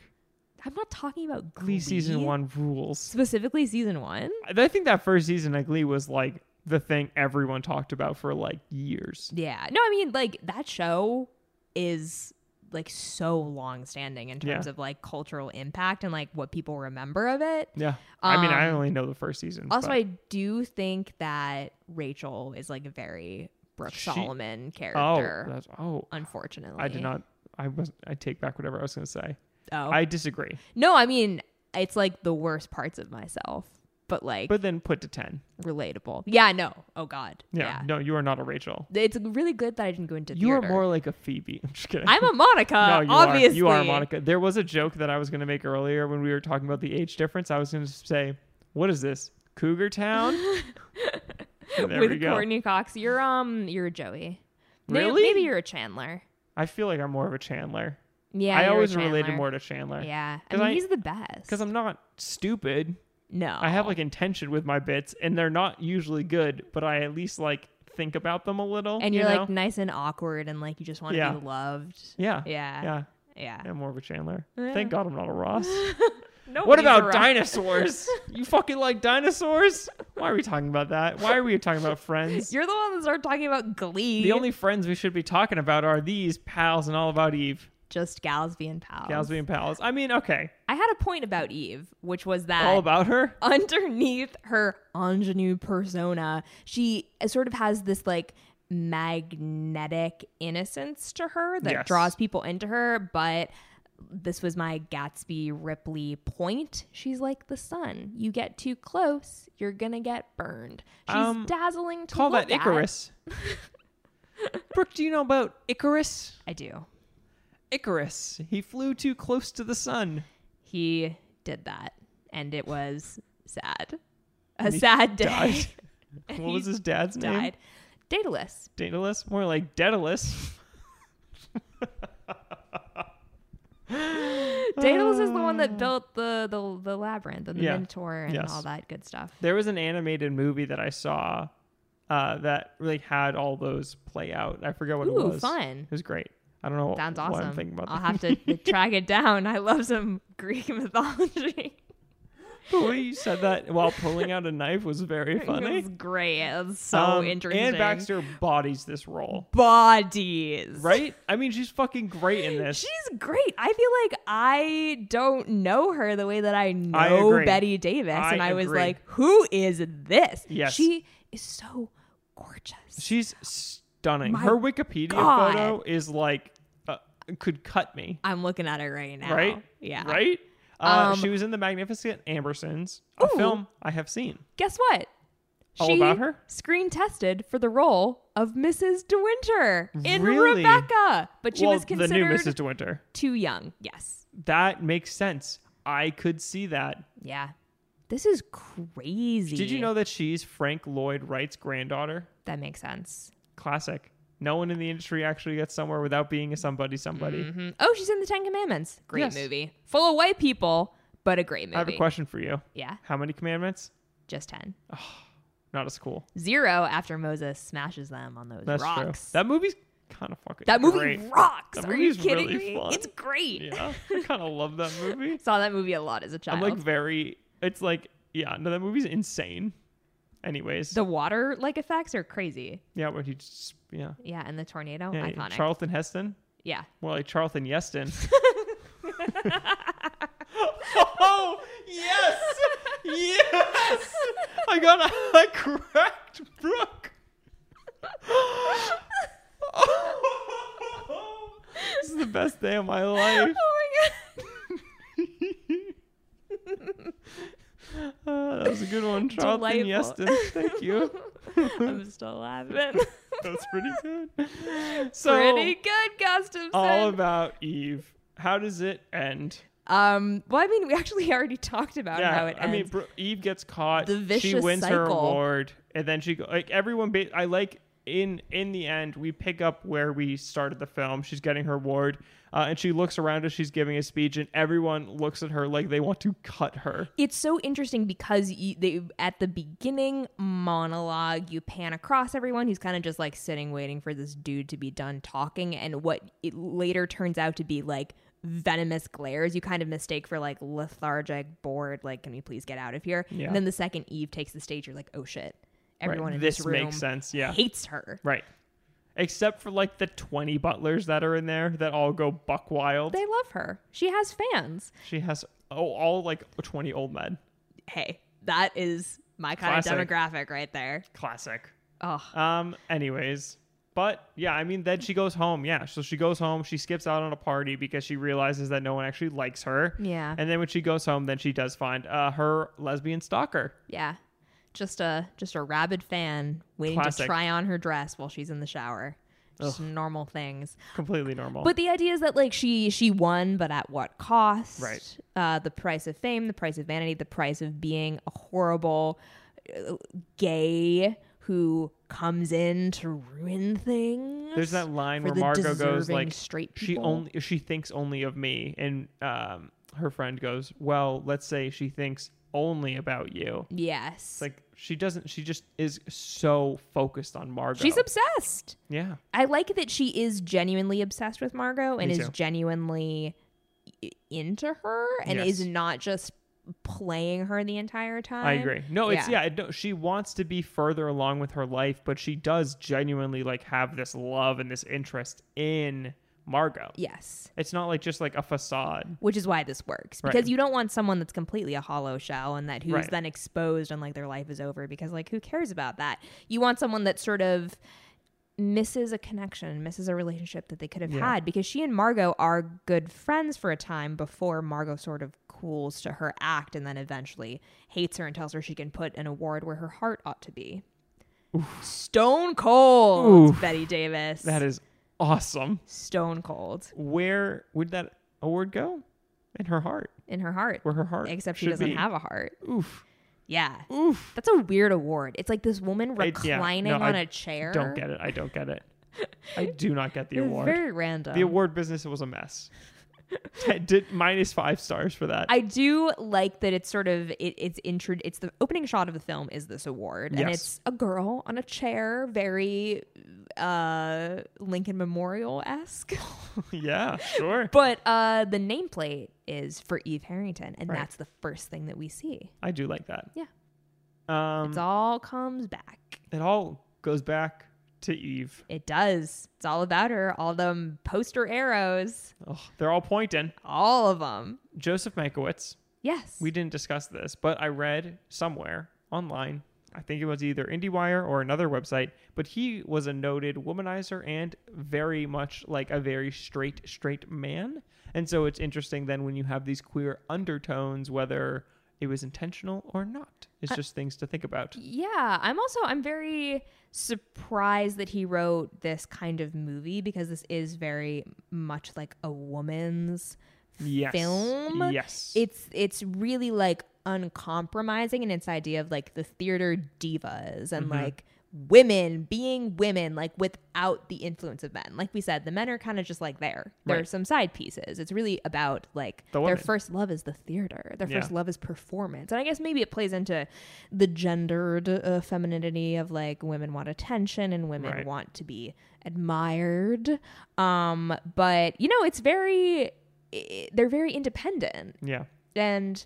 Speaker 1: I'm not talking about Glee,
Speaker 2: Glee season one rules.
Speaker 1: specifically, season one.
Speaker 2: I think that first season of Glee was like the thing everyone talked about for like years.
Speaker 1: Yeah, no, I mean like that show is like so long standing in terms
Speaker 2: Yeah.
Speaker 1: of like cultural impact and like what people remember of it.
Speaker 2: Yeah. I mean, I
Speaker 1: Um,
Speaker 2: only know the first season.
Speaker 1: Also,
Speaker 2: but-
Speaker 1: I do think that Rachel is like a very Brooke
Speaker 2: She-
Speaker 1: Solomon
Speaker 2: oh,
Speaker 1: character,
Speaker 2: that's, oh,
Speaker 1: unfortunately.
Speaker 2: I did not. I was. I take back whatever I was going to say.
Speaker 1: Oh.
Speaker 2: I disagree.
Speaker 1: no, I mean, it's like the worst parts of myself, but like
Speaker 2: But then put to ten.
Speaker 1: relatable. Yeah, no. Oh, God.
Speaker 2: Yeah.
Speaker 1: Yeah.
Speaker 2: No, you are not a Rachel.
Speaker 1: It's really good that I didn't go into
Speaker 2: You are
Speaker 1: theater.
Speaker 2: more like a Phoebe. *laughs* I'm just kidding.
Speaker 1: I'm a Monica,
Speaker 2: no, you
Speaker 1: Uh, obviously.
Speaker 2: are. You are Monica. There was a joke that I was going to make earlier when we were talking about the age difference. I was going to say, "What is this?
Speaker 1: *laughs*
Speaker 2: Cougar Town?" there we
Speaker 1: With
Speaker 2: go.
Speaker 1: Courtney Cox, you're um, you're a Joey. May-
Speaker 2: Really?
Speaker 1: Maybe you're a Chandler.
Speaker 2: I feel like I'm more of a Chandler.
Speaker 1: Yeah,
Speaker 2: I
Speaker 1: you're a
Speaker 2: always related
Speaker 1: Chandler.
Speaker 2: more to Chandler.
Speaker 1: Yeah, I
Speaker 2: 'Cause
Speaker 1: mean
Speaker 2: I-
Speaker 1: he's the best.
Speaker 2: Because I'm not stupid.
Speaker 1: no,
Speaker 2: I have like intention with my bits, and they're not usually good, but I at least like think about them a little.
Speaker 1: and
Speaker 2: you
Speaker 1: you're
Speaker 2: know?
Speaker 1: like nice and awkward and like you just want to
Speaker 2: Yeah.
Speaker 1: be loved.
Speaker 2: yeah,
Speaker 1: Yeah.
Speaker 2: yeah.
Speaker 1: Yeah.
Speaker 2: I'm more of a Chandler.
Speaker 1: Yeah.
Speaker 2: Thank God I'm not a Ross.
Speaker 1: No.
Speaker 2: what
Speaker 1: *laughs*
Speaker 2: about dinosaurs? you fucking like dinosaurs? Why are we talking about that? Why are we talking about friends?
Speaker 1: You're the one that started talking about Glee.
Speaker 2: the only friends we should be talking about are these pals and all about Eve,
Speaker 1: just gals being pals.
Speaker 2: gals being pals. I mean, okay,
Speaker 1: I had a point about Eve, which was that
Speaker 2: all about her.
Speaker 1: underneath her ingenue persona, she sort of has this like magnetic innocence to her that
Speaker 2: Yes.
Speaker 1: draws people into her, but this was my Gatsby Ripley point. She's like the sun. You get too close, you're gonna get burned. She's
Speaker 2: Um,
Speaker 1: dazzling to
Speaker 2: Call
Speaker 1: look
Speaker 2: that
Speaker 1: at. *laughs*
Speaker 2: Icarus. Brooke, do you know about Icarus?
Speaker 1: I do.
Speaker 2: Icarus. He flew too close to the sun.
Speaker 1: he did that and it was sad a sad day *laughs*
Speaker 2: died. What
Speaker 1: And
Speaker 2: was
Speaker 1: he
Speaker 2: his dad's name?
Speaker 1: died daedalus
Speaker 2: Daedalus? More like Daedalus.
Speaker 1: daedalus is the one that built the the, the labyrinth and the
Speaker 2: Uh. Yeah.
Speaker 1: minotaur and
Speaker 2: Yes.
Speaker 1: all that good stuff
Speaker 2: There was an animated movie that I saw uh, that really had all those play out. I forget what it
Speaker 1: ooh
Speaker 2: was.
Speaker 1: fun
Speaker 2: It was great. I don't know
Speaker 1: sounds
Speaker 2: what I'm
Speaker 1: awesome
Speaker 2: thinking about.
Speaker 1: i'll
Speaker 2: that.
Speaker 1: have to
Speaker 2: *laughs*
Speaker 1: track it down i love some *laughs* greek mythology *laughs*
Speaker 2: the way you said that while pulling out a knife
Speaker 1: *laughs*
Speaker 2: was very funny.
Speaker 1: it's great it's so
Speaker 2: Um,
Speaker 1: interesting
Speaker 2: And Baxter bodies
Speaker 1: *laughs*
Speaker 2: this role,
Speaker 1: bodies
Speaker 2: right? I mean, she's fucking great in this.
Speaker 1: She's great. I feel like I don't know her the way that I know
Speaker 2: agree.
Speaker 1: Betty Davis.
Speaker 2: I
Speaker 1: and I was
Speaker 2: agree.
Speaker 1: like, who is this?
Speaker 2: Yes.
Speaker 1: She is so gorgeous.
Speaker 2: She's stunning.
Speaker 1: My
Speaker 2: Her Wikipedia
Speaker 1: God.
Speaker 2: photo is like uh, could cut me.
Speaker 1: I'm looking at her right now.
Speaker 2: Right?
Speaker 1: Yeah.
Speaker 2: Right? Uh,
Speaker 1: Um,
Speaker 2: she was in The Magnificent Ambersons, a
Speaker 1: Ooh.
Speaker 2: film I have seen.
Speaker 1: Guess what?
Speaker 2: All
Speaker 1: she
Speaker 2: about her?
Speaker 1: screen tested for the role of Mrs. De Winter in
Speaker 2: Really?
Speaker 1: Rebecca, but she
Speaker 2: well,
Speaker 1: was
Speaker 2: the new
Speaker 1: considered
Speaker 2: Mrs. De Winter.
Speaker 1: too young. Yes.
Speaker 2: That makes sense. I could see that.
Speaker 1: Yeah. This is crazy.
Speaker 2: Did you know that she's Frank Lloyd Wright's granddaughter?
Speaker 1: that makes sense?
Speaker 2: Classic. No one in the industry actually gets somewhere without being a somebody somebody.
Speaker 1: Mhm. Oh, she's in the Ten Commandments. Great
Speaker 2: Yes.
Speaker 1: movie. Full of white people, but a great movie.
Speaker 2: I have a question for you.
Speaker 1: Yeah,
Speaker 2: How many commandments?
Speaker 1: just ten.
Speaker 2: Not as cool.
Speaker 1: Zero after Moses smashes them on those
Speaker 2: That's
Speaker 1: rocks.
Speaker 2: true. That movie's kind of fucking
Speaker 1: That movie
Speaker 2: great.
Speaker 1: rocks.
Speaker 2: That
Speaker 1: Are you
Speaker 2: movie's
Speaker 1: kidding
Speaker 2: really
Speaker 1: me?
Speaker 2: fun.
Speaker 1: It's great.
Speaker 2: Yeah, I kind of love that movie.
Speaker 1: *laughs* Saw that movie a lot as a child.
Speaker 2: I'm like very. It's like yeah. No, that movie's insane. Anyways,
Speaker 1: the water like effects are crazy.
Speaker 2: yeah, where he just yeah.
Speaker 1: Yeah, and the tornado,
Speaker 2: yeah
Speaker 1: iconic.
Speaker 2: Charlton Heston,
Speaker 1: yeah,
Speaker 2: more like
Speaker 1: *laughs*
Speaker 2: Charlton Yeston. *laughs* oh yes,
Speaker 1: *laughs*
Speaker 2: yes!
Speaker 1: Oh
Speaker 2: I got a, a cracked brook. *laughs* this is the best day of my
Speaker 1: *laughs*
Speaker 2: life.
Speaker 1: oh my
Speaker 2: Uh, that was a good one, Charlton
Speaker 1: Delightful.
Speaker 2: Yeston. Thank
Speaker 1: *laughs*
Speaker 2: you.
Speaker 1: god, I'm still laughing.
Speaker 2: That's pretty good. So,
Speaker 1: *laughs* Pretty good, Gustafson.
Speaker 2: all about Eve. How does it end?
Speaker 1: um, well, I mean, we actually already talked about how it
Speaker 2: I mean,
Speaker 1: ends.
Speaker 2: Bro- Eve gets caught.
Speaker 1: The
Speaker 2: she
Speaker 1: vicious
Speaker 2: wins her
Speaker 1: cycle.
Speaker 2: award, and then she go- like everyone. Ba- I like in in the end we pick up where we started the film. She's getting her award, uh, and she looks around as she's giving a speech, and everyone looks at her like they want to cut her.
Speaker 1: it's so interesting because you, they, at the beginning monologue, you pan across everyone who's kind of just like sitting, waiting for this dude to be done talking, and what it later turns out to be like venomous glares you kind of mistake for like lethargic, bored, like, can we please get out of here?
Speaker 2: Yeah.
Speaker 1: And then the second Eve takes the stage, you're like, oh shit, everyone
Speaker 2: right.
Speaker 1: in
Speaker 2: this
Speaker 1: this, room
Speaker 2: makes sense. Yeah,
Speaker 1: hates her.
Speaker 2: right. Except for like the twenty butlers that are in there that all go buck wild.
Speaker 1: They love her. She has fans.
Speaker 2: She has oh all like twenty old men.
Speaker 1: Hey, that is my kind
Speaker 2: Classic.
Speaker 1: of demographic right there.
Speaker 2: Classic.
Speaker 1: Oh,
Speaker 2: Um. Anyways, but yeah, I mean, then she goes home. Yeah, so she goes home. She skips out on a party because she realizes that no one actually likes her.
Speaker 1: yeah.
Speaker 2: And then when she goes home, then she does find uh, her lesbian stalker.
Speaker 1: Yeah. Just a just a rabid fan waiting to
Speaker 2: Classic.
Speaker 1: try on her dress while she's in the shower. Just normal things.
Speaker 2: Completely normal.
Speaker 1: But the idea is that like she she won, but at what cost?
Speaker 2: Right.
Speaker 1: Uh, the price of fame, the price of vanity, the price of being a horrible uh, gay who comes in to ruin things.
Speaker 2: there's that line
Speaker 1: for
Speaker 2: where
Speaker 1: the
Speaker 2: Margot goes
Speaker 1: deserving
Speaker 2: like,
Speaker 1: straight
Speaker 2: she
Speaker 1: people.
Speaker 2: only she thinks only of me, and um, her friend goes, well, let's say she thinks only about you.
Speaker 1: yes.
Speaker 2: It's like she doesn't. She just is so focused on Margot.
Speaker 1: she's obsessed.
Speaker 2: yeah.
Speaker 1: I like that she is genuinely obsessed with Margot and
Speaker 2: Me
Speaker 1: is
Speaker 2: too.
Speaker 1: genuinely i- into her and
Speaker 2: Yes.
Speaker 1: is not just playing her the entire time.
Speaker 2: I agree. No, it's
Speaker 1: Yeah.
Speaker 2: yeah. it- no, she wants to be further along with her life, but she does genuinely like have this love and this interest in Margot.
Speaker 1: Yes.
Speaker 2: It's not like just like a facade.
Speaker 1: Which is why this works
Speaker 2: Right.
Speaker 1: because you don't want someone that's completely a hollow shell and that who's
Speaker 2: Right.
Speaker 1: then exposed and like their life is over because like who cares about that? You want someone that sort of misses a connection, misses a relationship that they could have
Speaker 2: Yeah.
Speaker 1: had because she and Margot are good friends for a time before Margot sort of cools to her act and then eventually hates her and tells her she can put an award where her heart ought to be. Stone cold,
Speaker 2: Oof.
Speaker 1: Betty Davis.
Speaker 2: That is awesome.
Speaker 1: Stone cold
Speaker 2: Where would that award go? In her heart.
Speaker 1: in her heart.
Speaker 2: Where her heart.
Speaker 1: Except she
Speaker 2: should
Speaker 1: doesn't
Speaker 2: be.
Speaker 1: have a heart.
Speaker 2: Oof.
Speaker 1: Yeah.
Speaker 2: Oof.
Speaker 1: That's a weird award. It's like this woman
Speaker 2: I- yeah, no,
Speaker 1: reclining
Speaker 2: I
Speaker 1: on a chair.
Speaker 2: Don't get it. I don't get it.
Speaker 1: *laughs*
Speaker 2: I do not get the
Speaker 1: It's
Speaker 2: award.
Speaker 1: Very random.
Speaker 2: the award business was
Speaker 1: *laughs*
Speaker 2: a mess. I did minus five stars for that.
Speaker 1: I do like that it's sort of it, it's intro. It's the opening shot of the film is this award, and
Speaker 2: Yes.
Speaker 1: it's a girl on a chair, very uh, Lincoln Memorial esque.
Speaker 2: *laughs* yeah, sure.
Speaker 1: *laughs* but uh, the nameplate is for Eve Harrington, and
Speaker 2: Right.
Speaker 1: that's the first thing that we see.
Speaker 2: I do like that.
Speaker 1: Yeah.
Speaker 2: Um,
Speaker 1: It's all comes back.
Speaker 2: it all goes back to Eve.
Speaker 1: It does. It's all about her. All them poster arrows,
Speaker 2: Ugh, they're all pointing.
Speaker 1: all of them.
Speaker 2: Joseph Mankiewicz.
Speaker 1: Yes.
Speaker 2: We didn't discuss this, but I read somewhere online. I think it was either IndieWire or another website, but he was a noted womanizer and very much like a very straight, straight man. And so it's interesting then when you have these queer undertones, whether it was intentional or not.
Speaker 1: Uh,
Speaker 2: It's just things to think about.
Speaker 1: Yeah, I'm also I'm very surprised that he wrote this kind of movie because this is very much like a woman's
Speaker 2: Yes.
Speaker 1: film.
Speaker 2: Yes.
Speaker 1: It's it's
Speaker 2: Mm-hmm.
Speaker 1: really like uncompromising in its idea of like the theater divas and like women being women like without the influence of men like we said the men are kind of just like there there are
Speaker 2: Right.
Speaker 1: some side pieces it's really about like
Speaker 2: The
Speaker 1: their
Speaker 2: women.
Speaker 1: first love is the theater their first
Speaker 2: Yeah.
Speaker 1: love is performance and i guess maybe it plays into the gendered uh, femininity of like women want attention and women
Speaker 2: Right.
Speaker 1: want to be admired um but you know it's very i they're very independent
Speaker 2: Yeah.
Speaker 1: and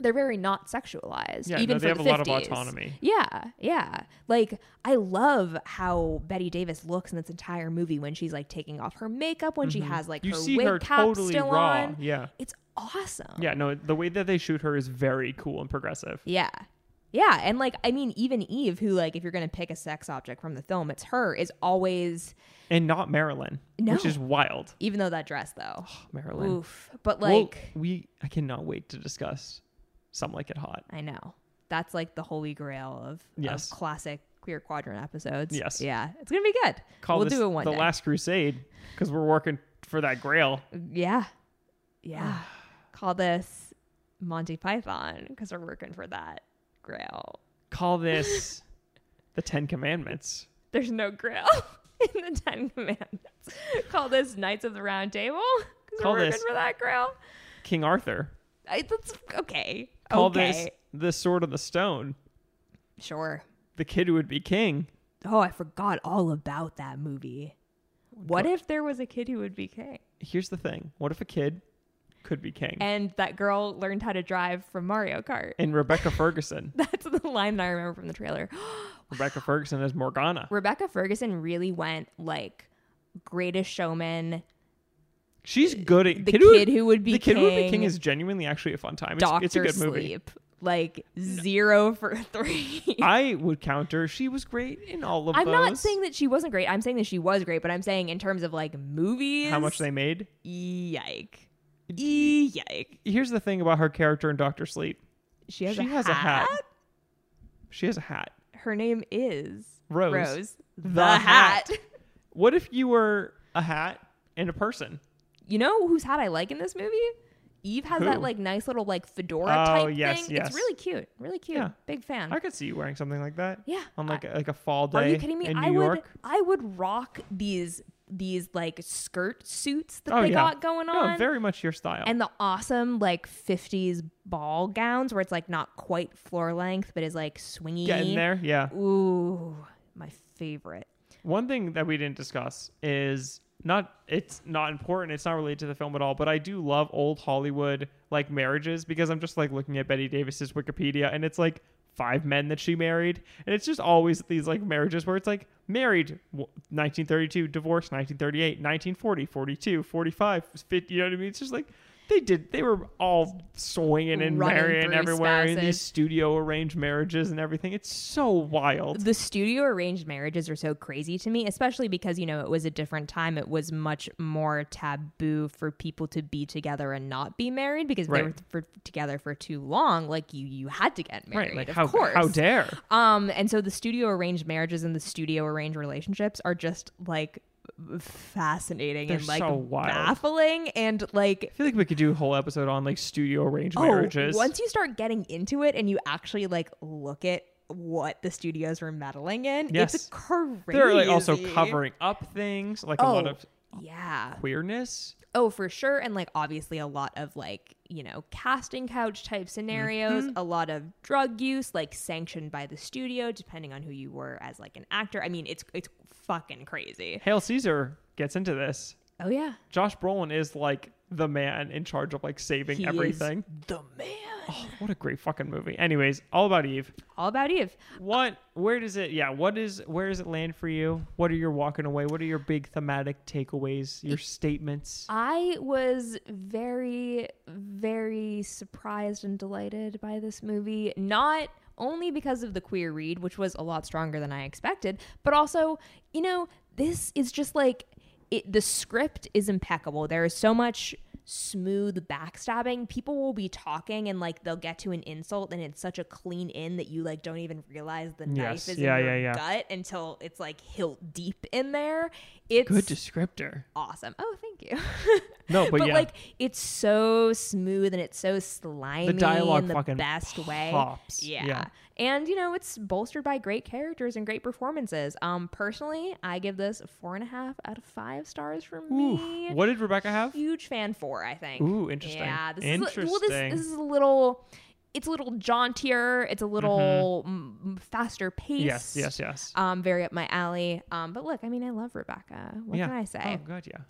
Speaker 1: they're very not sexualized.
Speaker 2: Yeah.
Speaker 1: even
Speaker 2: no, they
Speaker 1: for
Speaker 2: have
Speaker 1: the
Speaker 2: a lot of
Speaker 1: 50s.
Speaker 2: autonomy.
Speaker 1: Yeah, yeah. Like I love how Betty Davis looks in this entire movie when she's like taking off her makeup, when she has like
Speaker 2: Mm-hmm. You
Speaker 1: her
Speaker 2: see
Speaker 1: wig
Speaker 2: her
Speaker 1: cap
Speaker 2: totally
Speaker 1: still
Speaker 2: raw.
Speaker 1: on.
Speaker 2: Yeah.
Speaker 1: It's awesome.
Speaker 2: Yeah. No, the way that they shoot her is very cool and progressive.
Speaker 1: Yeah. Yeah. And like, I mean, even Eve, who like, if you're going to pick a sex object from the film, it's her, is always,
Speaker 2: And not Marilyn, which
Speaker 1: No.
Speaker 2: is wild.
Speaker 1: even though that dress though.
Speaker 2: Marilyn.
Speaker 1: Oof. But
Speaker 2: Oh, Well,
Speaker 1: like,
Speaker 2: we I cannot wait to discuss Some Like It Hot.
Speaker 1: I know. That's like the holy grail of,
Speaker 2: Yes.
Speaker 1: of classic Queer Quadrant episodes.
Speaker 2: Yes.
Speaker 1: Yeah. It's going to be good.
Speaker 2: Call
Speaker 1: we'll
Speaker 2: this
Speaker 1: do it one
Speaker 2: the
Speaker 1: day.
Speaker 2: Last Crusade because we're working for that Grail.
Speaker 1: yeah. Yeah. Call this Monty Python because we're working for that grail.
Speaker 2: Call
Speaker 1: *laughs*
Speaker 2: this the Ten Commandments.
Speaker 1: There's no grail *laughs* in the Ten Commandments. Call this Knights of the Round Table because we're
Speaker 2: Call
Speaker 1: working
Speaker 2: this-
Speaker 1: for that grail.
Speaker 2: King Arthur.
Speaker 1: I, that's okay.
Speaker 2: Call
Speaker 1: okay.
Speaker 2: this the Sword of the Stone.
Speaker 1: Sure.
Speaker 2: The kid who would be king.
Speaker 1: Oh, I forgot all about that movie. What if there was a kid who would be king?
Speaker 2: Here's the thing. What if a kid could be king?
Speaker 1: And that girl learned how to drive from Mario Kart.
Speaker 2: And Rebecca Ferguson.
Speaker 1: *laughs* That's the line that I remember from the trailer.
Speaker 2: Rebecca Ferguson as Morgana.
Speaker 1: Rebecca Ferguson really went like greatest showman,
Speaker 2: She's good at
Speaker 1: Uh, the kid,
Speaker 2: Kid Who Would-
Speaker 1: who would be
Speaker 2: the
Speaker 1: king,
Speaker 2: Kid Who Would Be King is genuinely actually a fun time. It's,
Speaker 1: Doctor
Speaker 2: it's a good
Speaker 1: Sleep, *laughs*
Speaker 2: movie.
Speaker 1: like zero for *laughs* three.
Speaker 2: I would counter. She was great in all of
Speaker 1: I'm
Speaker 2: those.
Speaker 1: not saying that she wasn't great. I'm saying that she was great, but I'm saying in terms of like movies,
Speaker 2: how much they made.
Speaker 1: yike, yike.
Speaker 2: Here's the thing about her character in Doctor Sleep.
Speaker 1: She has,
Speaker 2: she
Speaker 1: a,
Speaker 2: has a
Speaker 1: hat.
Speaker 2: hat. She has a hat.
Speaker 1: Her name is
Speaker 2: Rose.
Speaker 1: The,
Speaker 2: hat.
Speaker 1: hat.
Speaker 2: What if you were a hat and a person?
Speaker 1: You know whose hat I like in this movie? Eve has
Speaker 2: Who?
Speaker 1: that like nice little like fedora
Speaker 2: Oh,
Speaker 1: type
Speaker 2: yes,
Speaker 1: thing.
Speaker 2: yes.
Speaker 1: It's really cute. Really cute.
Speaker 2: Yeah.
Speaker 1: Big fan.
Speaker 2: I could see you wearing something like that.
Speaker 1: Yeah.
Speaker 2: On like a, like a fall day.
Speaker 1: Are you kidding me?
Speaker 2: In New
Speaker 1: I would
Speaker 2: York.
Speaker 1: I would rock these these like skirt suits that
Speaker 2: Oh,
Speaker 1: they
Speaker 2: yeah.
Speaker 1: got going on.
Speaker 2: No, very much your style.
Speaker 1: and the awesome like 50s ball gowns where it's like not quite floor length but is like swingy.
Speaker 2: Getting there, yeah.
Speaker 1: Ooh, my favorite.
Speaker 2: One thing that we didn't discuss is not it's not important. It's not related to the film at all, but I do love old Hollywood like marriages because I'm just like looking at Betty Davis's Wikipedia and it's like five men that she married and it's just always these like marriages where it's like married w- 1932 divorced 1938 1940 42 45 50 you know what i mean it's just like they did they were all swinging and
Speaker 1: Running
Speaker 2: marrying
Speaker 1: through
Speaker 2: everywhere in
Speaker 1: spouses.
Speaker 2: these studio arranged marriages and everything it's so wild
Speaker 1: The studio arranged marriages are so crazy to me, especially because, you know, it was a different time. It was much more taboo for people to be together and not be married because they
Speaker 2: Right.
Speaker 1: were for, together for too long. Like, you you had to get married.
Speaker 2: right like
Speaker 1: of
Speaker 2: how,
Speaker 1: course.
Speaker 2: how dare
Speaker 1: Um, and so the studio arranged marriages and the studio arranged relationships are just like fascinating
Speaker 2: They're
Speaker 1: and like
Speaker 2: so wild.
Speaker 1: baffling and like
Speaker 2: I feel like we could do a whole episode on like studio arranged marriages.
Speaker 1: oh, once you start getting into it and you actually like look at what the studios were meddling in, it's
Speaker 2: Yes.
Speaker 1: crazy.
Speaker 2: They're like also covering up things, like a lot
Speaker 1: Oh.
Speaker 2: of
Speaker 1: Yeah.
Speaker 2: queerness.
Speaker 1: Oh, for sure. And like obviously a lot of like, you know, casting couch type scenarios,
Speaker 2: Mm-hmm.
Speaker 1: a lot of drug use, like sanctioned by the studio, depending on who you were as like an actor. I mean, it's it's fucking crazy.
Speaker 2: Hail Caesar gets into this.
Speaker 1: Oh yeah.
Speaker 2: Josh Brolin is like the man in charge of like saving
Speaker 1: He is
Speaker 2: everything.
Speaker 1: the man.
Speaker 2: Oh, what a great fucking movie. Anyways, all about Eve.
Speaker 1: All about Eve.
Speaker 2: What where does it yeah, what is where does it land for you? What are your walking away? What are your big thematic takeaways, your statements?
Speaker 1: I was very, very surprised and delighted by this movie. Not only because of the queer read, which was a lot stronger than I expected, but also, you know, this is just like it, the script is impeccable. There is so much smooth backstabbing. People will be talking and like they'll get to an insult, and it's such a clean in that you like don't even realize the
Speaker 2: Yes.
Speaker 1: knife is
Speaker 2: Yeah,
Speaker 1: in your
Speaker 2: yeah, yeah.
Speaker 1: gut until it's like hilt deep in there. It's
Speaker 2: Good descriptor.
Speaker 1: awesome. Oh, thank you. *laughs*
Speaker 2: No, but,
Speaker 1: but
Speaker 2: yeah.
Speaker 1: like it's so smooth and it's so slimy
Speaker 2: dialogue
Speaker 1: in the
Speaker 2: fucking
Speaker 1: best way.
Speaker 2: pops.
Speaker 1: Yeah.
Speaker 2: Yeah.
Speaker 1: And you know, it's bolstered by great characters and great performances. Um, personally, I give this four and a half out of five stars for me.
Speaker 2: Ooh, what did Rebecca have?
Speaker 1: Huge fan four, I think.
Speaker 2: Ooh, interesting.
Speaker 1: Yeah, this
Speaker 2: interesting.
Speaker 1: is a,
Speaker 2: Mm-hmm.
Speaker 1: well, this, this is a little. It's a little jauntier. It's a little mm, faster pace.
Speaker 2: yes, yes, yes.
Speaker 1: Um, very up my alley. Um, but look, I mean, I love Rebecca. What
Speaker 2: yeah.
Speaker 1: can I say?
Speaker 2: Oh god, yeah.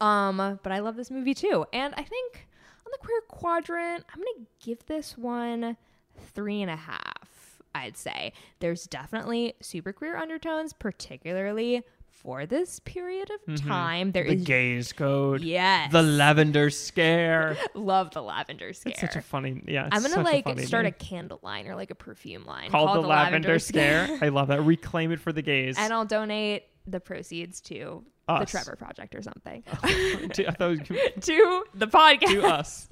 Speaker 1: Um, but I love this movie too. And I think on the queer quadrant, I'm gonna give this one three and a half, I'd say. There's definitely super queer undertones, particularly for this period of time. There
Speaker 2: Mm-hmm. The
Speaker 1: is
Speaker 2: gaze code.
Speaker 1: yes,
Speaker 2: The lavender scare.
Speaker 1: *laughs* love the lavender scare.
Speaker 2: It's such a funny yeah. it's
Speaker 1: I'm gonna
Speaker 2: such a
Speaker 1: like
Speaker 2: funny
Speaker 1: start
Speaker 2: name.
Speaker 1: a candle line or like a perfume line
Speaker 2: called, the, lavender, scare. I love that. Reclaim it for the gays.
Speaker 1: *laughs* and I'll donate the proceeds to the
Speaker 2: Us.
Speaker 1: Trevor Project or something.
Speaker 2: *laughs* To- I thought it was-
Speaker 1: *laughs* to the podcast. *laughs*
Speaker 2: to us.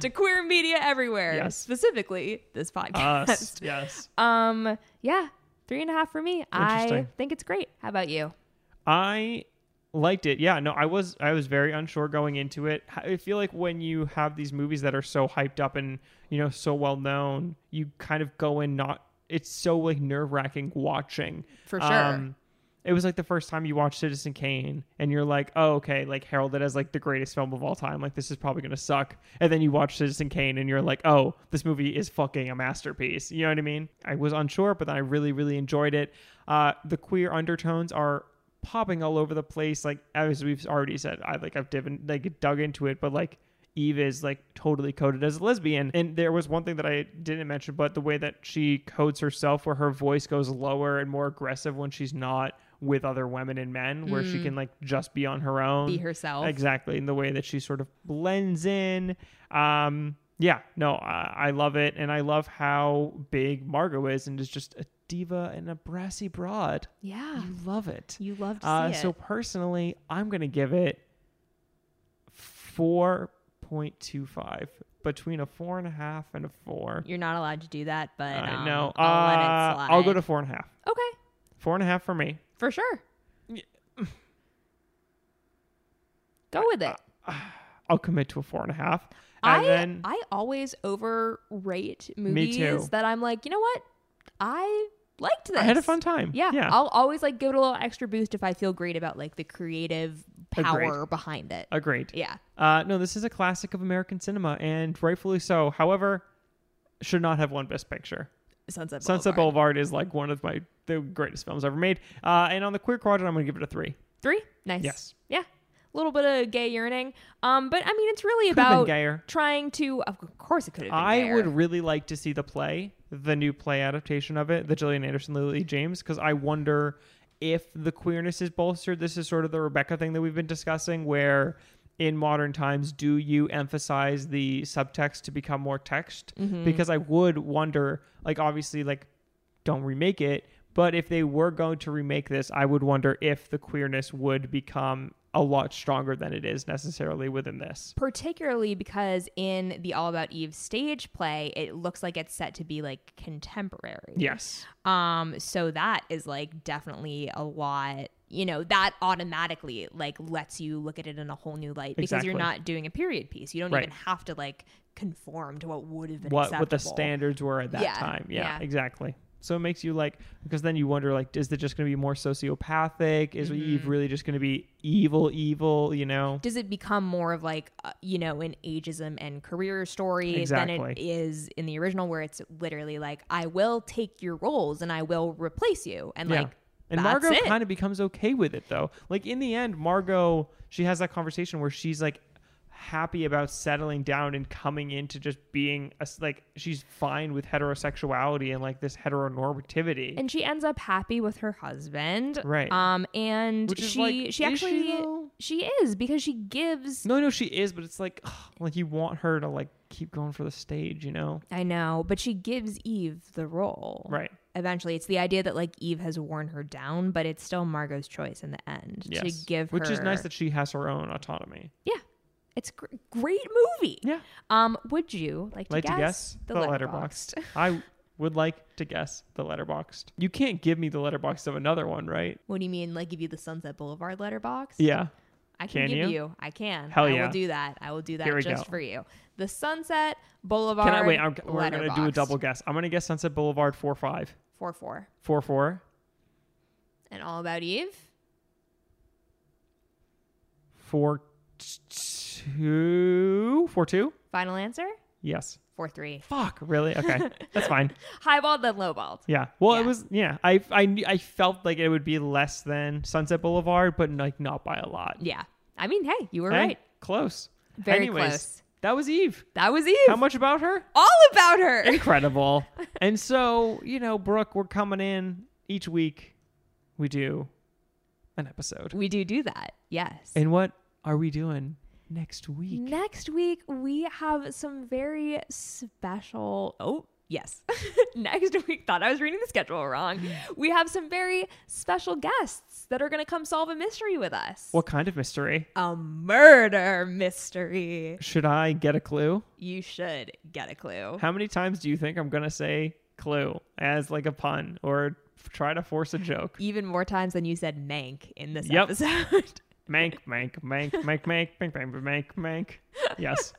Speaker 1: to queer media everywhere,
Speaker 2: Yes.
Speaker 1: specifically this podcast.
Speaker 2: Us. Yes.
Speaker 1: *laughs* Um, yeah, three and a half for me. I
Speaker 2: Interesting.
Speaker 1: think it's great. How about you?
Speaker 2: I liked it. Yeah, no, I was I was very unsure going into it. I feel like when you have these movies that are so hyped up and you know so well known, you kind of go in not. It's so like nerve wracking watching. Um,
Speaker 1: For sure.
Speaker 2: it was like the first time you watch Citizen Kane, and you're like, "Oh, okay." Like heralded as like the greatest film of all time. Like this is probably gonna suck. And then you watch Citizen Kane, and you're like, "Oh, this movie is fucking a masterpiece." You know what I mean? I was unsure, but then I really, really enjoyed it. Uh, the queer undertones are popping all over the place. Like as we've already said, I like I've divin- like dug into it, but like Eve is like totally coded as a lesbian. And there was one thing that I didn't mention, but the way that she codes herself, where her voice goes lower and more aggressive when she's not with other women and men, where she can like just be on her own,
Speaker 1: Mm. Be herself.
Speaker 2: exactly. In the way that she sort of blends in. Um, yeah, no, I, I love it, and I love how big Margot is, and is just a diva and a brassy broad.
Speaker 1: Yeah,
Speaker 2: You love it.
Speaker 1: you love to see
Speaker 2: Uh,
Speaker 1: it.
Speaker 2: so personally, I'm gonna give it four point two five, between a four and a half and a four.
Speaker 1: You're not allowed to do that, but
Speaker 2: I
Speaker 1: um,
Speaker 2: know.
Speaker 1: I'll let
Speaker 2: Uh,
Speaker 1: it slide.
Speaker 2: I'll go to four and a half.
Speaker 1: okay
Speaker 2: Four and a half for me.
Speaker 1: for sure.
Speaker 2: Yeah.
Speaker 1: Go with it.
Speaker 2: I'll commit to a four and a half. Uh,
Speaker 1: I
Speaker 2: And then
Speaker 1: I always overrate
Speaker 2: Me
Speaker 1: movies
Speaker 2: too.
Speaker 1: that I'm like, you know what? I liked this.
Speaker 2: I had a fun time.
Speaker 1: Yeah,
Speaker 2: Yeah.
Speaker 1: I'll always like give it a little extra boost if I feel great about like the creative power
Speaker 2: Agreed.
Speaker 1: behind it.
Speaker 2: Agreed.
Speaker 1: Yeah.
Speaker 2: Uh, no, this is a classic of American cinema, and rightfully so. However, should not have won Best Picture.
Speaker 1: Sunset Boulevard.
Speaker 2: Sunset Boulevard is like one of my the greatest films ever made. Uh, and on the queer quadrant, I'm gonna give it a three.
Speaker 1: Three? Nice.
Speaker 2: Yes.
Speaker 1: Yeah. A little bit of gay yearning. Um, but I mean, it's really
Speaker 2: Could've been
Speaker 1: about
Speaker 2: gayer.
Speaker 1: trying to, of course it could have been
Speaker 2: I
Speaker 1: gayer.
Speaker 2: would really like to see the play, the new play adaptation of it, the Gillian Anderson, Lily James, because I wonder if the queerness is bolstered. This is sort of the Rebecca thing that we've been discussing, where in modern times, do you emphasize the subtext to become more text? Because I would wonder, like, obviously, like, don't remake it, but if they were going to remake this, I would wonder if the queerness would become a lot stronger than it is necessarily within this.
Speaker 1: Particularly because in the All About Eve stage play, it looks like it's set to be like contemporary.
Speaker 2: Yes.
Speaker 1: Um, so that is like definitely a lot. You know, that automatically like lets you look at it in a whole new light because
Speaker 2: Exactly.
Speaker 1: you're not doing a period piece. You don't
Speaker 2: Right.
Speaker 1: even have to like conform to what would have been
Speaker 2: what what the
Speaker 1: acceptable.
Speaker 2: standards were at that
Speaker 1: Yeah,
Speaker 2: time.
Speaker 1: yeah.
Speaker 2: Yeah, exactly. So it makes you like because then you wonder like is it just going to be more sociopathic? Is
Speaker 1: Mm-hmm.
Speaker 2: Eve really just going to be evil evil? You know?
Speaker 1: does it become more of like uh, you know an ageism and career story than it
Speaker 2: Exactly.
Speaker 1: is in the original where it's literally like i will take your roles and i will replace you and
Speaker 2: yeah.
Speaker 1: like
Speaker 2: and
Speaker 1: that's
Speaker 2: Margot
Speaker 1: it.
Speaker 2: kind of becomes okay with it though. Like in the end, Margot she has that conversation where she's like happy about settling down and coming into just being a, s- like she's fine with heterosexuality and like this heteronormativity.
Speaker 1: and she ends up happy with her husband
Speaker 2: Right.
Speaker 1: um and
Speaker 2: Which is
Speaker 1: she
Speaker 2: like,
Speaker 1: she
Speaker 2: is she,
Speaker 1: actually
Speaker 2: though?
Speaker 1: she is because she gives
Speaker 2: no, no, she is, but it's like, ugh, like you want her to like keep going for the stage, you know?
Speaker 1: I know, but she gives Eve the role.
Speaker 2: Right.
Speaker 1: Eventually, it's the idea that like Eve has worn her down, but it's still Margot's choice in the end to give
Speaker 2: which
Speaker 1: her.
Speaker 2: is nice that she has her own autonomy.
Speaker 1: yeah, it's gr- great movie.
Speaker 2: Yeah,
Speaker 1: Um, would you like to,
Speaker 2: like
Speaker 1: guess,
Speaker 2: to guess
Speaker 1: the,
Speaker 2: letterboxed.
Speaker 1: letterboxed? *laughs*
Speaker 2: I would like to guess the letterboxed. You can't give me the letterboxed of another one, right?
Speaker 1: What do you mean? Like give you the Sunset Boulevard letterbox?
Speaker 2: Yeah,
Speaker 1: I can,
Speaker 2: Can
Speaker 1: give you?
Speaker 2: you?
Speaker 1: I can.
Speaker 2: Hell
Speaker 1: I
Speaker 2: yeah.
Speaker 1: will do that. I will do that
Speaker 2: Here we
Speaker 1: just
Speaker 2: go.
Speaker 1: for you. The Sunset Boulevard.
Speaker 2: Can I wait? I'm, we're gonna do a
Speaker 1: Letterboxd.
Speaker 2: double guess. I'm gonna guess Sunset Boulevard four five
Speaker 1: four four.
Speaker 2: four four
Speaker 1: And All About Eve.
Speaker 2: four two four two.
Speaker 1: Final answer
Speaker 2: Yes.
Speaker 1: four three.
Speaker 2: Fuck. Really?
Speaker 1: *laughs*
Speaker 2: Okay. That's fine.
Speaker 1: Highballed then lowballed.
Speaker 2: Yeah. Well,
Speaker 1: Yeah.
Speaker 2: it was. Yeah. I I knew- I felt like it would be less than Sunset Boulevard, but like not by a lot.
Speaker 1: Yeah. I mean, hey, you were
Speaker 2: Hey,
Speaker 1: right.
Speaker 2: Close.
Speaker 1: Very
Speaker 2: Anyways,
Speaker 1: close.
Speaker 2: That was Eve.
Speaker 1: That was Eve.
Speaker 2: How much
Speaker 1: *laughs*
Speaker 2: about her?
Speaker 1: All about
Speaker 2: *laughs*
Speaker 1: her. *laughs*
Speaker 2: Incredible. and so, you know, Brooke, we're coming in each week. We do an episode.
Speaker 1: we do do that. Yes.
Speaker 2: And what are we doing next week?
Speaker 1: Next week, we have some very special. Oh, yes. *laughs* Next week, thought I was reading the schedule *gasps* wrong. We have some very special guests that are going to come solve a mystery with us.
Speaker 2: What kind of mystery?
Speaker 1: A murder mystery.
Speaker 2: Should I get a clue?
Speaker 1: You should get a clue.
Speaker 2: How many times do you think I'm going to say clue as like a pun or f- try to force a joke?
Speaker 1: Even more times than you said mank in this
Speaker 2: Yep.
Speaker 1: episode. *laughs*
Speaker 2: Mank, mank, mank, mank, mank, mank, mank, mank, mank.
Speaker 1: *laughs*
Speaker 2: Yes.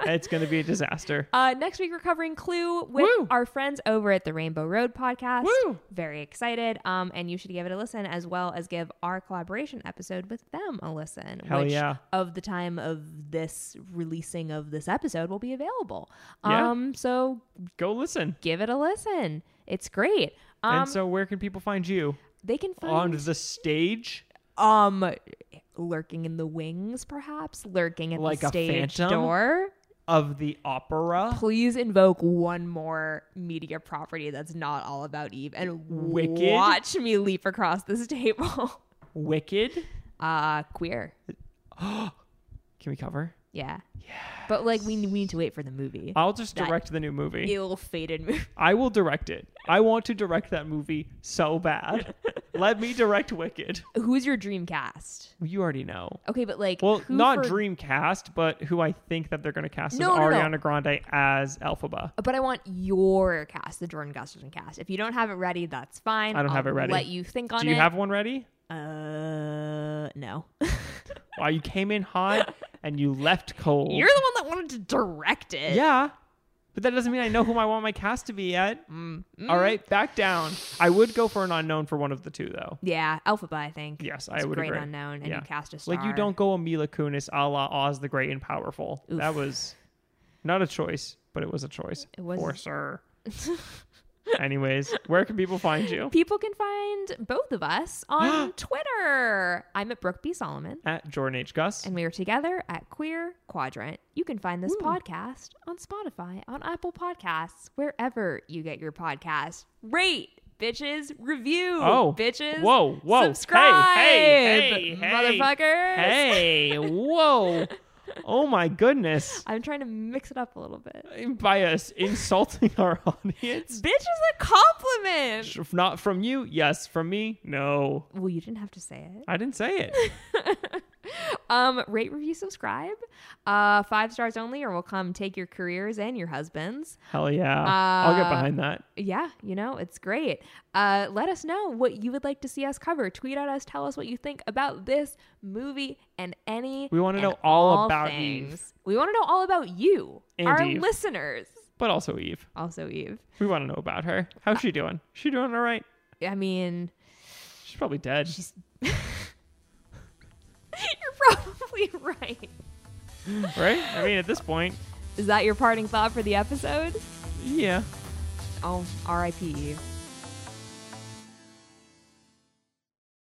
Speaker 2: It's going to be a disaster.
Speaker 1: Uh, next week, we're covering Clue with
Speaker 2: Woo.
Speaker 1: our friends over at the Rainbow Road podcast.
Speaker 2: Woo.
Speaker 1: Very excited. Um, and you should give it a listen as well as give our collaboration episode with them a listen.
Speaker 2: Hell
Speaker 1: which
Speaker 2: yeah.
Speaker 1: of the time of this releasing of this episode will be available.
Speaker 2: Yeah.
Speaker 1: Um, so
Speaker 2: Go listen.
Speaker 1: give it a listen. It's great. Um,
Speaker 2: and so, where can people find you?
Speaker 1: they can
Speaker 2: On
Speaker 1: find
Speaker 2: the stage?
Speaker 1: um lurking in the wings, perhaps lurking at
Speaker 2: Like
Speaker 1: the
Speaker 2: a
Speaker 1: stage
Speaker 2: phantom?
Speaker 1: door.
Speaker 2: of the opera
Speaker 1: please invoke one more media property that's not all about Eve and
Speaker 2: Wicked?
Speaker 1: watch me leap across this *laughs* table.
Speaker 2: Wicked.
Speaker 1: Uh queer.
Speaker 2: Can we cover?
Speaker 1: Yeah. But like we, we need to wait for the movie.
Speaker 2: I'll just
Speaker 1: That-
Speaker 2: direct the new movie.
Speaker 1: Ill fated movie. *laughs*
Speaker 2: I will direct it. I want to direct that movie so
Speaker 1: *laughs*
Speaker 2: bad. Let me direct Wicked.
Speaker 1: Who's your dream cast?
Speaker 2: You already know.
Speaker 1: Okay, but like
Speaker 2: Well,
Speaker 1: who
Speaker 2: not
Speaker 1: for-
Speaker 2: dream cast, but who I think that they're going to cast
Speaker 1: No,
Speaker 2: as
Speaker 1: no, no.
Speaker 2: Ariana Grande as Elphaba.
Speaker 1: but I want your cast, the Jordan Gusterson cast. If you don't have it ready, that's fine.
Speaker 2: I don't have
Speaker 1: I'll
Speaker 2: it ready.
Speaker 1: Let you think on
Speaker 2: Do you
Speaker 1: it.
Speaker 2: have Oh. one ready?
Speaker 1: uh no. *laughs*
Speaker 2: Wow, you came in hot and you left cold.
Speaker 1: You're the one that wanted to direct it.
Speaker 2: yeah, but that doesn't mean I know who I want my cast to be yet.
Speaker 1: Mm,
Speaker 2: All right, back down. I would go for an unknown for one of the two, though.
Speaker 1: Yeah, Alphaba, I think.
Speaker 2: Yes,
Speaker 1: It's
Speaker 2: I
Speaker 1: a
Speaker 2: would
Speaker 1: great
Speaker 2: agree.
Speaker 1: unknown, and
Speaker 2: Yeah.
Speaker 1: you cast a star.
Speaker 2: Like you don't go Mila Kunis a la Oz the Great and Powerful. That
Speaker 1: Oof.
Speaker 2: was not a choice, but it was a choice.
Speaker 1: It was-
Speaker 2: for
Speaker 1: *laughs*
Speaker 2: sure. Anyways, where can people find you?
Speaker 1: People can find both of
Speaker 2: *gasps*
Speaker 1: us on Twitter. I'm at Brooke B. Solomon,
Speaker 2: At Jordan H. Gus.
Speaker 1: and we are together at Queer Quadrant. You can find this podcast on Spotify, on Apple Podcasts, wherever you get your podcast. Rate, bitches, review,
Speaker 2: Oh.
Speaker 1: bitches.
Speaker 2: Whoa, whoa. Hey,
Speaker 1: Subscribe,
Speaker 2: hey, hey, hey.
Speaker 1: motherfuckers.
Speaker 2: hey, whoa. Oh
Speaker 1: *laughs*
Speaker 2: my goodness.
Speaker 1: I'm trying to mix it up a little bit.
Speaker 2: By us insulting our *laughs* audience?
Speaker 1: Bitch is a compliment.
Speaker 2: Not from you? Yes. From me? No.
Speaker 1: Well, you didn't have to say it.
Speaker 2: I didn't
Speaker 1: *laughs*
Speaker 2: say it.
Speaker 1: Um, rate, review, subscribe. Uh, five stars only, or we'll come take your careers and your husbands.
Speaker 2: Hell yeah. I'll get
Speaker 1: Uh,
Speaker 2: behind that.
Speaker 1: Yeah, you know, it's great. Uh, let us know what you would like to see us cover. Tweet at us, tell us what you think about this movie and any.
Speaker 2: We wanna
Speaker 1: and
Speaker 2: know all about
Speaker 1: things. We want to know all about you,
Speaker 2: And
Speaker 1: our
Speaker 2: Eve.
Speaker 1: listeners.
Speaker 2: But also Eve.
Speaker 1: Also, Eve.
Speaker 2: We want to know about her.
Speaker 1: Uh,
Speaker 2: How's she doing? She doing all right?
Speaker 1: I mean,
Speaker 2: She's probably dead.
Speaker 1: she's. *laughs* You're probably *laughs* right.
Speaker 2: right? I mean, at this point,
Speaker 1: Is that your parting thought for the episode?
Speaker 2: yeah.
Speaker 1: Oh, R.I.P. Eve.